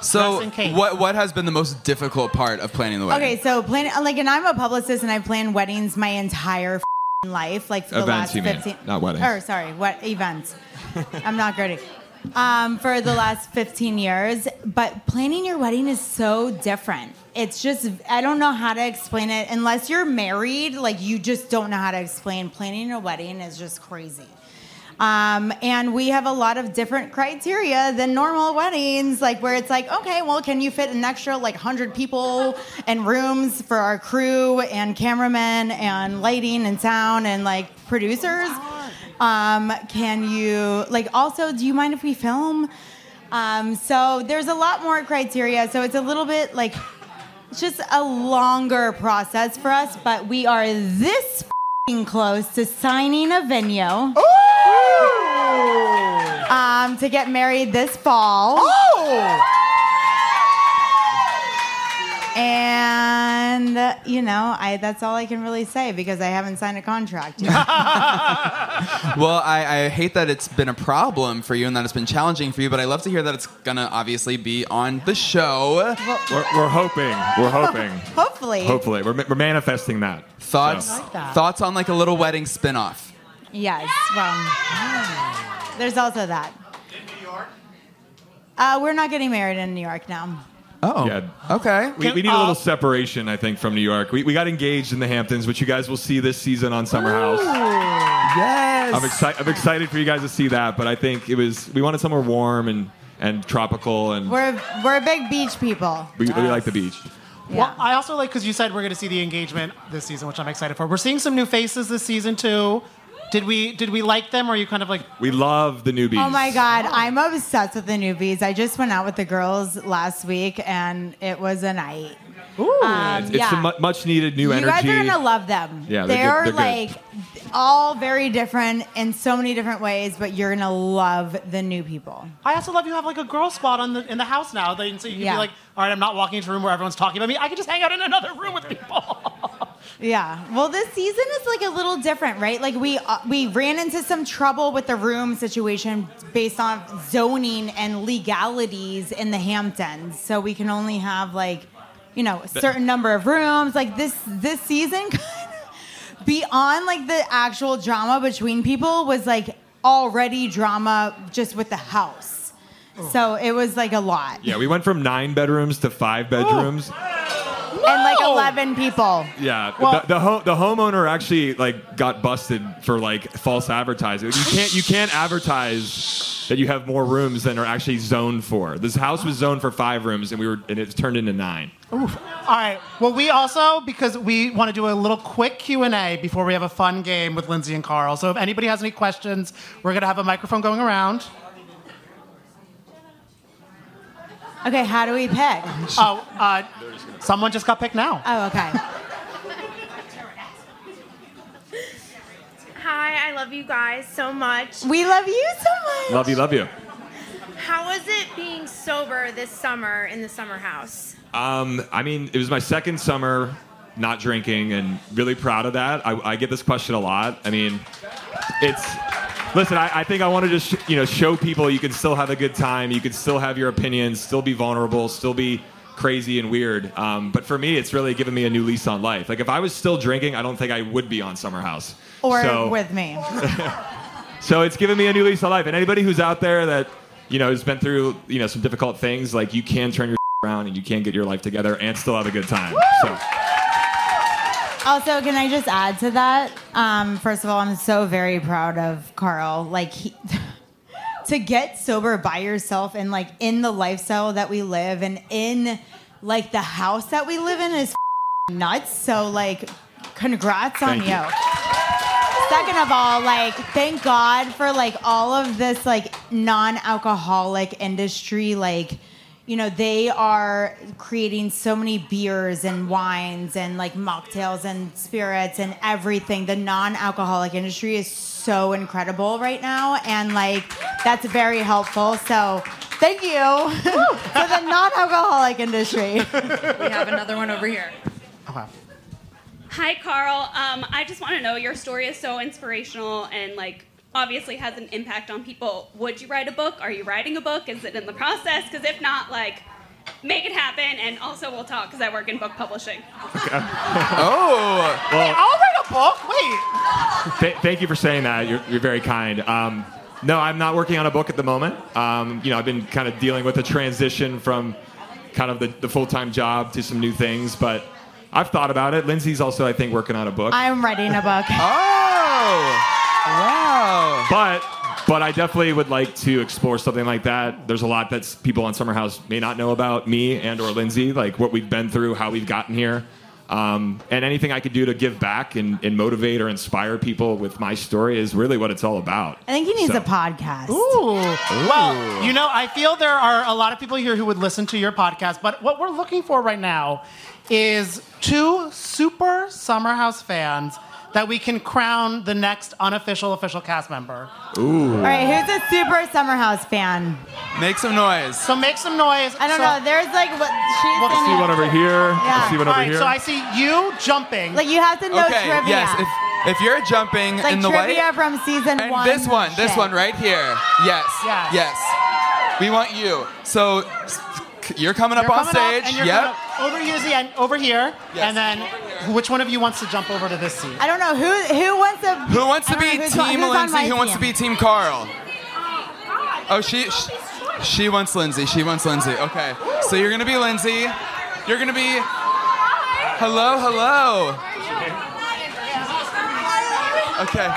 Speaker 3: So,
Speaker 19: Just in case.
Speaker 3: what what has been the most difficult part of planning the wedding?
Speaker 19: okay, so plan uh, like, and I'm a publicist, and I plan weddings my entire f***ing life, like for the last
Speaker 18: Events, you mean,
Speaker 19: 15,
Speaker 18: not weddings.
Speaker 19: Or sorry, what events? I'm not Gertie. Um, for the last 15 years, but planning your wedding is so different. It's just I don't know how to explain it unless you're married. Like you just don't know how to explain planning a wedding is just crazy. Um, and we have a lot of different criteria than normal weddings, like where it's like, okay, well, can you fit an extra like 100 people and rooms for our crew and cameramen and lighting and sound and like producers? Um, can you, like, also, do you mind if we film? Um, so there's a lot more criteria. So it's a little bit like, it's just a longer process for us, but we are this fing close to signing a venue. Um, to get married this fall. Oh! And uh, you know, I that's all I can really say because I haven't signed a contract. yet.
Speaker 3: Well, I, I hate that it's been a problem for you and that it's been challenging for you, but I love to hear that it's gonna obviously be on the show.
Speaker 18: We're, we're hoping. We're hoping.
Speaker 19: Hopefully.
Speaker 18: Hopefully, we're, ma- we're manifesting that.
Speaker 3: Thoughts?
Speaker 19: I like that.
Speaker 3: Thoughts on like a little wedding spinoff?
Speaker 19: Yes. Well, there's also that. Uh, we're not getting married in New York now.
Speaker 3: Oh,
Speaker 18: yeah.
Speaker 3: Okay.
Speaker 18: We, we need a
Speaker 19: uh,
Speaker 18: little separation, I think, from New York. We, we got engaged in the Hamptons, which you guys will see this season on Summer House.
Speaker 3: Yes.
Speaker 18: I'm excited. I'm excited for you guys to see that. But I think it was we wanted somewhere warm and and tropical, and
Speaker 19: We're we're big beach people.
Speaker 18: we, we like the beach.
Speaker 1: Well, I also like because you said we're going to see the engagement this season, which I'm excited for. We're seeing some new faces this season too. Did we did we like them? Or are you kind of like
Speaker 18: We love the newbies.
Speaker 19: Oh my god, I'm obsessed with the newbies. I just went out with the girls last week, and it was a night. Ooh,
Speaker 18: Yeah, it's it's a mu- much needed new
Speaker 19: you
Speaker 18: energy.
Speaker 19: guys are gonna love them.
Speaker 18: Yeah, they're
Speaker 19: they're,
Speaker 18: good- they're good.
Speaker 19: like all very different in so many different ways, but you're gonna love the new people.
Speaker 1: I also love you have like a girl spot on the in the house now. Then so you can
Speaker 19: Yeah.
Speaker 1: be like, all right, I'm not walking into a room where everyone's talking about me. I can just hang out in another room with people.
Speaker 19: Yeah. Well, this season is like a little different, right? Like we uh, we ran into some trouble with the room situation based on zoning and legalities in the Hamptons, so we can only have like, you know, a
Speaker 2: That-
Speaker 19: certain number of rooms. Like this this season, kind of beyond like the actual drama between people was like already drama just with the house, so it was like a lot
Speaker 18: Yeah, we went from nine bedrooms to five bedrooms.
Speaker 19: and like eleven people.
Speaker 18: Yeah,
Speaker 19: Well-
Speaker 18: the the, ho- the homeowner actually like got busted for like false advertising. You can't you can't advertise that you have more rooms than are actually zoned for. This house was zoned for five rooms, and we were and it's turned into nine.
Speaker 1: Oof. All right. Well, we also because we want to do a little quick Q and A before we have a fun game with Lindsay and Carl. So if anybody has any questions, we're gonna have a microphone going around.
Speaker 19: Okay, how do we pick?
Speaker 1: Oh, uh, someone just got picked now.
Speaker 19: Oh, okay.
Speaker 2: Hi, I love you guys so much.
Speaker 19: We love you so much.
Speaker 18: Love you, love you.
Speaker 2: How was it being sober this summer in the summer house?
Speaker 18: Um, I mean, it was my second summer not drinking, and really proud of that. I, I get this question a lot. I mean, it's listen. I, I think I want to just you know show people you can still have a good time, you can still have your opinions, still be vulnerable, still be crazy and weird. Um, but for me, it's really given me a new lease on life. Like if I was still drinking, I don't think I would be on Summer House.
Speaker 19: Or
Speaker 18: So-
Speaker 19: with me.
Speaker 18: so it's given me a new lease on life. And anybody who's out there that you know has been through you know some difficult things, like you can turn your around and you can get your life together and still have a good time. So
Speaker 19: Also, can I just add to that? Um, first of all, I'm so very proud of Carl. Like he. To get sober by yourself and like in the lifestyle that we live and in like the house that we live in is nuts. So like, congrats on
Speaker 2: Thank you.
Speaker 19: you. Second of all, like, thank God for like all of this like non-alcoholic industry like you know, they are creating so many beers and wines and like mocktails and spirits and everything. The non alcoholic industry is so incredible right now. And like, that's very helpful. So, thank you for the non alcoholic industry.
Speaker 12: We have another one over here.
Speaker 20: Hi, Carl. Um, I just want to know your story is so inspirational and like obviously has an impact on people. Would you write a book? Are you writing a book? Is it in the process? Because if not, like make it happen. And also, we'll talk because I work in book publishing.
Speaker 18: Oh.
Speaker 1: I'll write a book. Wait.
Speaker 18: Th- thank you for saying that. You're, you're very kind. Um, no, I'm not working on a book at the moment. Um, you know, I've been kind of dealing with a transition from kind of the, the full time job to some new things, but I've thought about it. Lindsay's also, I think, working on a book.
Speaker 19: I'm writing a book.
Speaker 18: Oh, wow! But but I definitely would like to explore something like that. There's a lot that people on Summer House may not know about me and or Lindsay, like what we've been through, how we've gotten here, um, and anything I could do to give back and, and motivate or inspire people with my story is really what it's all about.
Speaker 19: I think he needs
Speaker 18: So-
Speaker 19: a podcast.
Speaker 1: Ooh. Well,
Speaker 18: Ooh.
Speaker 1: you know, I feel there are a lot of people here who would listen to your podcast, but what we're looking for right now is two super Summer House fans that we can crown the next unofficial official cast member.
Speaker 18: Ooh.
Speaker 19: All right, who's a super Summer House fan?
Speaker 3: Make some noise.
Speaker 1: So make some noise.
Speaker 19: I don't
Speaker 1: So-
Speaker 19: know. There's like what she's
Speaker 18: I see
Speaker 19: in
Speaker 18: one over here. I see one
Speaker 1: All
Speaker 18: over
Speaker 1: right,
Speaker 18: here.
Speaker 1: so I see you jumping.
Speaker 19: Like you have to know
Speaker 3: okay.
Speaker 19: trivia.
Speaker 3: Yes. If if you're jumping
Speaker 19: like
Speaker 3: in the way,
Speaker 19: trivia from season
Speaker 3: And
Speaker 19: one.
Speaker 3: this one, this
Speaker 19: shit.
Speaker 3: one right here. Yes.
Speaker 19: Yes.
Speaker 3: Yes. We want you. So s- c- you're coming up
Speaker 1: You're
Speaker 3: on
Speaker 1: coming up,
Speaker 3: stage.
Speaker 1: and you're
Speaker 3: yep.
Speaker 1: coming up over here's the end. Over here. And then which one of you wants to jump over to this seat?
Speaker 19: I don't know who who wants to.
Speaker 3: Who wants to
Speaker 1: Uh,
Speaker 19: I don't
Speaker 3: be
Speaker 19: know who's on-
Speaker 3: Team
Speaker 19: who's on my
Speaker 3: Lindsay? Who wants to
Speaker 19: team?
Speaker 3: be Team Carl? Oh, she, she she wants Lindsay. She wants Lindsay. Okay. So you're gonna be Lindsay. You're gonna be. Hello, hello. Okay.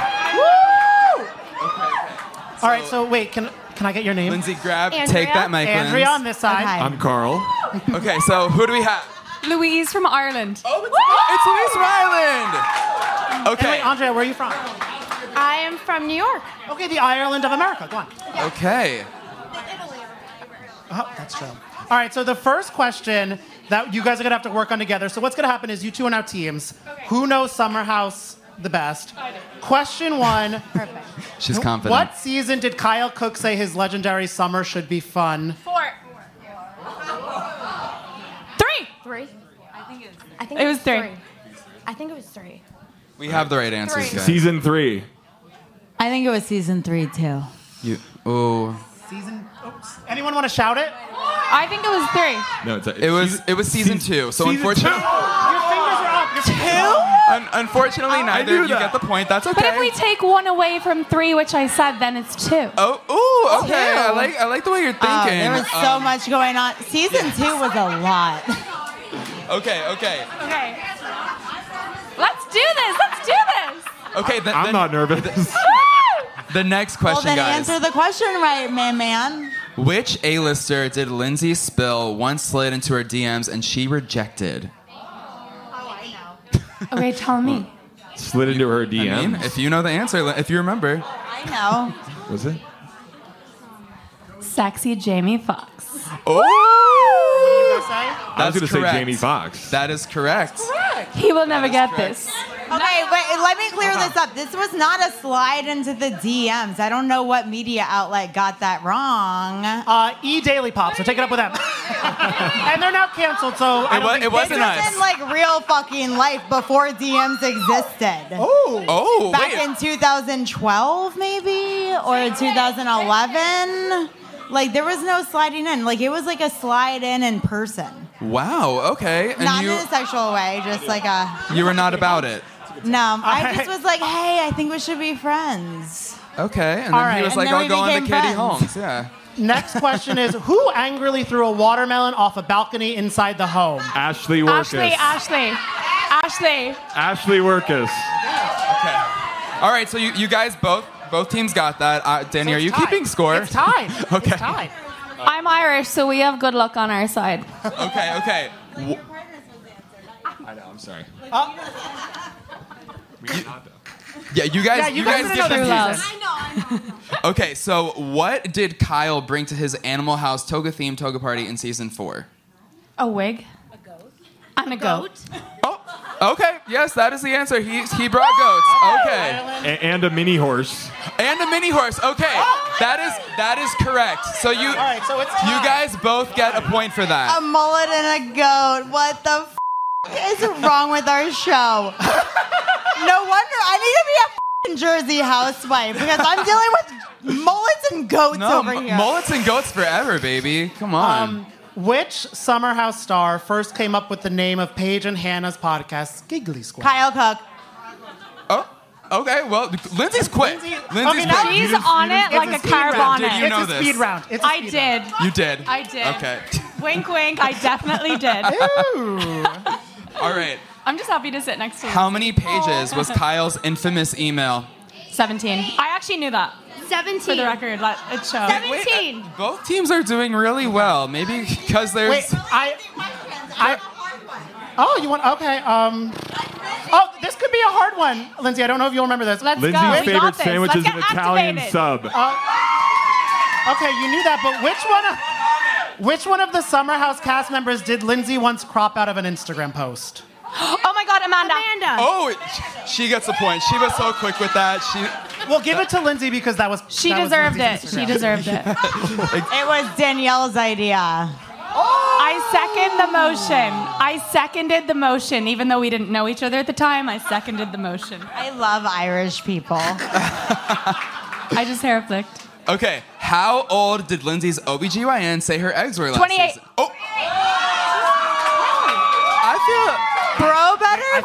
Speaker 1: All right, so wait, can can I get your name?
Speaker 3: Lindsay, grab, take that mic, Lindsay.
Speaker 1: Andrea on this side.
Speaker 3: I'm
Speaker 18: Carl.
Speaker 3: okay. So who do we have?
Speaker 21: Louise from Ireland.
Speaker 3: Oh, it's, it's Louise from Ireland.
Speaker 1: And
Speaker 3: Okay.
Speaker 1: wait, Andrea, where are you from?
Speaker 21: I am from New York.
Speaker 1: Okay, the Ireland of America. Go on.
Speaker 3: Okay.
Speaker 1: Oh, that's true. All right, so the first question that you guys are gonna have to work on together. So what's gonna happen is you two are now teams. Who knows Summer House the best? Question one. Perfect.
Speaker 3: She's confident.
Speaker 1: What season did Kyle Cook say his legendary summer should be fun?
Speaker 21: Four. Three. Three. I think it was. I think
Speaker 8: It was three.
Speaker 21: I think it was three.
Speaker 3: We have the right answers.
Speaker 18: Three.
Speaker 3: guys.
Speaker 18: Season three.
Speaker 19: I think it was season three too.
Speaker 3: You. Oh.
Speaker 1: Season. Oops. Anyone want to shout it? I
Speaker 21: think it was three.
Speaker 18: No, it's
Speaker 3: It was it was season two. So unfortunately,
Speaker 1: Your fingers are up. Your fingers are up.
Speaker 3: un- unfortunately neither of you get the point. That's okay.
Speaker 21: But if we take one away from three, which I said, then it's two.
Speaker 3: Oh, ooh, okay. I
Speaker 21: Two.
Speaker 3: like I like the way you're thinking.
Speaker 19: Oh, there was so
Speaker 3: Um,
Speaker 19: much going on. Season two was a lot.
Speaker 3: Okay, okay,
Speaker 21: Okay. Let's do this. Let's do this.
Speaker 3: okay. The,
Speaker 18: I'm not nervous.
Speaker 3: the next
Speaker 19: well,
Speaker 3: question,
Speaker 19: then
Speaker 3: guys.
Speaker 19: answer the question right, man, man.
Speaker 3: Which A-lister did Lindsay Spill once slid into her DMs and she rejected?
Speaker 21: Okay, tell me.
Speaker 18: Slid into her
Speaker 3: I
Speaker 18: DM.
Speaker 3: mean, if you know the answer, li- if you remember,
Speaker 21: I know.
Speaker 18: was it?
Speaker 21: Sexy Jamie Foxx.
Speaker 3: Oh!
Speaker 18: I was
Speaker 3: That's
Speaker 18: gonna
Speaker 3: correct.
Speaker 18: say Jamie Foxx.
Speaker 3: That is correct.
Speaker 21: He will never get this.
Speaker 19: Okay, wait, let me clear this up. This was not a slide into the DMs. I don't know what media outlet got that wrong.
Speaker 1: Uh, e Daily Pop, so take it up with them. and they're now canceled, so I
Speaker 3: It
Speaker 1: don't
Speaker 3: wa-
Speaker 1: think
Speaker 3: it wasn't
Speaker 19: this was
Speaker 3: us.
Speaker 19: in like real fucking life before DMs existed.
Speaker 1: Oh,
Speaker 3: Oh,
Speaker 19: back
Speaker 3: wait.
Speaker 19: in 2012 maybe or 2011. Like there was no sliding in. Like it was like a slide in in person,
Speaker 3: Wow. Okay. And
Speaker 19: not
Speaker 3: you
Speaker 19: in a sexual way, just like a
Speaker 3: you were not about it.
Speaker 19: no. I just was like, hey, I think we should be friends.
Speaker 3: Okay. And then
Speaker 19: All
Speaker 3: he
Speaker 19: right,
Speaker 3: was
Speaker 19: and
Speaker 3: like,
Speaker 19: then
Speaker 3: "I'll
Speaker 19: we
Speaker 3: go on to
Speaker 19: became
Speaker 3: Katie
Speaker 19: friends.
Speaker 3: Holmes." Yeah.
Speaker 1: Next question is Who angrily threw a watermelon off a balcony inside the home?
Speaker 18: Ashley Workus.
Speaker 21: Ashley, Ashley, Ashley.
Speaker 18: Ashley Workus.
Speaker 3: All right. So you, you guys both both teams got that. Uh, Danny, are you keeping score?
Speaker 21: It's tied.
Speaker 3: okay.
Speaker 21: I'm Irish, so we have good luck on our side.
Speaker 3: Okay. Okay. W-
Speaker 18: I know. I'm sorry.
Speaker 16: Uh,
Speaker 1: Oh.
Speaker 18: We did not though.
Speaker 3: Yeah, you guys.
Speaker 21: Yeah,
Speaker 3: you,
Speaker 21: you
Speaker 3: guys,
Speaker 21: guys
Speaker 3: guys
Speaker 21: know
Speaker 3: get
Speaker 21: the
Speaker 3: confused.
Speaker 21: love.
Speaker 3: Okay, so what did Kyle bring to his Animal House toga themed toga party in season four?
Speaker 21: A wig. A goat. I'm a goat.
Speaker 3: Okay, yes, that is the answer. He he brought goats. Okay,
Speaker 18: A- and a mini horse.
Speaker 3: and a mini horse. Okay,
Speaker 21: Oh
Speaker 3: that is that is correct. So you you guys both get a point for
Speaker 19: A
Speaker 3: that.
Speaker 19: mullet and a goat. What the f- is wrong with our show? No wonder I need to be a f- Jersey housewife because I'm dealing with mullets and goats
Speaker 3: No,
Speaker 19: over
Speaker 3: m-
Speaker 19: here.
Speaker 3: mullets and goats forever, baby. Come on.
Speaker 1: Um, which Summer House star first came up with the name of Paige and Hannah's podcast, Giggly Squad?
Speaker 19: Kyle Cook.
Speaker 3: Okay, well, Lindsay's quick.
Speaker 1: Lindsay-
Speaker 3: Lindsay's
Speaker 1: Okay, now
Speaker 3: quick.
Speaker 1: he's
Speaker 3: You just-
Speaker 21: on
Speaker 3: you just-
Speaker 21: it like
Speaker 3: It's
Speaker 21: a
Speaker 3: speed
Speaker 21: car
Speaker 3: round.
Speaker 21: bonnet.
Speaker 3: Did you know this?
Speaker 21: I did.
Speaker 3: You did.
Speaker 21: I did.
Speaker 3: Okay.
Speaker 21: Wink, wink. I definitely did.
Speaker 3: All right.
Speaker 21: I'm just happy to sit next to you.
Speaker 3: How many pages
Speaker 21: Oh.
Speaker 3: was Kyle's infamous email?
Speaker 21: 17. I actually knew that. 17. For the record, let it show. 17.
Speaker 3: Both teams are doing really well. Maybe because there's.
Speaker 1: Wait, I, I. Oh, you want okay? Um. Oh, this could be a hard one, Lindsay. I don't know if you'll remember this. Let's
Speaker 18: Lindsay's favorite sandwich is an Italian sub.
Speaker 1: Uh, okay, you knew that, but which one? Of, which one of the Summer House cast members did Lindsay once crop out of an Instagram post?
Speaker 21: Oh my God, Amanda. Amanda.
Speaker 3: Oh, she gets a point. She was so quick with that. She.
Speaker 1: Well, give it to Lindsay because that was
Speaker 19: She
Speaker 1: that was
Speaker 19: deserved
Speaker 1: Lindsay's
Speaker 19: it. She
Speaker 1: Instagram.
Speaker 19: deserved it. It was Danielle's idea.
Speaker 3: uh, oh!
Speaker 21: I second the motion. I seconded the motion, even though we didn't know each other at the time. I seconded the motion.
Speaker 19: I love Irish people.
Speaker 21: I just hair flicked.
Speaker 3: Okay, how old did Lindsay's OBGYN say her eggs were last
Speaker 21: 28.
Speaker 3: season? Oh. I
Speaker 19: Bro, better f-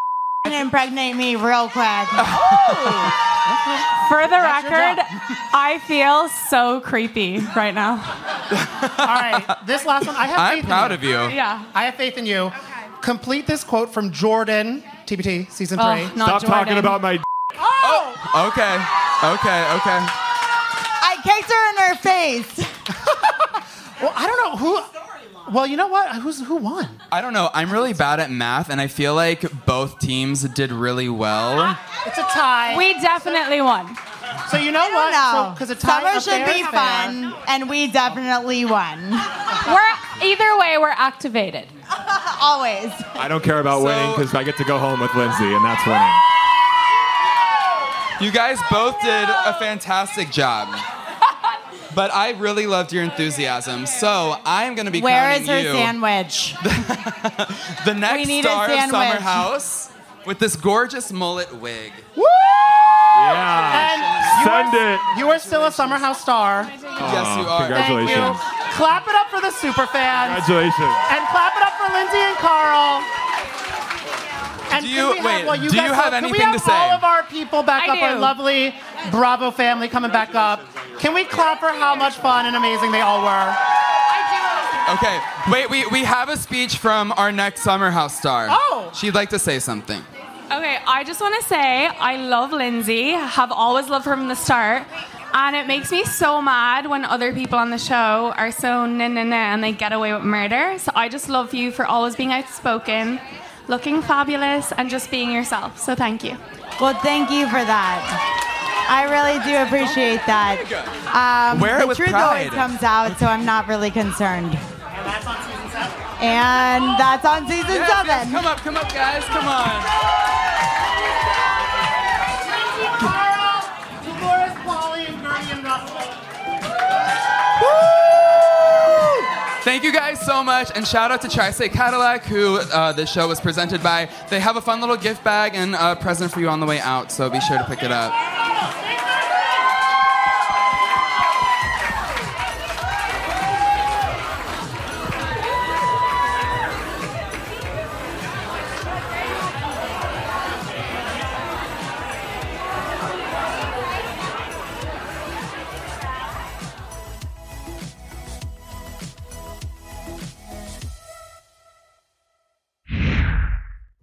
Speaker 19: impregnate me real quick.
Speaker 1: Oh.
Speaker 21: For the record, I feel so creepy right now.
Speaker 1: All right, this last one. I have.
Speaker 3: I'm
Speaker 1: faith
Speaker 3: proud
Speaker 1: in
Speaker 3: of you.
Speaker 21: Yeah.
Speaker 1: I have faith in you. Complete this quote from Jordan TBT season
Speaker 21: Oh,
Speaker 1: three.
Speaker 21: not Stop talking Jordan. about
Speaker 18: my.
Speaker 3: feel. Oh, Okay. Okay. Okay.
Speaker 19: I kicked her in her face.
Speaker 1: well, I don't know who. Well, you know what? Who's who won?
Speaker 3: I don't know. I'm really bad at math, and I feel like both teams did really well.
Speaker 1: It's a tie.
Speaker 21: We definitely won.
Speaker 1: So you know what?
Speaker 19: No,
Speaker 1: Because a tie
Speaker 19: summer
Speaker 1: up
Speaker 19: should
Speaker 1: there
Speaker 19: be
Speaker 1: is fair.
Speaker 19: fun, and we definitely won.
Speaker 21: We're either way, we're activated.
Speaker 19: Always.
Speaker 18: I don't care about winning because I get to go home with Lindsay, and that's winning.
Speaker 3: You guys both did a fantastic job. But I really loved your enthusiasm, so I'm gonna be
Speaker 19: Where
Speaker 3: crowning
Speaker 19: is her
Speaker 3: you
Speaker 19: sandwich?
Speaker 3: the next
Speaker 19: We need a
Speaker 3: star of Summer
Speaker 19: sandwich.
Speaker 3: House with this gorgeous mullet wig.
Speaker 1: And you
Speaker 18: Send
Speaker 1: are,
Speaker 18: it.
Speaker 1: You are still a Summer House star. Yes,
Speaker 18: Aw, you are.
Speaker 1: Thank
Speaker 18: congratulations.
Speaker 1: you. Clap it up for the super fans.
Speaker 18: Congratulations.
Speaker 1: And clap it up for Lindsay and Carl. And
Speaker 3: Do
Speaker 1: can
Speaker 3: you-
Speaker 1: we have-
Speaker 3: wait,
Speaker 1: well, you
Speaker 3: do
Speaker 1: guys
Speaker 3: you have
Speaker 1: can we
Speaker 3: anything
Speaker 1: have
Speaker 3: to say?
Speaker 1: All of our people back
Speaker 21: I
Speaker 1: up, our
Speaker 21: do.
Speaker 1: lovely Bravo family coming back up. Can we clap for how much fun and amazing they all were?
Speaker 3: Okay, wait, we, we have a speech from our next Summer House star.
Speaker 21: Oh.
Speaker 3: She'd like to say something.
Speaker 21: Okay, I just want to say I love Lindsay, have always loved her from the start. And it makes me so mad when other people on the show are so na na na and they get away with murder. So I just love you for always being outspoken, looking fabulous, and just being yourself. So thank you.
Speaker 19: Well, thank you for that. I really do appreciate that. Um,
Speaker 21: Wear it
Speaker 19: the
Speaker 21: with
Speaker 19: truth always
Speaker 21: pride.
Speaker 19: comes out, so I'm not really concerned. And that's on season
Speaker 3: Yes,
Speaker 19: seven.
Speaker 3: yes, come up, come up, guys, come on.
Speaker 1: Dolores Polly and Gertie and Russell.
Speaker 3: Thank you guys so much, and shout out to Tri State Cadillac, who uh, this show was presented by. They have a fun little gift bag and a present for you on the way out, so be sure to pick it up.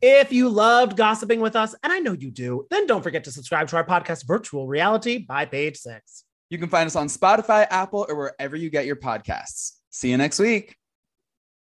Speaker 1: If you loved gossiping with us, and I know you do, then don't forget to subscribe to our podcast, Virtual Reality by Page Six.
Speaker 3: You can find us on Spotify, Apple, or wherever you get your podcasts. See you next week.